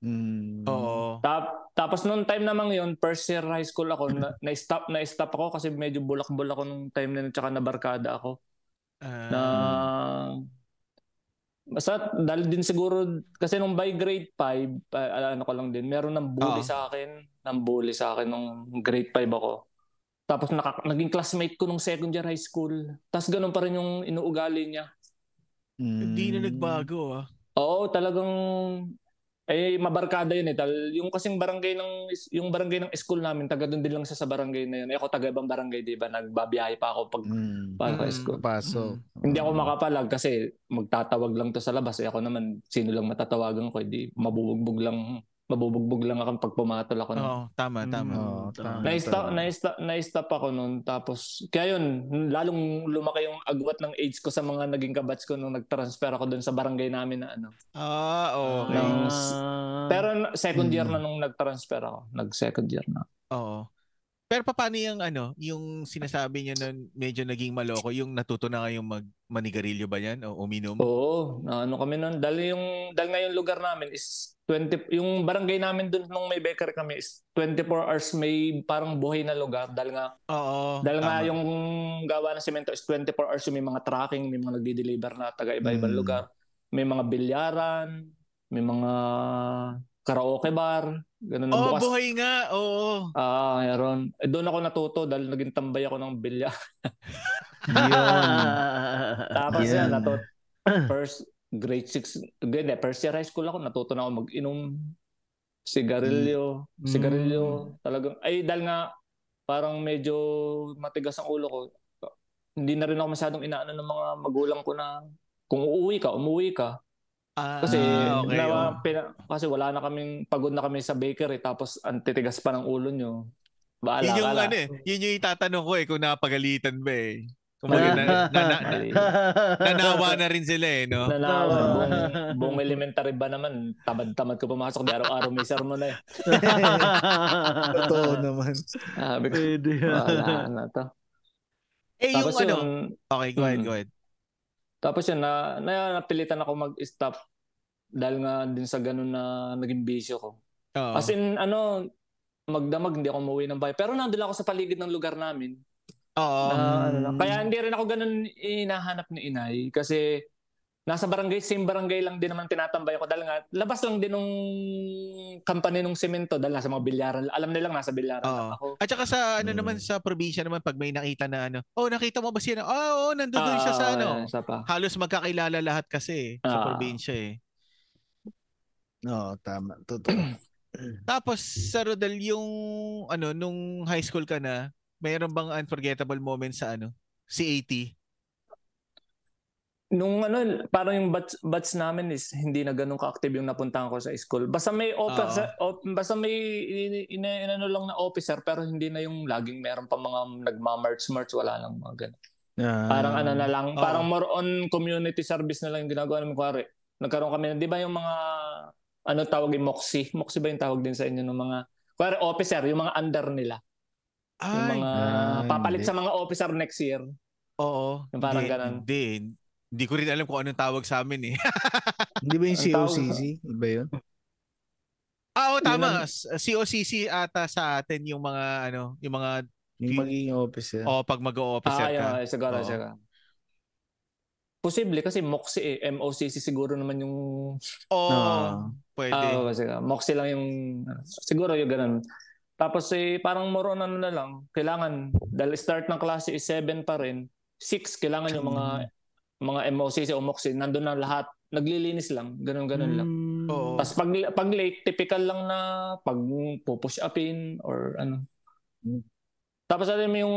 S3: Mm.
S1: Oo.
S4: Tap, tapos nung time naman yun, first year high school ako, na, na-stop na-stop ako kasi medyo bulak-bulak ako nung time na yun, tsaka nabarkada ako.
S1: Ah,
S4: na Basta dahil din siguro, kasi nung by grade 5, pa- ala- ano ko lang din, meron ng bully
S1: Oo.
S4: sa akin, ng bully sa akin nung grade 5 ako. Tapos naka, naging classmate ko nung second year high school. Tapos ganun pa rin yung inuugali niya.
S1: Hindi
S3: Hmm.
S1: na nagbago ah.
S4: Oo, talagang eh mabarkada yun eh. Tal, yung kasing barangay ng is- yung barangay ng school namin, taga doon din lang siya sa barangay na yun. Eh, ako taga ibang barangay, 'di ba? Nagbabiyahe pa ako pag
S3: Mm.
S4: pa ako
S1: Mm.
S4: school.
S3: Pasok.
S4: Hindi ako
S3: Mm.
S4: makapalag kasi magtatawag lang to sa labas. Eh, ako naman, sino lang matatawagan ko, Eh, di mabubugbog lang, mabubugbog lang ako pag pumatol ako.
S1: Oo,
S4: ng-
S1: tama, tama.
S3: Oo, tama.
S4: Naista,
S3: tama.
S4: naista, naista pa ako noon. Tapos, kaya yun, lalong lumaki yung agwat ng age ko sa mga naging kabats ko nung nag-transfer ako doon sa barangay namin na ano.
S1: Ah, okay.
S4: Ah. Pero na- second year
S3: Mm.
S4: na nung nag-transfer ako. Nag-second year na.
S1: Oo. Pero pa- paano yung ano, yung sinasabi niyo nun medyo naging maloko, yung natuto na kayong mag manigarilyo ba yan o uminom?
S4: Oo, na ano kami noon. Dahil yung dahil nga yung lugar namin is 20 yung barangay namin doon nung may bakery kami is 24 hours may parang buhay na lugar dahil nga
S1: Oo.
S4: dahil nga
S1: tama.
S4: yung gawa ng semento is 24 hours yung may mga tracking, may mga nagdi-deliver na taga
S3: Mm.
S4: iba-ibang
S1: Hmm.
S4: lugar. May mga bilyaran, may mga karaoke bar, ganun
S1: Oo,
S4: bukas.
S1: Oh, buhay nga. Oo.
S4: Ah, meron. Eh, doon ako natuto dahil naging tambay ako ng bilya.
S3: Yun.
S4: Tapos
S3: Yan.
S4: yan, natuto. First grade 6, hindi, first year high school ako, natuto na ako mag-inom. Sigarilyo,
S1: Mm.
S4: sigarilyo. Talagang, ay dahil nga, parang medyo matigas ang ulo ko. Hindi na rin ako masyadong inaano ng mga magulang ko na kung uuwi ka, umuwi ka.
S1: Ah,
S4: Kasi,
S1: okay.
S4: na,
S1: oo.
S4: pina- kasi wala na kaming, pagod na kami sa bakery, tapos ang titigas pa ng ulo nyo. Baala
S1: Yun yung
S4: ka na.
S1: ano eh, yun yung itatanong ko eh kung napagalitan ba eh. Kung
S4: Ah.
S1: baga na, na, na, na,
S4: Mali.
S1: nanawa na rin sila eh, no?
S4: Nanawa.
S2: Tama.
S4: Buong, buong elementary ba naman? Tamad-tamad ko pumasok. Di araw-araw may sermon na eh.
S3: Totoo naman.
S4: Sabi ko,
S2: Pwede yan.
S4: wala na to.
S1: Eh, yung
S4: Tapos
S1: ano,
S4: yun,
S1: okay, go ahead,
S4: Mm.
S1: go ahead.
S4: tapos yun, na, na, napilitan ako mag-stop dahil nga din sa ganun na naging bisyo ko.
S1: Oo.
S4: As in, ano, magdamag, hindi ako umuwi ng bahay. Pero nandun ako sa paligid ng lugar namin.
S1: Oo.
S4: Na, ano,
S3: Mm.
S4: na- kaya hindi rin ako ganun hinahanap ni inay kasi nasa barangay, same barangay lang din naman tinatambay ako dahil nga labas lang din nung company nung semento dahil nasa mga bilyaran. Alam nila lang nasa bilyaran
S1: Oo.
S4: lang ako.
S1: At saka sa ano
S3: Mm.
S1: naman sa probinsya naman pag may nakita na ano, oh nakita mo ba siya? Oh, oo, nandun doon siya sa
S4: Ah,
S1: ano.
S4: ayan, isa pa.
S1: Halos magkakilala lahat kasi eh, sa
S4: Ah.
S1: probinsya eh.
S3: Oo, tama. Totoo.
S1: Tapos sa Rodel yung ano nung high school ka na, mayroon bang unforgettable moment sa ano? CAT?
S4: Nung ano, parang yung batch, batch namin is hindi na ganun ka-active yung napuntahan ko sa school. Basta may
S1: Oo.
S4: officer, op- basta may in- in- inano lang na officer pero hindi na yung laging meron pa mga nagma-march-march, wala lang mga ganun.
S3: Ah,
S4: Parang ano na
S1: Ah,
S4: lang,
S1: Oo.
S4: parang more on community service na lang yung ginagawa namin. Kuwari, nagkaroon kami, ng- di ba yung mga, ano tawag yung MOXIE? MOXIE ba yung tawag din sa inyo ng mga, kuwari officer, yung mga under nila. Yung
S1: Ay,
S4: mga,
S3: ah,
S4: papalit
S3: hindi.
S4: sa mga officer next year.
S1: oo.
S4: Yung parang
S1: Hindi,
S4: ganun.
S1: Hindi, hindi ko rin alam kung anong tawag sa amin eh.
S3: Hindi ba yung
S4: Ang tawag-
S3: COCC? Iba Ano yun?
S1: ah, oo,
S4: Yun
S1: tama. S- COCC ata sa atin yung mga ano, yung mga
S3: Yung
S1: Yung-
S3: magiging officer.
S1: oh pag mag-o-officer ka.
S4: ah, yun, siguro,
S1: Oo.
S4: siguro. Posible kasi MOXIE eh. MOCC siguro naman yung,
S1: Oo,
S3: Ah.
S1: pwede.
S4: ah, oo, sige. MOXIE lang yung, siguro yung ganun. Tapos eh, parang more on ano na lang, kailangan, dahil start ng klase is 7 pa rin, 6 kailangan yung mga mga MOCC o MOCC, nandun na lahat, naglilinis lang, ganun-ganun lang.
S1: Oo.
S4: Tapos pag, pag late, typical lang na pag pupush upin or ano.
S3: Mm.
S4: Tapos alam mo yung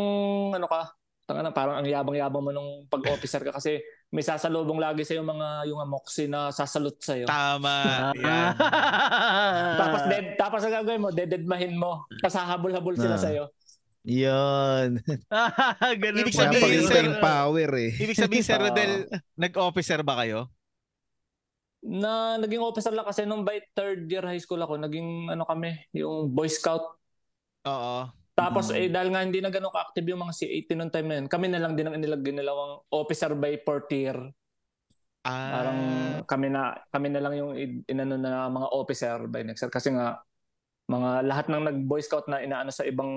S4: ano ka, tanga na, parang ang yabang-yabang mo nung pag-officer ka kasi may sasalubong lagi sa yung mga yung MOCC na sasalut sa iyo.
S1: Tama. Yan.
S4: Tapos
S2: Ah.
S4: dead, tapos ang gagawin mo, dededmahin mo. Tapos hahabol-habol sila
S3: Ah.
S4: sa iyo.
S3: Yun.
S2: Ganun
S1: Ibig
S3: Kaya
S2: pala.
S1: sabihin,
S3: pakita
S1: sir,
S3: yung power eh.
S1: Ibig sabihin,
S4: Ah.
S1: Sir Rodel, nag-officer ba kayo?
S4: Na naging officer lang kasi nung by third year high school ako, naging ano kami, yung Boy Scout
S1: Oo.
S4: Tapos
S3: Mm.
S4: eh dahil nga hindi na ganun ka-active yung mga C18 noong time na yun, kami na lang din ang inilag ginalawang officer by portier.
S1: Ah,
S4: Parang kami na kami na lang yung in- inano na mga officer by next year kasi nga mga lahat ng nag boy scout na inaano sa ibang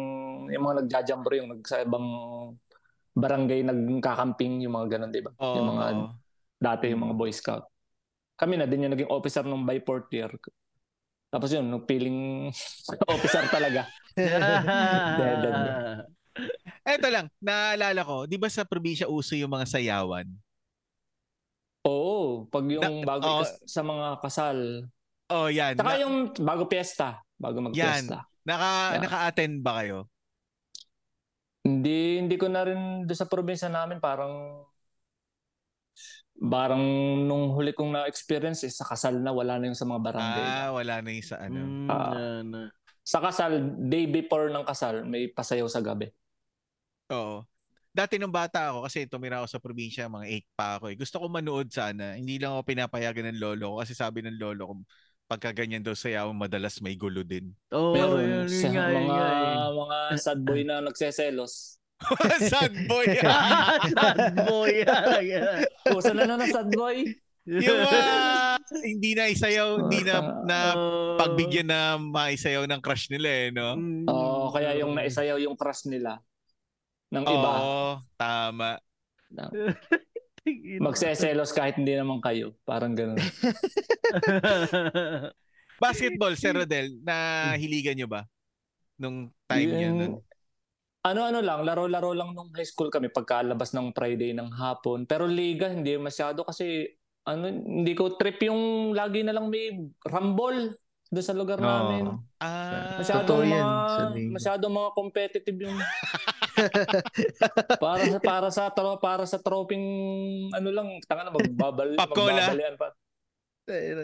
S4: yung mga nagjajambore yung nag, sa ibang barangay nagkakamping yung mga ganun, 'di ba?
S1: oo,
S4: yung mga
S1: oo.
S2: Hmm.
S4: dati yung mga boy scout. kami na din yung naging officer nung by fourth year. Tapos yun, nagpiling officer talaga. Dead, dead, dead.
S1: Eto lang, naalala ko, di ba sa probinsya uso yung mga sayawan?
S4: Oo, pag yung
S1: Na-
S4: bago
S2: oh.
S1: oo.
S4: kas- sa mga kasal.
S1: Oh, yan.
S4: Saka
S1: Na-
S4: yung bago piyesta, bago magpiyesta.
S1: naka,
S4: Yeah.
S1: Naka-attend ba kayo?
S4: Hindi hindi ko na rin do sa probinsya namin parang parang nung huli kong na-experience eh, sa kasal na wala na yung sa mga barangay.
S1: Ah, wala na yung sa ano.
S2: Mm,
S4: Ah.
S2: na- na.
S4: Sa kasal, day before ng kasal, may pasayaw sa gabi.
S1: Oo. Dati nung bata ako, kasi tumira ako sa probinsya, mga 8 pa ako. eh. Gusto ko manood sana. Hindi lang ako pinapayagan ng lolo ko kasi sabi ng lolo ko, pagka ganyan daw sayaw, madalas may gulo din.
S2: Oo,
S4: Meron
S2: Oh, yun, yun
S4: sa
S2: nga, yun
S4: mga
S2: nga eh.
S4: mga sad boy na nagseselos.
S1: Sad boy.
S2: Ah, sad boy. ah, yeah.
S4: Uso na na ng sad boy.
S1: yung mga hindi na isayaw, hindi na, na
S2: Oo.
S1: pagbigyan na maisayaw ng crush nila eh, no?
S2: Mm.
S4: Oo, kaya yung naisayaw yung crush nila ng iba.
S1: Oo, tama.
S4: Magseselos kahit hindi naman kayo. Parang ganun.
S1: Basketball, Sir Rodel, nahiligan nyo ba? Nung time niya
S4: Yung-
S1: nun?
S4: Ano-ano lang, laro-laro lang nung high school kami pagkalabas ng Friday ng hapon. Pero liga, hindi masyado kasi ano, hindi ko trip yung lagi na lang may rambol doon sa lugar namin.
S1: Ah,
S4: Masyado
S3: Totoo yan,
S4: mga,
S3: sa liga.
S4: masyado mga competitive yung para sa para sa tro, para sa troping ano lang tanga na magbabal
S1: Papcola?
S4: magbabalian pa.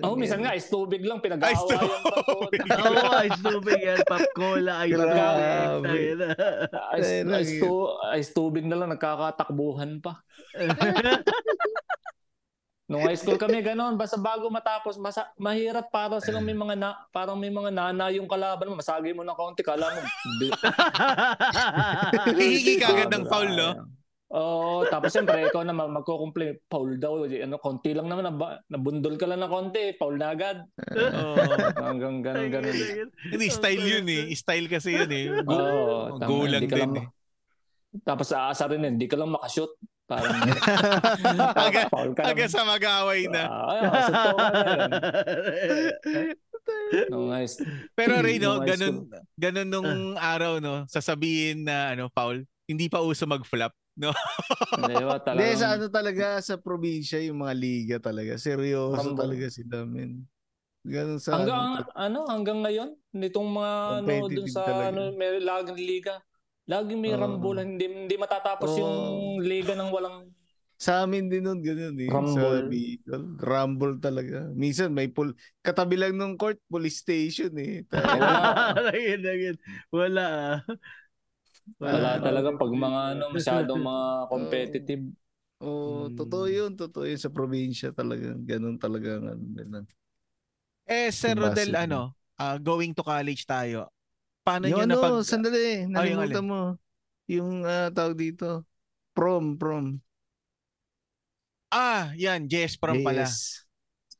S4: Oh, minsan nga ice tubig lang pinag-aawayan pa to.
S1: tubig.
S2: Oo, ice tubig yan. Pop cola, ice
S4: Grabe.
S2: tubig.
S4: Ice,
S3: Talaga
S4: ice, tu- ice tubig na lang nagkakatakbuhan pa. Nung high school kami ganoon, basta bago matapos, masa- mahirap para silang may mga na- parang may mga nana yung kalaban mo, masagi mo ng kaunti kala mo. bi-
S1: Hihingi ka agad ng foul, no?
S4: Oo, tapos siyempre, ikaw na magko-complain, foul daw, ano, konti lang naman, naba- nabundol ka lang ng konti, foul na agad.
S1: Oo.
S4: Hanggang ganun, ganun.
S1: Hindi, style yun eh. Style kasi yun eh. Go-
S4: Oo, tama,
S1: Go lang
S4: hindi ka
S1: din eh.
S4: lang ma- Tapos aasa rin, hindi ka lang makashoot. Parang,
S1: Aga-
S4: foul ka
S1: Aga
S4: naman.
S1: sa mag-aaway na.
S4: Ah, suntukan na yun. Nung high
S1: Pero
S3: Hmm.
S1: Ray, no,
S4: Nung high
S1: ganun, ganun nung
S3: Ah.
S1: araw, no, sasabihin na, ano, Paul, hindi pa uso mag-flap.
S4: Hindi
S3: Hindi,
S4: ba talagang...
S3: sa ano talaga, sa probinsya, yung mga liga talaga. Seryoso
S4: Rumble.
S3: talaga sila, men. Ganun sa...
S4: hanggang ano, hanggang ngayon, nitong mga ano dun
S3: Competitive
S4: sa
S3: talaga.
S4: ano, may laging liga. Laging may
S3: Oo.
S4: rambulan, hindi, hindi matatapos
S3: Oo.
S4: yung liga ng walang
S3: Sa amin din nun, ganun eh.
S4: Rumble.
S3: Sa Bicol. Rumble talaga. Minsan may pul... Katabi lang nung court, police station eh.
S2: Wala. ah.
S4: wala
S3: Wala.
S4: talaga pag mga ano masyadong mga competitive.
S3: Oo,
S2: Hmm.
S3: totoo yun. Totoo yun. Sa probinsya talaga. Ganun talaga. ang ano nila.
S1: Eh, Sir
S3: Yung
S1: Rodel,
S3: basketball.
S1: ano, ah, going to college tayo. Paano
S3: Yung
S1: nyo
S3: ano,
S1: napag...
S3: sandali.
S1: Ah, yung
S3: Nalimutan mo. Yung ah, tawag dito. Prom, prom.
S1: Ah, yan, JS Prom pala.
S3: Yes.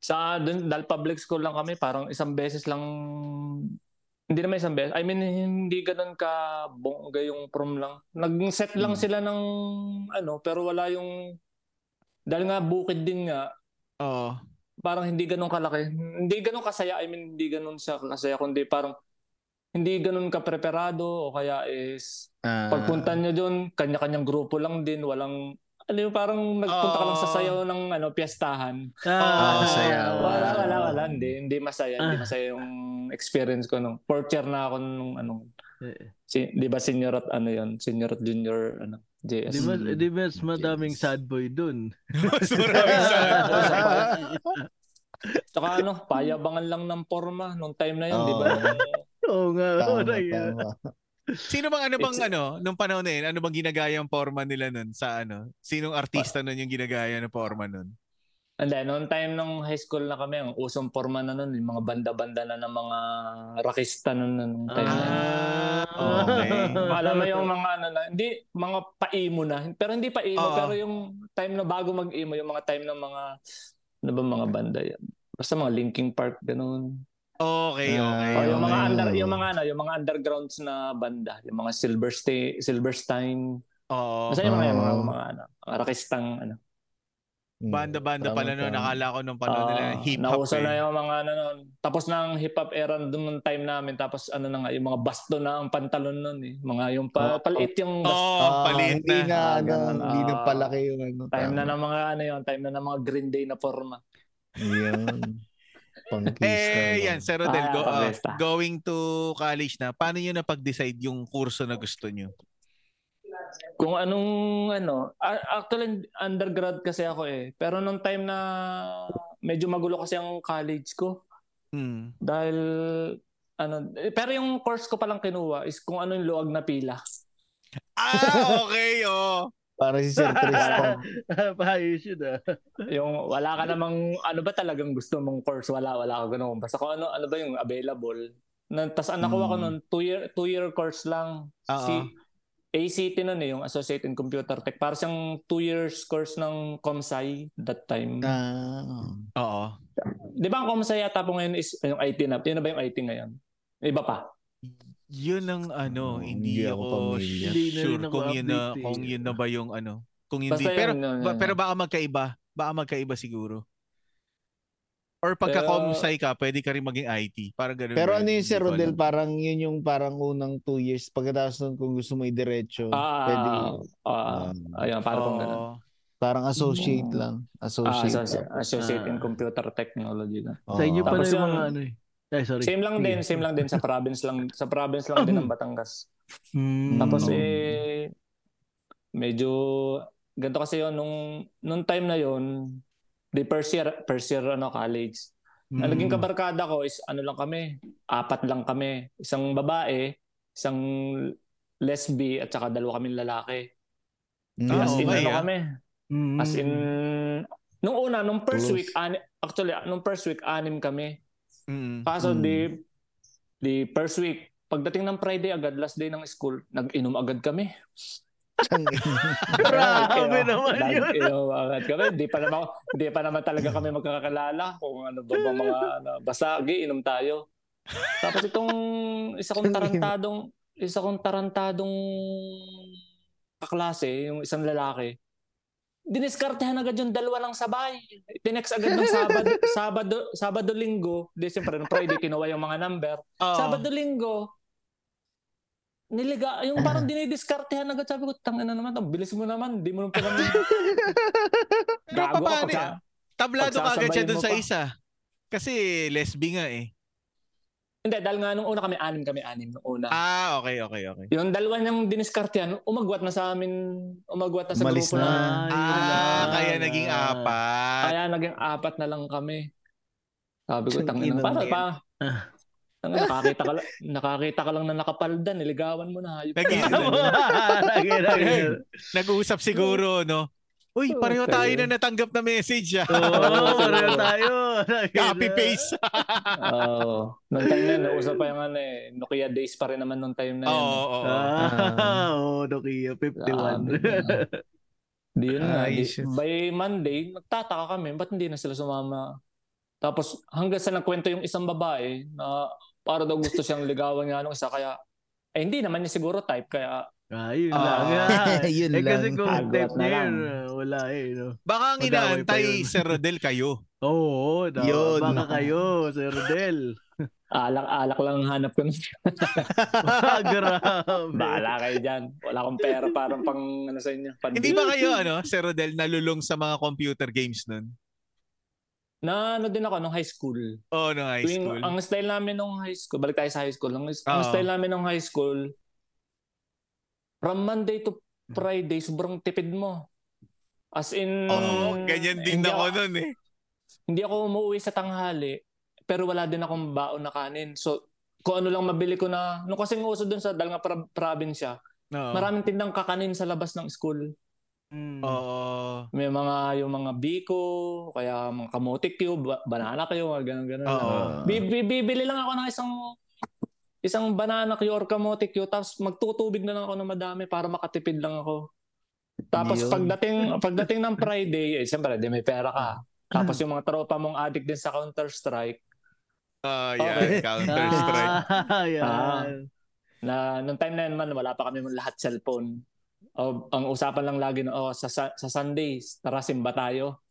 S4: Sa dun, dahil public school lang kami, parang isang beses lang hindi naman isang beses. I mean, hindi ganun ka bongga yung prom lang. Nag-set lang
S3: Hmm.
S4: sila ng ano, pero wala yung dahil nga bukid din nga,
S1: Oo.
S4: parang hindi ganun kalaki. Hindi ganun kasaya. I mean, hindi ganun siya kasaya, kundi parang hindi ganun kapreparado o kaya is
S3: Ah,
S4: pagpunta nyo doon, kanya-kanyang grupo lang din, walang ano yung parang nagpunta ka lang sa
S1: Ah.
S4: sayaw ng ano piyestahan.
S2: Ah.
S3: Oo, sayaw.
S4: Wala,
S3: Ah.
S4: wala, wala. Hindi, hindi masaya. Hindi
S2: Ah.
S4: masaya yung experience ko nung fourth year na ako nung ano.
S2: Eh.
S4: Si, di ba senior at ano yun? Senior at junior ano? JS.
S2: Di ba, di ba mas madaming sad boy dun?
S1: Mas maraming sa...
S4: Tsaka ano, payabangan lang ng forma nung time na yun, di ba?
S3: Oo.
S2: Oo nga.
S3: tama,
S2: wala yan.
S3: tama.
S1: Sino bang ano bang
S4: It's-
S1: ano nung panahon na yun, ano bang ginagaya ang forma nila nun sa ano? Sinong artista nun yung ginagaya ng forma nun?
S4: And then, noong time ng high school na kami, ang usong forma na nun, yung mga banda-banda na ng mga rakista nun nung time na yun.
S1: Ah, okay.
S2: Ah.
S4: Alam mo yung mga ano na, hindi, mga paimo na. Pero hindi paimo,
S1: Oo.
S4: pero yung time na bago mag-imo, yung mga time ng mga, ano ba mga banda yan? Basta mga Linking Park, ganun.
S1: Okay, Ah, okay.
S4: O, Ah, oh, yung mga
S3: okay.
S4: under, yung mga ano, yung mga undergrounds na banda, yung mga Silverstein, Silverstein.
S1: Oo.
S4: Basta yung mga, yung mga,
S3: Oo.
S4: mga ano, mga rakistang ano.
S1: Banda-banda
S4: Tama,
S1: pala noon.
S4: tama.
S1: Nakala ko nung panahon nila
S4: Ah,
S1: hip-hop.
S4: nauso
S1: eh.
S4: na yung mga ano noon. Tapos na ang hip-hop era doon ng time namin. Tapos ano na nga, yung mga basto na ang pantalon noon eh. Mga yung pa,
S1: Oh,
S3: Oo.
S4: paliit
S1: Oo,
S4: yung basto.
S3: Ah,
S1: palit
S3: hindi
S1: na.
S3: na,
S4: Ah,
S3: ano,
S4: ganun.
S3: hindi na
S4: Ah.
S3: palaki yung ano.
S4: Time na ng mga ano yun, time na ng mga Green Day na forma.
S3: Yan. Pangkista.
S1: Eh, yan, Sir Rodel,
S4: Ah,
S1: go, ah,
S4: pabesta.
S1: going to college na, paano nyo napag-decide yung kurso na gusto nyo?
S4: Kung anong ano, a- actually undergrad kasi ako eh. Pero nung time na medyo magulo kasi ang college ko
S1: Hmm.
S4: dahil ano, eh, pero yung course ko palang kinuha is kung ano yung luwag na pila.
S1: Ah, okay, oh.
S3: Para si Sir Tristan.
S2: pa you should ah.
S4: Yung wala ka namang ano ba talagang gusto mong course, wala wala ka ganoon. Basta kung ano ano ba yung available. Na, tas ang nakuha ko
S1: Mm.
S4: noon, two year two year course lang.
S1: Oo.
S4: Si ACT noon eh, yung Associate in Computer Tech. Para siyang two years course ng ComSci that time.
S3: Ah.
S1: Oo.
S4: Di ba ang ComSci yata po ngayon is yung IT na? Yun na ba yung IT ngayon? Iba pa.
S1: Yun ang ano,
S3: Oh,
S4: Ah,
S1: hindi,
S3: hindi ako
S1: ako,
S3: pamilya.
S2: Hindi na rin
S1: sure
S2: ako
S1: kung yun, na,
S2: update eh.
S1: kung yun na ba yung ano. Kung hindi.
S4: Basta yun,
S1: pero,
S4: yun, yun,
S1: ba-
S4: yun.
S1: pero baka magkaiba. Baka magkaiba siguro. Or
S4: Pero-
S1: pagka-comsci ka, pwede ka rin maging IT. Parang ganun.
S3: Pero
S1: ba yun?
S3: ano yun,
S1: Hindi
S3: Sir
S1: ko alam.
S3: Rodel, parang yun yung parang unang two years. Pagkatapos nun, kung gusto mo idiretso,
S4: Ah,
S3: pwede,
S4: ah,
S3: um,
S4: ayun, parang kung ganun.
S1: Oo.
S3: parang associate
S4: Mm.
S3: lang.
S4: Ah,
S3: Associate.
S4: associate, associate in
S2: Ah.
S4: Computer Technology na.
S3: Oo.
S2: Sa inyo pala
S4: Tapos
S2: yung
S4: yung-
S2: mga ano eh. Ay, sorry.
S4: Same lang din, same lang din sa province lang, sa province lang din ng Batangas.
S2: Hmm.
S4: Tapos
S3: Mm.
S4: eh medyo ganito kasi yon nung nung time na yon, di first year, first year ano college.
S2: Hmm.
S4: Ang naging
S1: Mm.
S4: kabarkada ko is ano lang kami, apat lang kami, isang babae, isang lesbi at saka dalawa kaming lalaki.
S3: Mm.
S1: Ah,
S4: As in
S1: okay,
S4: ano
S1: ah. Mm.
S4: kami,
S2: Hmm.
S4: as in nung una nung first
S3: Close.
S4: week ani- actually nung first week anim kami.
S1: Mm.
S4: Kaso
S3: Mm.
S4: di di first week pagdating ng Friday agad last day ng school, nag-inom agad kami.
S2: Grabe
S4: Nag-inom-
S2: naman yun.
S4: Nag-inom agad kami. Di pa naman di pa naman talaga kami magkakakilala kung ano ba ba mga ano, basta gi, inom tayo. Tapos itong isa kong tarantadong isa kong tarantadong kaklase, yung isang lalaki, diniskartehan agad yung dalawa ng sabay. Tinext agad ng Sabado, Sabado, Sabado, Linggo. Di, siyempre, nung Friday, kinuha yung mga number.
S1: Oo.
S4: Sabado linggo, niliga, yung parang dinidiskartehan agad. Sabi ko, tangin na naman, ang bilis mo naman, di mo naman pala.
S1: Pero
S4: Gago
S1: paano
S4: ka,
S1: yan? Tablado ka agad siya
S4: pagsasabayin
S1: dun
S4: mo
S1: sa
S4: pa.
S1: isa. Kasi lesbi nga eh.
S4: Hindi, dahil nga nung una kami, anim kami, anim nung una.
S1: Ah, okay, okay, okay.
S4: Yung dalawa niyang diniskartehan, umagwat na sa amin, umagwat na sa
S3: Umalis
S4: grupo
S3: na.
S4: na.
S2: yun
S1: Ah,
S2: lang.
S1: kaya naging apat.
S4: Kaya naging apat na lang kami. Sabi ko, tangin
S3: Tangina
S4: na, para
S3: yan.
S4: pa.
S2: Ah.
S4: Tangin, nakakita ka lang, nakakita ka lang na nakapaldan, niligawan mo na. Hayop ka.
S1: Naging-
S2: Lagyan natin
S1: Hey.
S2: yun.
S1: Nag-uusap siguro, no? Uy, pareho tayo na natanggap na message, ah.
S2: Oo, pareho tayo.
S1: Copy paste.
S4: Oo. Nung time na yun, nauso pa yung ano eh, Nokia days pa rin naman nung time na
S1: Oo,
S4: yun.
S1: oo, oo.
S2: Ah, Oo, Nokia 51.
S4: Grabe. Di yun nga.
S3: Ay,
S4: Di,
S3: shit.
S4: by Monday, nagtataka kami, ba't hindi na sila sumama? Tapos hanggang sa nagkwento yung isang babae na para daw gusto siyang ligawan nga nung isa, kaya eh hindi naman niya siguro type, kaya
S2: Ah, yun
S1: Ah.
S2: lang. ah.
S3: Yun
S2: eh kasi
S3: lang.
S2: kung
S4: Agwat
S2: type niya
S4: na lang.
S2: yun, ah, wala eh. No?
S1: Baka ang
S2: Mag-away pa
S1: inaantay,
S2: yun.
S1: Sir Rodel, kayo.
S2: Oo, daw,
S3: Yun.
S2: baka kayo, Sir Del.
S4: alak-alak lang ang hanap ko.
S2: Ah, Grabe.
S4: Bahala kayo dyan. Wala akong pera parang pang ano sa inyo. Pandi.
S1: Hindi ba kayo, ano, Sir Rodel, nalulong sa mga computer games nun?
S4: Na ano din ako nung high school.
S1: Oo, no, high
S4: Tuwing-
S1: school.
S4: Ang style namin nung high school, balik tayo sa high school. Ang, ang
S1: Oo.
S4: style namin nung high school, from Monday to Friday, sobrang tipid mo. As in,
S1: Oo, ganyan din
S4: hindi
S1: ako
S4: Ako,
S1: nun, eh.
S4: hindi ako umuwi sa tanghali, pero wala din akong baon na kanin. So, kung ano lang mabili ko na, nung kasing uso dun sa, dahil nga pra- probinsya,
S1: Oo.
S4: maraming tindang kakanin sa labas ng school.
S2: Mm.
S1: Oo.
S4: May mga, yung mga biko, kaya mga kamote cube, ba- banana cube, mga ganun-ganun.
S1: Oo.
S2: Ah.
S4: Bi- bi- Bibili lang ako ng isang isang banana cue or kamote cue tapos magtutubig na lang ako ng madami para makatipid lang ako. Tapos
S3: Yun.
S4: pagdating pagdating ng Friday, eh siyempre di may pera ka. Tapos yung mga tropa mong addict din sa Counter-Strike
S1: Ah,
S4: Okay.
S1: yan, Counter-Strike.
S2: Ah, yan.
S4: na nung time na yun man wala pa kami lahat cellphone. oh, ang usapan lang lagi na, oh, sa, sa, sa Sunday, tara simba tayo.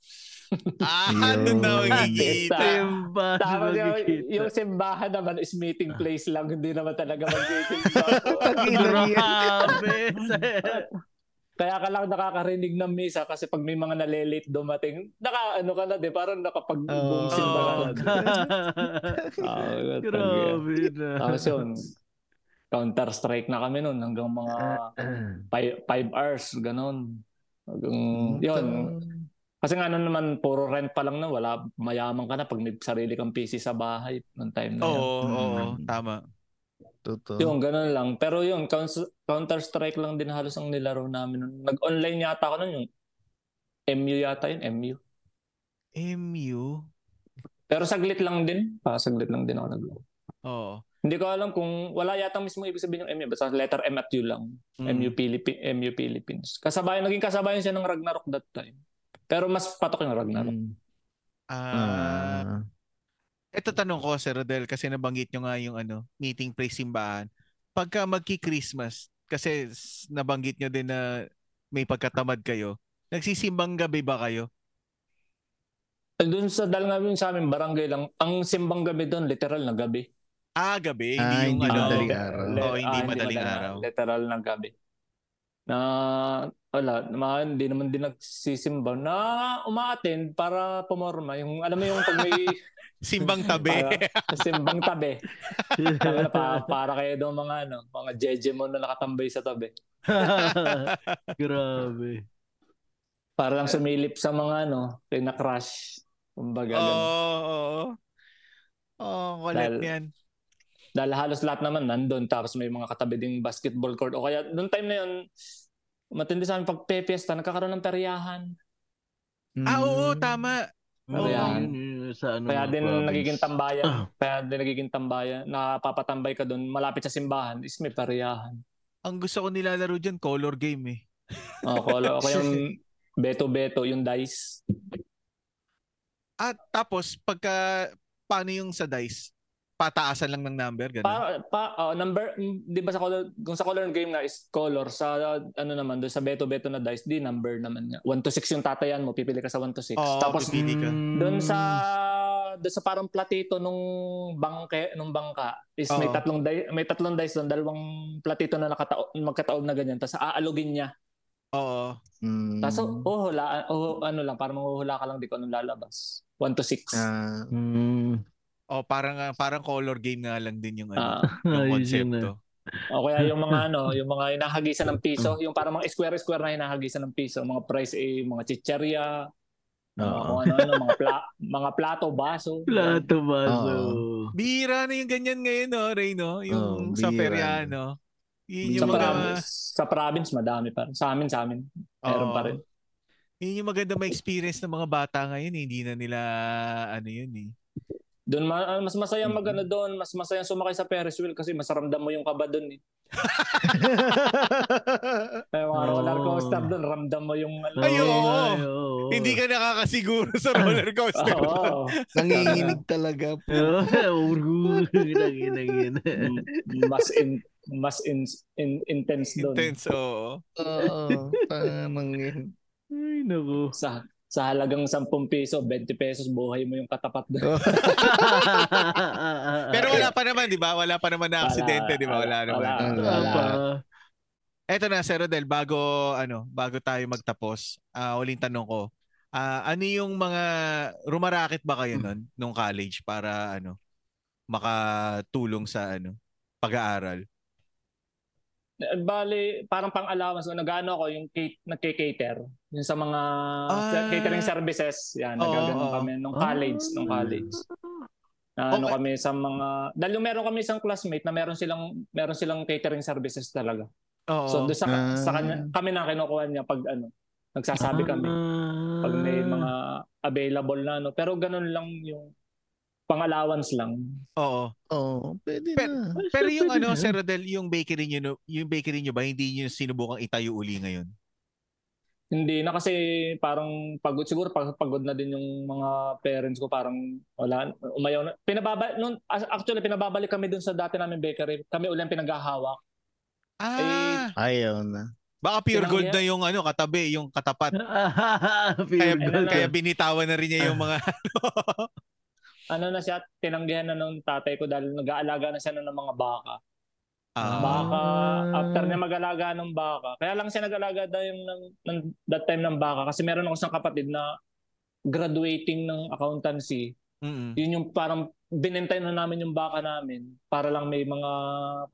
S1: Ah,
S3: Yun.
S1: doon na ah. magkikita.
S4: Tama.
S2: Simba.
S4: Tapos yung,
S2: magkikita.
S4: yung simbahan naman is meeting place lang, hindi naman talaga mag-meeting
S2: Grabe.
S4: Kaya ka lang nakakarinig ng misa kasi pag may mga nalelate dumating, naka ano ka na, di, parang nakapag-boom
S3: Oo.
S4: simba ka na.
S3: Grabe.
S4: Ah, talaga.
S2: Grabe na.
S4: Tapos yun, counter-strike na kami nun hanggang mga 5 hours, ganon. Hanggang,
S3: Hmm. Mm,
S4: yun. Kasi nga nun naman, puro rent pa lang na, wala, mayaman ka na pag may sarili kang PC sa bahay nung time na
S1: Oo,
S4: yun.
S1: oo, oo,
S3: Mm.
S1: tama.
S3: Totoo.
S4: Yung ganun lang. Pero yun, Counts- Counter-Strike lang din halos ang nilaro namin. nun. Nag-online yata ako nun yung MU yata yun, MU.
S1: MU?
S4: Pero saglit lang din. Pa, saglit lang din ako naglaro.
S1: Oo.
S4: Hindi ko alam kung wala yata mismo ibig sabihin yung MU. Basta letter M at U lang.
S1: Hmm.
S4: MU,
S1: Mm.
S4: Philippines, MU Philippines. Kasabay, naging kasabayan siya ng Ragnarok that time. Pero mas patok yung Ragnarok.
S3: Mm.
S4: Mm.
S1: Ah,
S3: Ah.
S1: Ito tanong ko, Sir Rodel, kasi nabanggit nyo nga yung ano, meeting place simbahan. Pagka magki-Christmas, kasi s- nabanggit nyo din na may pagkatamad kayo, nagsisimbang gabi ba kayo? Hmm.
S4: Eh, Doon sa dahil nga yun sa amin, barangay lang. Ang simbang gabi doon, literal na gabi.
S1: Ah, gabi. Hindi
S3: Ah,
S1: yung
S3: hindi
S1: ano.
S3: madaling
S4: le-
S3: araw.
S4: le-
S1: Oo, hindi
S4: ah,
S1: madaling araw.
S4: Literal na gabi. Na, wala, na, hindi naman din nagsisimba. Na umaattend para pumorma. Yung, alam mo yung pag may
S1: Simbang tabi.
S4: para, simbang tabi. Tama na, pa, para kayo daw mga, ano, mga jeje mo na nakatambay sa tabi.
S2: Grabe.
S4: Para lang sumilip sa mga, ano, pinakrush. Kumbaga,
S1: Oo,
S4: ganun.
S1: oo, oo. Oo, kulit
S4: Dahil-
S1: yan.
S4: Dahil halos lahat naman nandun. Tapos may mga katabi ding basketball court. O kaya, noong time na yun, matindi sa amin pag pepiesta, nagkakaroon ng peryahan.
S3: Mm.
S1: Ah, oo, tama.
S2: Oo,
S4: Ayan.
S2: yun, yun, yun, sa ano,
S4: Kaya
S2: mga
S4: din
S2: province.
S4: nagiging tambayan.
S2: Ah.
S4: Kaya din nagiging tambayan. Napapatambay ka doon. Malapit sa simbahan is may pariyahan.
S1: Ang gusto ko nilalaro dyan, color game eh.
S4: O, kolo, o kaya yung beto-beto, yung dice.
S1: At tapos, pagka, paano yung sa dice? Pataasan lang ng number, gano'n?
S4: Pa, pa, oh, number, mm, di ba sa color, kung sa color game na is color, sa ano naman, doon sa beto-beto na dice, di number naman. nga. 1 to 6 yung tatayan mo, pipili ka sa 1 to 6.
S1: Oo,
S4: Tapos
S1: pipili. Hindi ka.
S2: Hmm.
S4: doon sa doon sa parang platito nung bangke nung bangka is may
S1: Oo.
S4: tatlong dice, may tatlong dice doon, dalawang platito na nakataob magkataob na ganyan. Tapos aalugin niya
S1: Oo.
S3: Mm.
S4: Tapos, oh, hula, oh, ano lang, parang manghuhula ka lang, di ko anong lalabas. 1 to 6.
S3: Ah,
S4: Ah,
S2: Mm.
S1: Oh, parang ah, parang color game nga lang din yung
S4: Ah.
S1: ano,
S2: Ayos
S1: yung
S2: yun
S1: konsepto.
S2: na.
S4: o kaya yung mga ano, yung mga hinahagisan ng piso, yung parang mga square-square na hinahagisan ng piso, mga price eh, mga chicherya, mga
S3: oo.
S4: kung ano-ano, mga, pla- mga plato, baso.
S2: Plato ba? So,
S1: Bihira na yung ganyan ngayon, no, Ray, no? Yung
S3: Oo,
S1: sa
S3: Oh,
S1: perya,
S3: bihira na.
S1: no? Yun
S4: Sa
S1: yung mga,
S4: province, sa province, madami pa rin. Sa amin, sa amin. Meron
S1: Oo.
S4: pa rin.
S1: yun yung maganda ma-experience ng mga bata ngayon, eh. hindi na nila, ano yun, eh.
S4: Doon, ma- mas
S1: Mm-hmm.
S4: masayang mag ano doon, mas masayang sumakay sa Ferris wheel kasi masaramdam mo yung kaba doon eh. May mga
S2: Oo.
S4: roller
S1: Oh.
S4: coaster doon, ramdam mo yung ano.
S1: Ay, oo.
S2: ay, oo.
S1: Hindi ka nakakasiguro sa roller coaster.
S4: Oo.
S3: Nanginginig talaga po.
S2: Oo, urgo. Nangin, nangin.
S4: Mm, mas in, mas in, in- intense doon.
S1: Intense, oo.
S3: Oo. Tanang yun.
S2: Ay, naku.
S4: Sa sa halagang 10 piso, 20 pesos buhay mo yung katapat doon.
S2: Ah,
S1: Pero wala pa naman, di ba? Wala pa naman na aksidente, di ba? Wala naman.
S3: Wala.
S2: Wala pa.
S1: Eto na, Sir Rodel, bago, ano, bago tayo magtapos, ah uling tanong ko, ah, ano yung mga, rumaraket ba kayo nun, nung college, para, ano, makatulong sa, ano, pag-aaral?
S4: Eh, Bale, parang pang-allowance ko, nag-ano ako yung kate, nagke-cater. Yung sa mga
S1: Ah.
S4: catering services, yan,
S1: Oo,
S4: nagagano
S1: oo.
S4: kami nung college, nung
S3: Ah.
S4: college. Na ano
S1: Okay.
S4: kami sa mga dahil yung meron kami isang classmate na meron silang meron silang catering services talaga.
S1: Oo.
S4: So doon sa,
S3: Ah.
S4: sa kanya, kami na kinukuha niya pag ano, nagsasabi kami. pag may
S2: Ah.
S4: mga available na ano. Pero ganun lang yung pang-allowance lang.
S1: oo.
S3: Oo, pwede
S1: Pero-
S3: na.
S1: Pero yung,
S2: Pwede
S1: ano,
S2: na.
S1: Sir Rodel, yung bakery nyo, no- yung bakery nyo ba, hindi nyo sinubukang itayo uli ngayon?
S4: Hindi na kasi parang pagod siguro pag, pagod na din yung mga parents ko parang wala umayaw na. Pinababa noon as- actually pinababalik kami dun sa dati namin bakery. Kami ulit ang pinaghahawak.
S1: Ah,
S3: Ayaw na.
S1: Baka pure
S4: Pinangya.
S1: gold na yung ano, katabi, yung katapat. Kaya,
S2: Pure gold.
S1: kaya binitawan na rin niya yung mga
S4: Ano na siya, tinanggihan na ng tatay ko dahil nag-aalaga na siya nun ng mga baka.
S1: Ah,
S4: Baka,
S2: Ah.
S4: after niya mag-alaga ng baka. Kaya lang siya nag-alaga daw yung ng, ng- that time ng baka. Kasi meron ako isang kapatid na graduating ng accountancy.
S1: mm-mm.
S4: Yun yung parang binentay na namin yung baka namin para lang may mga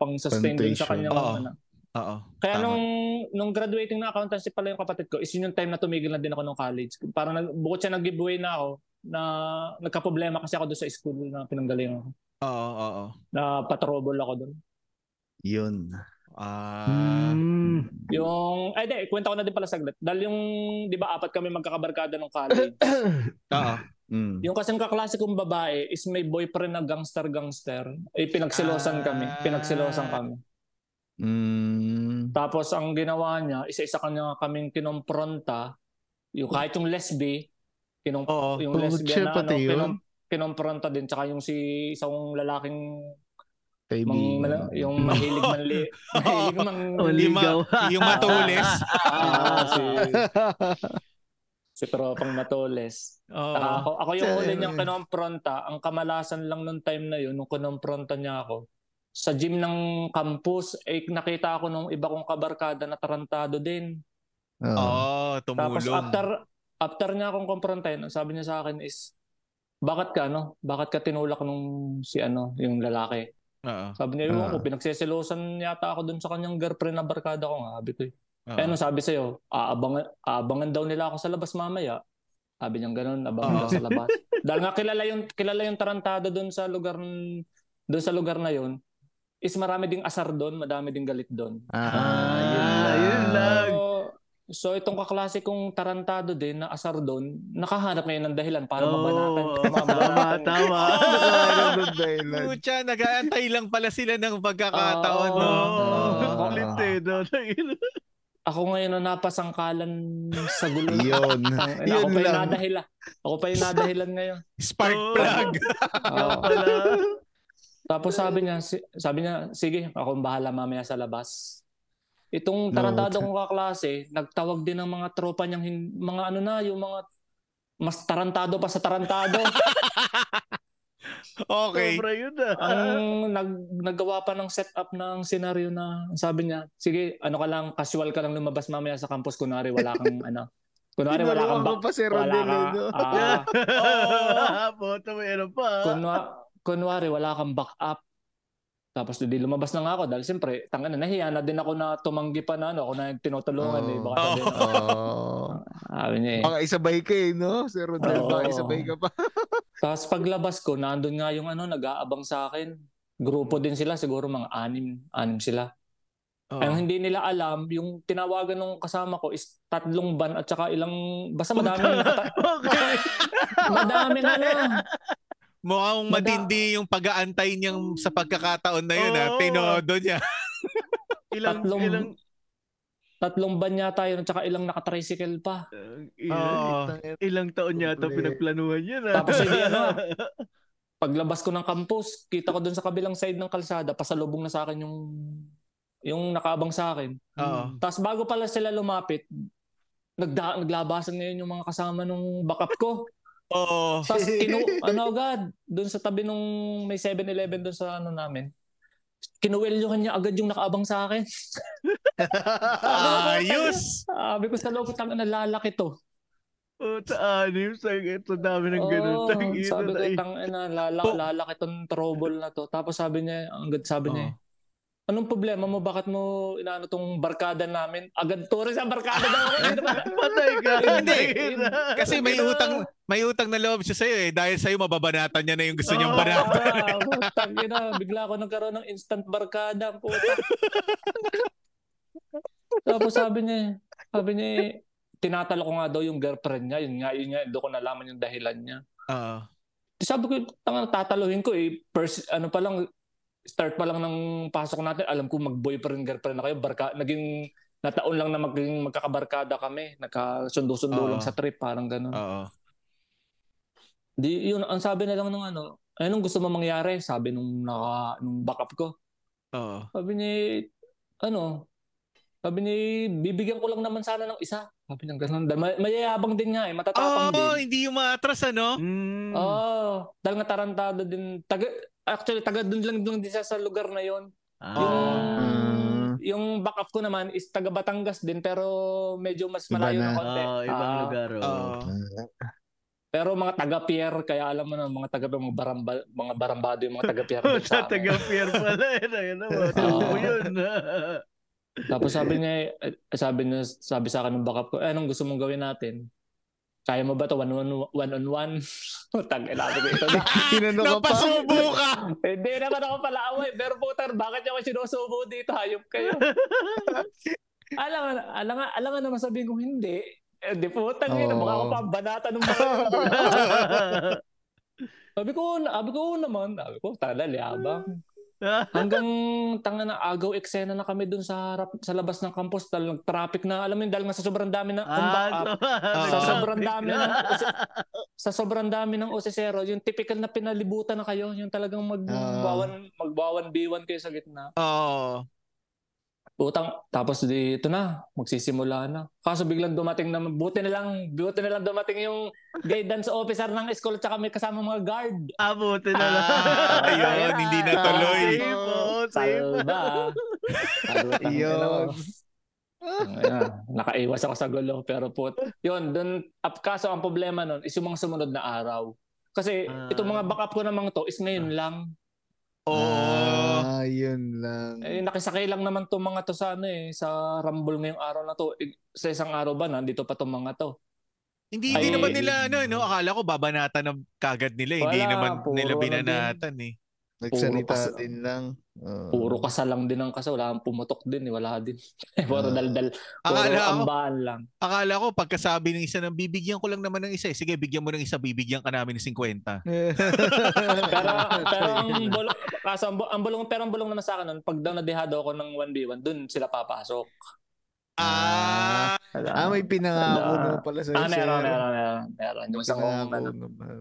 S4: pang-sustain din
S3: Plantation.
S4: sa kanyang
S1: Oo.
S4: ano.
S1: Oo.
S4: Kaya
S1: Tama.
S4: nung nung graduating na accountancy pala yung kapatid ko, is yun yung time na tumigil na din ako ng college. Parang nag, bukod siya nag-giveaway na ako, na nagka-problema kasi ako doon sa school na pinanggalingan ko.
S1: Oo, oo.
S4: Na patrobol ako doon.
S3: Yun.
S1: Ah,
S2: Hmm.
S4: Yung, eh di, kwenta ko na din pala saglit. Dahil yung, di ba, apat kami magkakabarkada ng college.
S1: oo.
S3: Mm.
S4: yung kasing kaklase kong babae is may boyfriend na gangster-gangster. Eh, pinagsilosan kami. Pinagsilosan kami.
S3: Mm.
S4: Tapos ang ginawa niya, isa-isa kanya kaming kinompronta. Yung kahit yung lesbi, kinom
S1: Oo.
S4: yung
S3: Oh, shit,
S4: lesbian na ano,
S3: pati yun.
S4: kinom, kinompronta din. Tsaka yung si isang lalaking, mang,
S3: Kaibigan.
S4: mala- yung mahilig manli. mahilig mang...
S3: Oh,
S1: Yung ma-
S2: Oligaw.
S1: yung matulis.
S4: Ah, si, si tropang matoles. Tsaka
S1: Oo.
S4: ako, ako yung huli
S3: Sir.
S4: niyang kinompronta. Ang kamalasan lang nung time na yun, nung kinompronta niya ako, sa gym ng campus, eh, nakita ako nung iba kong kabarkada na tarantado din.
S3: Oo.
S1: Oo,
S4: Tapos
S1: tumulong.
S4: after after niya akong kumprontahin, ang sabi niya sa akin is bakit ka ano? Bakit ka tinulak nung si ano, yung lalaki?
S1: Oo.
S4: Sabi niya, yung
S3: Ah.
S4: ko, pinagseselosan yata ako dun sa kanyang girlfriend na barkada ko nga, sabi ko. eh.
S1: oo.
S4: Eh, ano sabi sa'yo? Aabangan, aabangan daw nila ako sa labas mamaya. Sabi niya ganun, abangan
S1: Oo.
S4: daw sa labas. Dahil nga kilala yung kilala yung tarantado doon sa lugar doon sa lugar na yun is marami ding asar doon, madami ding galit doon.
S3: Ah, yun
S2: Ah,
S3: lang.
S2: yun lang.
S4: So, so itong kaklase kong tarantado din na asar doon, nakahanap ngayon ng dahilan para
S2: Oo.
S4: mabanatan.
S2: Tama,
S4: mabanatan.
S2: tama.
S3: Nakahanap ng dahilan.
S1: Pucha, nag-aantay lang pala sila ng pagkakataon,
S4: Oo.
S1: no?
S2: Oo.
S3: Oo.
S2: Kulit eh, no?
S4: Ako ngayon na napasangkalan sa gulo.
S3: Yun.
S4: Tang-
S3: Yun
S4: ako pa yung
S3: lang.
S4: nadahilan. Ako pa yung nadahilan ngayon.
S1: Spark
S2: Oo.
S1: plug.
S4: Oo.
S2: Wala.
S4: Tapos sabi niya, si- sabi niya, sige, ako ang bahala mamaya sa labas. Itong tarantado
S3: No,
S4: kong kaklase, nagtawag din ng mga tropa niyang hin- mga ano na, yung mga mas tarantado pa sa tarantado.
S1: Okay.
S2: Sobra yun ah.
S4: ang nag, naggawa pa ng setup ng senaryo na sabi niya, sige, ano ka lang, casual ka lang lumabas mamaya sa campus, kunwari wala kang ano. Kunwari wala kang
S3: Tinuruan ko
S4: bak-
S3: pa si
S4: wala
S3: Rodel. eh,
S4: ka,
S3: no?
S4: ah,
S2: Oh, puta may ano pa. ah.
S4: kunwa- kunwari wala kang backup. Tapos di lumabas na nga ako dahil siyempre, tanga na, nahiya na din ako na tumanggi pa na ano, ako na yung tinutulungan
S3: Oo.
S4: eh. Baka
S3: Oh.
S4: sabihin,
S1: Oo.
S3: Oo.
S4: sabi niya eh.
S3: Baka isabay ka eh, no? Si Rodel,
S4: Oo.
S3: baka isabay ka pa.
S4: Tapos paglabas ko, nandun nga yung ano, nag-aabang sa akin. Grupo din sila, siguro mga anim, anim sila. Ang hindi nila alam, yung tinawagan ng kasama ko is tatlong ban at saka ilang basta madami na nakata-
S2: Okay.
S4: madami na na.
S1: Mukhang
S4: Mada-
S1: matindi yung pag-aantay niyang sa pagkakataon na yun, ha?
S2: Oo.
S1: Tinodo niya.
S2: Ilang,
S4: Tatlong-
S2: ilang,
S4: Tatlong ban yata yun at saka ilang nakatricycle pa.
S2: uh, ilang,
S1: Oo.
S2: ilang taon yata
S3: Uli.
S2: pinagplanuhan yun ah.
S4: Tapos hindi ano, paglabas ko ng campus, kita ko dun sa kabilang side ng kalsada, pasalubong na sa akin yung yung nakaabang sa akin.
S1: Oo.
S4: Tapos bago pala sila lumapit, nagda- naglabasan ngayon yung mga kasama nung backup ko.
S1: Oo.
S4: Tapos kinu ano agad, doon sa tabi nung may 7-Eleven doon sa ano namin. Kinuwelyohan niya agad yung nakaabang sa akin.
S1: Ayos!
S4: Sabi ko sa loob, tang nalalaki to.
S2: Puta, anim sa ito dami ng ganun.
S4: Oo,
S2: Tang ina
S4: sabi ko,
S2: na eh.
S4: tang ina, lala, lalaki tong trouble na to. Tapos sabi niya, ang agad sabi niya, anong problema mo? Bakit mo inaano tong barkada namin? Agad to rin sa barkada eh, namin.
S2: Patay ka.
S1: Hindi.
S2: Tangina.
S1: Kasi may utang may utang na loob siya sa'yo eh. Dahil sa'yo, mababanatan niya na yung gusto
S4: Oh,
S1: niyang
S2: Oo.
S1: banatan.
S4: na, bigla ako nagkaroon ng instant barkada, puta. Tapos sabi niya, sabi niya, tinatalo ko nga daw yung girlfriend niya, yun nga, yun nga, doon ko nalaman yung dahilan niya.
S1: Oo.
S4: Sabi ko, tanga, tataluhin ko eh, first, ano pa lang, start pa lang ng pasok natin, alam ko mag-boyfriend, girlfriend na kayo, barka, naging, nataon lang na maging magkakabarkada kami, nagkasundo-sundo
S1: Oo.
S4: lang sa trip, parang ganun.
S1: Oo.
S4: Di, yun, ang sabi na lang ng ano, anong gusto mo mangyari? Sabi nung, naka, nung backup ko.
S1: Oo.
S4: Sabi niya, ano, Sabi ni, bibigyan ko lang naman sana ng isa. Sabi ng ganun. Da- may- Mayayabang din nga eh,
S1: Oo,
S4: matatapang
S1: oh,
S4: din.
S1: hindi yung maatras, ano?
S2: Mm.
S4: Oo, dahil nga tarantado din. Taga, actually, taga doon lang doon din siya sa lugar na yon.
S2: Ah.
S4: Yung,
S3: Ah.
S4: yung backup ko naman is taga Batangas din, pero medyo mas
S3: Iba
S4: malayo
S3: na.
S4: na konti.
S2: Oo, ibang
S4: Ah,
S2: lugar. oo.
S1: Oo.
S4: Pero mga taga-pier, kaya alam mo na, mga taga mga, baramba, mga barambado yung mga taga-pier.
S2: Oh,
S4: din sa amin.
S2: taga-fair pala. Yun, ayun na, mga tubo yun.
S4: Tapos sabi niya, eh, sabi niya, sabi sa akin ng backup ko, eh, anong gusto mong gawin natin? Kaya mo ba to one on one? on one? Tag, ilabi ko ito na.
S3: Tinanong ka pa.
S1: Napasubo ka!
S4: Hindi naman ako palaaway. Pero putar, bakit niya ako sinusubo dito? Hayop kayo. alam nga, alam nga, alam nga naman sabihin kong hindi. Eh, di putang ina,
S3: Oo.
S4: baka ako pa ang banata ng mga Sabi ko, "Oo na- sabi ko "Oo naman. Sabi ko, tala, liabang. Hanggang tanga na agaw eksena na kami dun sa harap, sa labas ng campus dahil nag-traffic na alam mo yun dahil nga sa sobrang dami na
S2: Ah,
S4: kumba-
S2: so-
S4: ah, sa
S1: so-
S4: sobrang dami
S2: na.
S4: ng sa sobrang dami ng osesero yung typical na pinalibutan na kayo yung talagang magbawan magbawan B1 kayo sa gitna
S1: Oo.
S4: utang tapos dito na magsisimula na kaso biglang dumating na buti na lang buti na lang dumating yung guidance officer ng school tsaka may kasama mga guard
S2: Ah, buti na lang.
S1: Ah, ayun, hindi na tuloy.
S2: Safe, oo, safe.
S4: Salba. Salutang
S3: Yun.
S4: dalawa. Ayun, Nakaiwas ako sa gulo pero put. Yun, dun ap kaso ang problema nun is yung mga sumunod na araw. Kasi
S2: Ah.
S4: itong mga backup ko namang to is ngayon lang.
S1: Oo.
S3: Ah, yun lang.
S4: Eh, nakisakay lang naman tong mga to sa ano eh, sa Rumble ngayong araw na to. Eh, Sa isang araw ba nandito pa tong mga to?
S1: Hindi, hindi
S4: Ay.
S1: naman nila, ano, no? akala ko babanatan ng kagad nila. eh. Hindi
S4: Wala,
S1: naman
S4: puro
S1: nila
S4: ano din.
S1: binanatan eh.
S4: kas-
S3: Nagsalita din lang. Oo.
S4: Puro kasalang din ang kaso, wala ang pumutok din eh, wala din. Puro
S3: Ah.
S4: daldal, puro
S1: Akala ko,
S4: ambahan lang.
S1: akala ko, pagkasabi ng isa na, bibigyan ko lang naman ng isa. eh." Sige, bigyan mo ng isa, bibigyan ka namin ng 50.
S4: pero, pero ang bulong, kaso ang, bu- ang bulong, pero ang bulong naman sa akin nun, pag daw nadehado ako ng 1v1, dun sila papasok.
S1: Ah,
S3: ah, may pinangako
S4: Wala.
S3: na pala sa'yo.
S4: Ah, meron,
S3: sir.
S4: meron, meron, meron. Yung isang
S3: Pinangako
S4: ano,
S3: naman.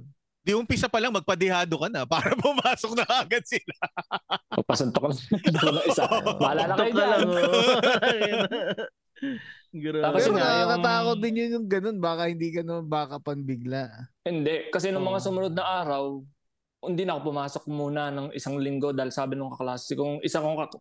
S1: di umpisa pa lang, magpadihado ka na para pumasok na agad sila.
S4: pasuntok lang ng isa. Wala na
S2: Tok na
S4: kayo dyan.
S2: lang, oo. Ayun na. Grabe.
S4: Tapos
S3: Pero
S4: yun nga, yung-
S3: nakakatakot din yun yung ganun. Baka hindi ka naman baka panbigla.
S4: Hindi, kasi nung
S1: Oh.
S4: mga
S2: Oo.
S4: sumunod na araw, hindi na ako pumasok muna ng isang linggo dahil sabi nung kaklase kong isa kong kak-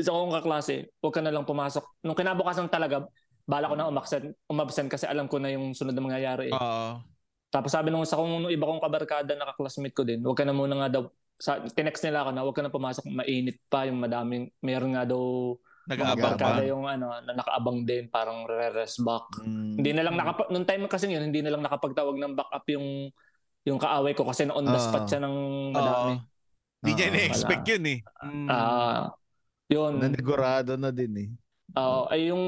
S4: isa kong kaklase, huwag ka na lang pumasok. Nung kinabukasan talaga, bala ko na umaksan, umabsent kasi alam ko na yung sunod na mangyayari. eh.
S1: Oo.
S4: Tapos sabi nung isa kong nung iba kong kabarkada na kaklasmate ko din, huwag ka na muna nga daw sa tinext nila ako na huwag ka na pumasok mainit pa yung madaming meron nga daw
S1: Nag-aabang pa.
S3: Nag-aabang.
S4: barkada yung ano na nakaabang din parang re-rest back.
S3: Mm.
S4: Hindi na lang nakapag nung time kasi yun hindi na lang nakapagtawag ng backup yung yung kaaway ko kasi on the
S3: Ah.
S4: spot siya ng
S1: Oo.
S4: madami.
S1: Di niya
S3: Oo,
S1: na-expect yun eh.
S2: Mm.
S4: Ah, yun.
S3: Nanigurado na din eh.
S4: Oo, ay yung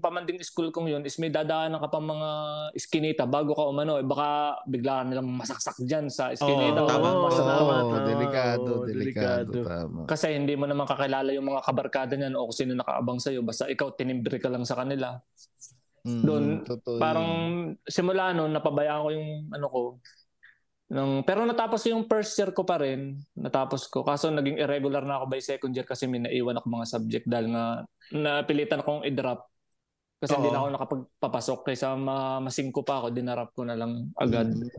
S4: pamanding school kong yun is may dadaanan ka pa mga iskinita bago ka umano. Eh, baka bigla ka nilang masaksak dyan sa iskinita.
S1: Oo,
S4: o
S1: tama.
S4: ano,
S2: Oo,
S4: masaksak.
S2: tama,
S3: Oo,
S2: tama.
S3: Delikado,
S2: Oo,
S3: delikado.
S2: delikado.
S3: Tama.
S4: Kasi hindi mo naman kakilala yung mga kabarkada niyan o kung sino nakaabang sa'yo. Basta ikaw, tinimbre ka lang sa kanila.
S3: Mm,
S4: Doon,
S3: totoo
S4: Parang
S3: yun.
S1: Mm.
S4: simula noon, napabayaan ko yung ano ko. Nung, pero natapos ko yung first year ko pa rin. Natapos ko. Kaso naging irregular na ako by second year kasi may naiwan ako mga subject dahil na napilitan akong i-drop. Kasi hindi
S1: Oo.
S4: na ako nakapagpapasok. Kaysa ma- masingko pa ako, dinarap ko na lang agad.
S3: Mm.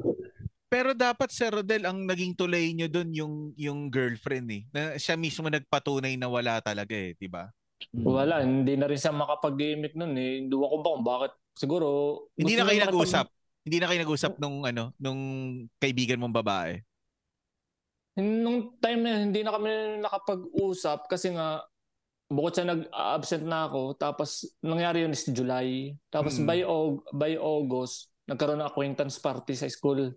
S1: Pero dapat Sir Rodel ang naging tulay niyo doon yung yung girlfriend eh. Na siya mismo nagpatunay na wala talaga eh, 'di ba?
S3: Mm.
S4: Wala, hindi na rin siya makapag-gimmick nun eh. Hindi ko ba kung bakit. Siguro...
S1: Hindi
S4: gusto
S1: na kayo
S4: niya makapag-
S1: nag-usap. Hindi na kayo nag-usap nung ano, nung kaibigan mong babae.
S4: Nung time na yun, hindi na kami nakapag-usap kasi nga bukod sa nag-absent na ako tapos nangyari yun is July tapos
S1: Mm.
S4: by, Aug- by August nagkaroon ng acquaintance party sa school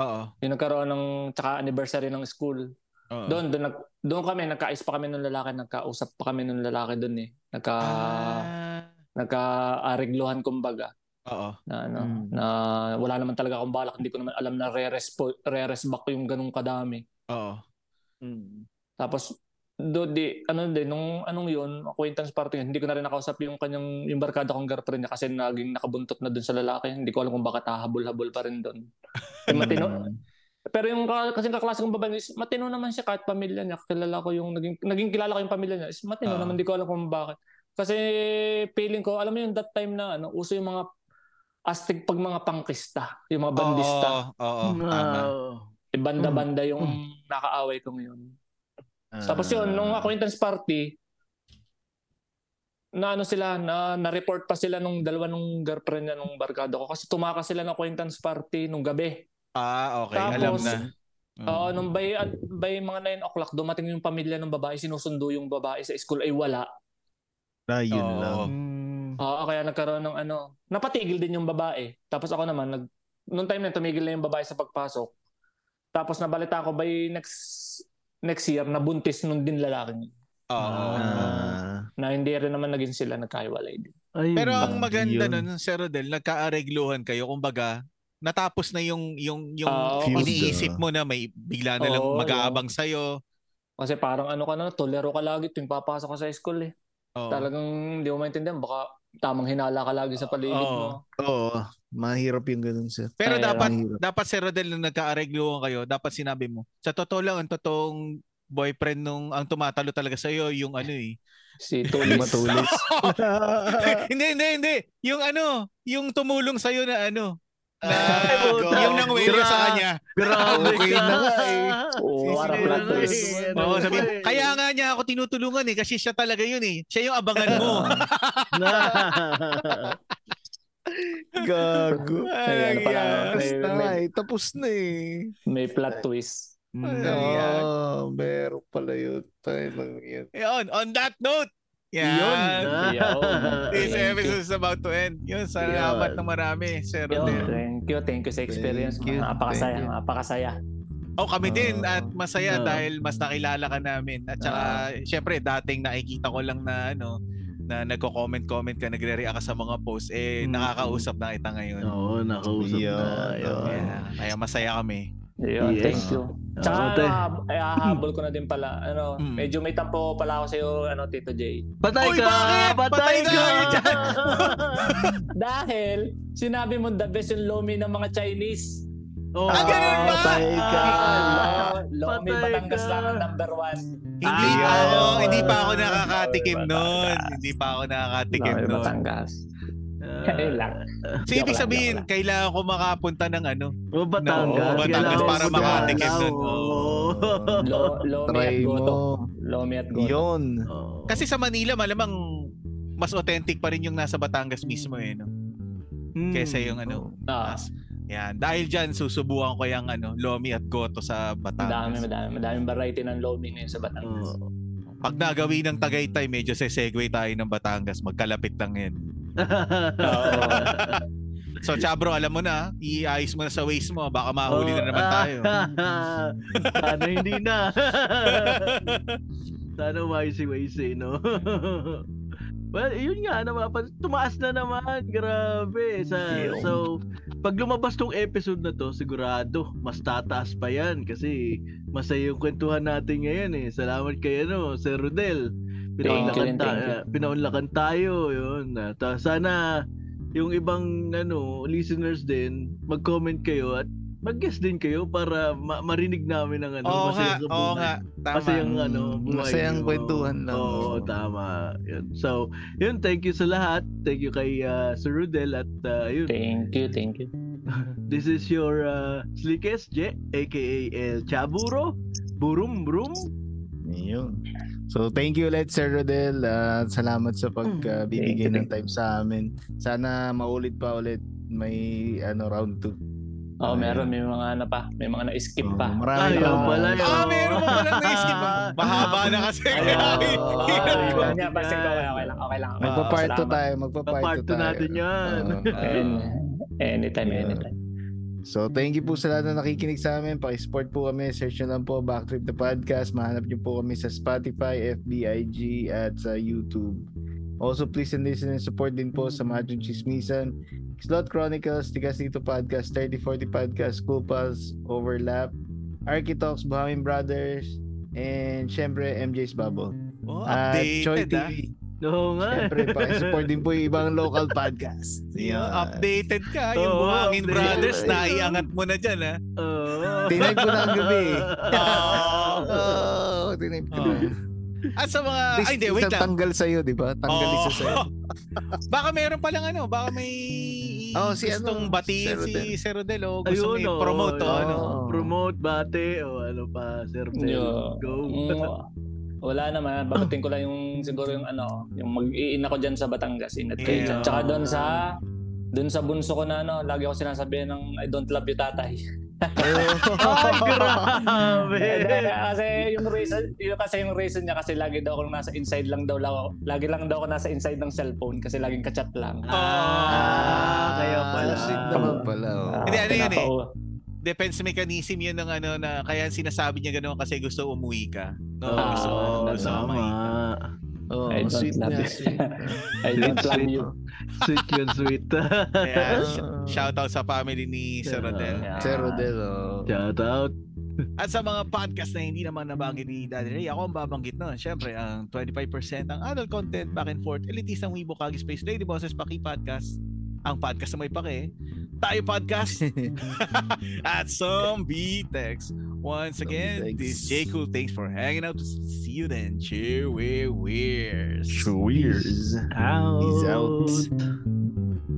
S1: Oo.
S4: yung nagkaroon ng tsaka anniversary ng school
S1: Oo.
S4: doon doon, nag, doon kami nagka-ice pa kami ng lalaki nagkausap pa kami ng lalaki doon eh nagka
S1: Ah.
S4: nagka-arigluhan kumbaga
S1: Oo.
S4: na ano
S3: Mm.
S4: na wala naman talaga akong balak hindi ko naman alam na re-respo, re-res back yung ganung kadami
S1: Oo.
S4: eh.
S3: Mm.
S4: Tapos do di ano din nung anong yun acquaintance party yun, hindi ko na rin nakausap yung kanyang yung barkada kong girlfriend niya kasi naging nakabuntot na dun sa lalaki hindi ko alam kung bakit hahabol-habol pa rin dun Eh,
S1: Hmm.
S4: matino
S3: Mm.
S4: pero yung ka- kasi kaklase kong babae is matino naman siya kahit pamilya niya kilala ko yung naging naging kilala ko yung pamilya niya is matino
S1: Ah.
S4: naman hindi ko alam kung bakit Kasi feeling ko, alam mo yung that time na ano, uso yung mga astig pag mga pangkista, yung mga bandista.
S1: Oo,
S2: oh,
S1: oo,
S2: Mm,
S1: oo,
S2: ah,
S1: tama.
S4: Eh, Banda-banda
S1: Hmm.
S4: yung nakaaway ko ngayon.
S3: Ah.
S4: Tapos
S1: Ah.
S4: yun, nung acquaintance party, na ano sila, na, na-report pa sila nung dalawa nung girlfriend niya nung barkada ko. Kasi tumaka sila ng acquaintance party nung gabi.
S1: Ah, okay.
S4: Tapos,
S1: Alam na. Mm.
S4: Oo, nung by, at, by mga 9 o'clock, dumating yung pamilya ng babae, sinusundo yung babae sa school ay wala.
S3: Ah, yun
S1: Oo.
S3: lang.
S2: Mm.
S4: Oo, kaya nagkaroon ng ano, napatigil din yung babae. Tapos ako naman, nag, nung time na yun, tumigil na yung babae sa pagpasok. Tapos nabalita ko by next next year, nabuntis nun din lalaking yun.
S1: Oo.
S3: Ah.
S4: Na hindi rin naman naging sila, nagkahiwalay din.
S2: Ayun
S1: Pero
S2: lang
S1: ang maganda
S2: yun.
S1: nun, Sir Rodel, nagkaaregluhan kayo. Kumbaga, natapos na yung yung yung
S4: Oo.
S3: Feud,
S1: iniisip
S3: ah.
S1: mo na may bigla na lang
S4: Oo,
S1: mag-aabang sa'yo.
S4: Kasi parang ano ka na, tolero ka lagi tuwing papasok ka sa school eh.
S1: Oo.
S4: Talagang hindi mo maintindihan, baka tamang hinala ka lagi sa paligid
S1: Oo.
S4: mo.
S3: Oo. Mahirap yung ganun, sir.
S1: Pero
S4: Kaya
S1: dapat
S3: mahirap.
S1: dapat Sir Rodel nung nagkaaregluhan kayo, dapat sinabi mo. Sa totoo lang ang totoong boyfriend nung ang tumatalo talaga sa iyo yung ano eh.
S4: Si
S3: Hindi
S4: Tulis.
S3: matulis.
S1: hindi hindi hindi. Yung ano, yung tumulong sa iyo na ano. Na,
S2: Ay, puta.
S1: yung nang wala sa
S2: Gra-
S1: kanya.
S2: Grabe
S3: Okay
S2: ka.
S3: na nga eh.
S4: Oo,
S3: Sisira
S4: harap
S3: na
S4: plot
S3: eh.
S4: twist.
S2: Ano
S1: Oo,
S2: ba
S1: sabi,
S2: eh?
S1: kaya nga niya ako tinutulungan eh kasi siya talaga yun eh. Siya yung abangan mo.
S2: Na.
S3: Gago.
S4: Ay, ano pala,
S1: Ayan.
S4: may,
S3: Tapos na nga
S4: may,
S3: eh. Tapos na eh.
S4: may plot twist.
S1: Ayan.
S3: Oo, meron pala yun. Tayo lang yun.
S1: Yun, on that note.
S2: Yun.
S1: Yan.
S4: Yun.
S1: This
S4: Thank
S1: episode is about to end. Yun, salamat
S2: Yun.
S1: na marami, Sir
S4: Yo,
S1: Rodel.
S4: thank you, thank you sa experience mo.
S3: Thank you,
S4: Napakasaya,
S3: thank you.
S4: napakasaya.
S1: Oh, kami din at masaya
S2: Oo.
S1: dahil mas nakilala ka namin. At saka,
S2: Ah.
S1: syempre, dating nakikita ko lang na ano, na nagko-comment-comment ka, nagre-react ka sa mga posts, eh,
S2: Mm.
S1: nakakausap na kita ngayon.
S2: Oo, nakausap na.
S3: Yun.
S2: Ayun.
S1: Yeah. Kaya masaya kami.
S4: Yo,
S2: Yes.
S4: thank you.
S2: Oo,
S4: Tsaka,
S2: te.
S4: ano, ay, hahabol ko na din pala. Ano,
S1: Mm.
S4: medyo may tampo pala ako sa'yo, ano, Tito J.
S2: Patay
S1: Uy,
S2: ka!
S1: bakit? Patay
S2: Patay
S1: ka!
S2: ka!
S1: Yun dyan.
S4: Dahil, sinabi mo the best yung lomi ng mga Chinese.
S2: Oo.
S1: Ah, ganun ba?
S2: Patay ka!
S4: Ah, lomi
S2: Patay
S4: Batangas
S2: ka.
S4: lang ang number one.
S1: Hindi
S2: Ah,
S1: pa ako,
S2: yun.
S1: hindi pa ako nakakatikim
S4: Ay,
S1: noon.
S4: mataas.
S1: Hindi pa ako nakakatikim
S4: Lomi
S1: noon.
S4: Batangas. Ayun lang.
S1: So
S4: Joke
S1: ibig
S4: lang,
S1: sabihin,
S4: joke lang.
S1: kailangan ko makapunta ng ano.
S2: O, Batangas.
S4: Oo, Batangas
S2: Kailangan
S4: para
S2: mo
S4: makatikim
S2: dalaw.
S1: nun. Oo.
S4: Lo- lomi at
S3: Try
S4: goto.
S3: mo.
S4: Lomi at goto.
S3: Yun.
S2: Oo.
S1: Kasi sa Manila, malamang mas authentic pa rin yung nasa Batangas mismo eh, no?
S2: Hmm.
S1: Kesa yung ano,
S4: Ah,
S1: Mas, yan. Dahil dyan, susubukan ko yung ano, Lomi at Goto sa
S4: madami,
S1: Batangas.
S4: madami. Madaming variety ng lomi ngayon sa Batangas.
S2: Oo.
S1: Pag nagawin ng Tagaytay, medyo sesegue tayo ng Batangas. Magkalapit lang yan. So, Chabro, alam mo na, i-ayos mo na sa ways mo. Baka mahuli na naman
S2: Oo.
S1: tayo.
S2: Sana hindi na. Sana waisi-waisi, no? well, yun nga, napapansin. Tumaas na naman. Grabe. Sa,
S4: Yun.
S2: so, pag lumabas tong episode na to, sigurado, mas tataas pa yan. Kasi masaya yung kwentuhan natin ngayon eh. Salamat kay ano, Sir Rudel. Pinaunlakan,
S4: Thank you,
S2: ta-
S4: thank you.
S2: ah, pinaunlakan tayo. Yun. At, ah, sana yung ibang ano listeners din mag-comment kayo at mag-guess din kayo para ma- marinig namin ang ano
S1: Oo nga,
S2: masaya sa
S1: oo
S2: buhay.
S1: nga. Tama.
S2: Masayang ano, buhay
S3: Mm, Masayang
S2: nyo.
S3: kwentuhan lang.
S2: Oo, tama. Yun. So, yun, thank you sa lahat. Thank you kay ah, Sir Rudel at ah, yun.
S4: Thank you, thank you.
S2: This is your uh, Slickest Je, aka El Chaburo. Burum Brum.
S3: Yun. So thank you ulit Sir Rodel at salamat sa pagbibigay
S4: Thank you,
S3: ng time sa amin. Sana maulit pa ulit may ano round 2.
S4: Oh, meron may mga ano pa, may mga na-skip
S3: Oh,
S4: pa.
S3: Marami
S2: Ayaw
S3: pa.
S2: pala yun.
S1: Ah, meron mo palang na-skip. Mahaba na kasi.
S2: Ayaw.
S1: grabe.
S4: Oh,
S2: Ay,
S4: yun nga, basta ikaw, okay lang, okay lang.
S3: Magpa-part 2
S4: Ah, Salamat.
S3: tayo, magpa-part 2
S2: Part 2
S3: tayo.
S2: natin yan.
S4: And, anytime,
S3: Yeah.
S4: anytime.
S3: So thank you po sa lahat na nakikinig sa amin. Pakisupport po kami. Search nyo lang po Backtrip the Podcast. Mahanap nyo po kami sa Spotify, FB, IG, at sa YouTube. Also, please and listen and support din po sa Mahjong Chismisan, Slot Chronicles, Tigas Dito Podcast, 3040 Podcast, Cool Pals, Overlap, Arky Talks, Bahamian Brothers, and syempre, MJ's Bubble.
S1: Oh,
S3: At Choi
S1: updated ah.
S3: TV.
S2: Oo nga. eh.
S3: Syempre, pakisupport din po yung ibang local podcast.
S1: Yeah,
S3: Yun.
S1: updated ka. Yung
S2: Oo,
S1: Buhangin
S2: updated.
S1: Brothers, naiangat mo na dyan ah.
S2: Oo.
S3: Tinry ko na ang gabi.
S1: Oo.
S3: Oh, tinip ko.
S1: Oo. At Ah, sa mga, ay hindi, wait lang.
S3: Tanggal sa'yo, di ba? Tanggal
S1: Oo.
S3: isa sa'yo.
S1: baka meron palang ano, baka may
S3: Oh, si Oh.
S1: gustong
S3: ano,
S1: batiin
S3: Sir
S1: si Sir Rodel o gusto
S2: Ayun, oh.
S1: may
S2: oo,
S1: promote o
S2: oo.
S1: ano.
S3: Oo.
S2: Promote, bate, o ano pa, Sir Del.
S4: Yeah.
S2: Go.
S4: Mm, wala naman. Babating ko lang yung siguro yung ano, yung mag-iin ako dyan sa Batangas. Ingat kayo dyan.
S1: Yeah.
S4: Tsaka doon sa doon sa bunso ko na ano, lagi ako sinasabi ng I don't love you tatay.
S2: Ay, grabe.
S4: kasi yung reason, yung kasi yung reason niya kasi lagi daw ako nasa inside lang daw ako. Lagi lang daw ako nasa inside ng cellphone kasi laging kachat lang.
S2: Ah, kaya pala.
S3: Sweet naman pala. Oh.
S4: Ah,
S1: Hindi, ano yun eh.
S4: pinapau-
S1: Defense mechanism yun ng ano na kaya sinasabi niya gano'n kasi gusto umuwi ka.
S2: oh,
S1: No,
S4: Ah,
S1: gusto,
S4: tama.
S1: gusto
S2: tama.
S1: umuwi.
S2: Eh,
S3: Oh,
S4: I don't
S3: sweet
S4: love
S3: niya,
S4: you.
S3: sweet.
S4: I don't love you.
S2: Sweet yun, sweet.
S1: Kaya,
S3: Ah.
S1: shout out sa family ni Sir Rodel.
S4: Yeah.
S3: Sir Rodel, oh.
S2: Shout out.
S1: At sa mga podcast na hindi naman nabanggit ni Daddy Ray, ako ang babanggit nun. Siyempre, ang 25% ang adult content, back and forth, elitist ang Weibo, Kagi Space, Lady Bosses, Paki Podcast, ang podcast na may pake, tayo podcast, at some B-Tex. Once
S3: Some
S1: again,
S3: B-Tex.
S1: this is J. Cool. Thanks for hanging out. See you then. Cheer, we wears.
S3: Cheers.
S2: Out.
S3: He's out.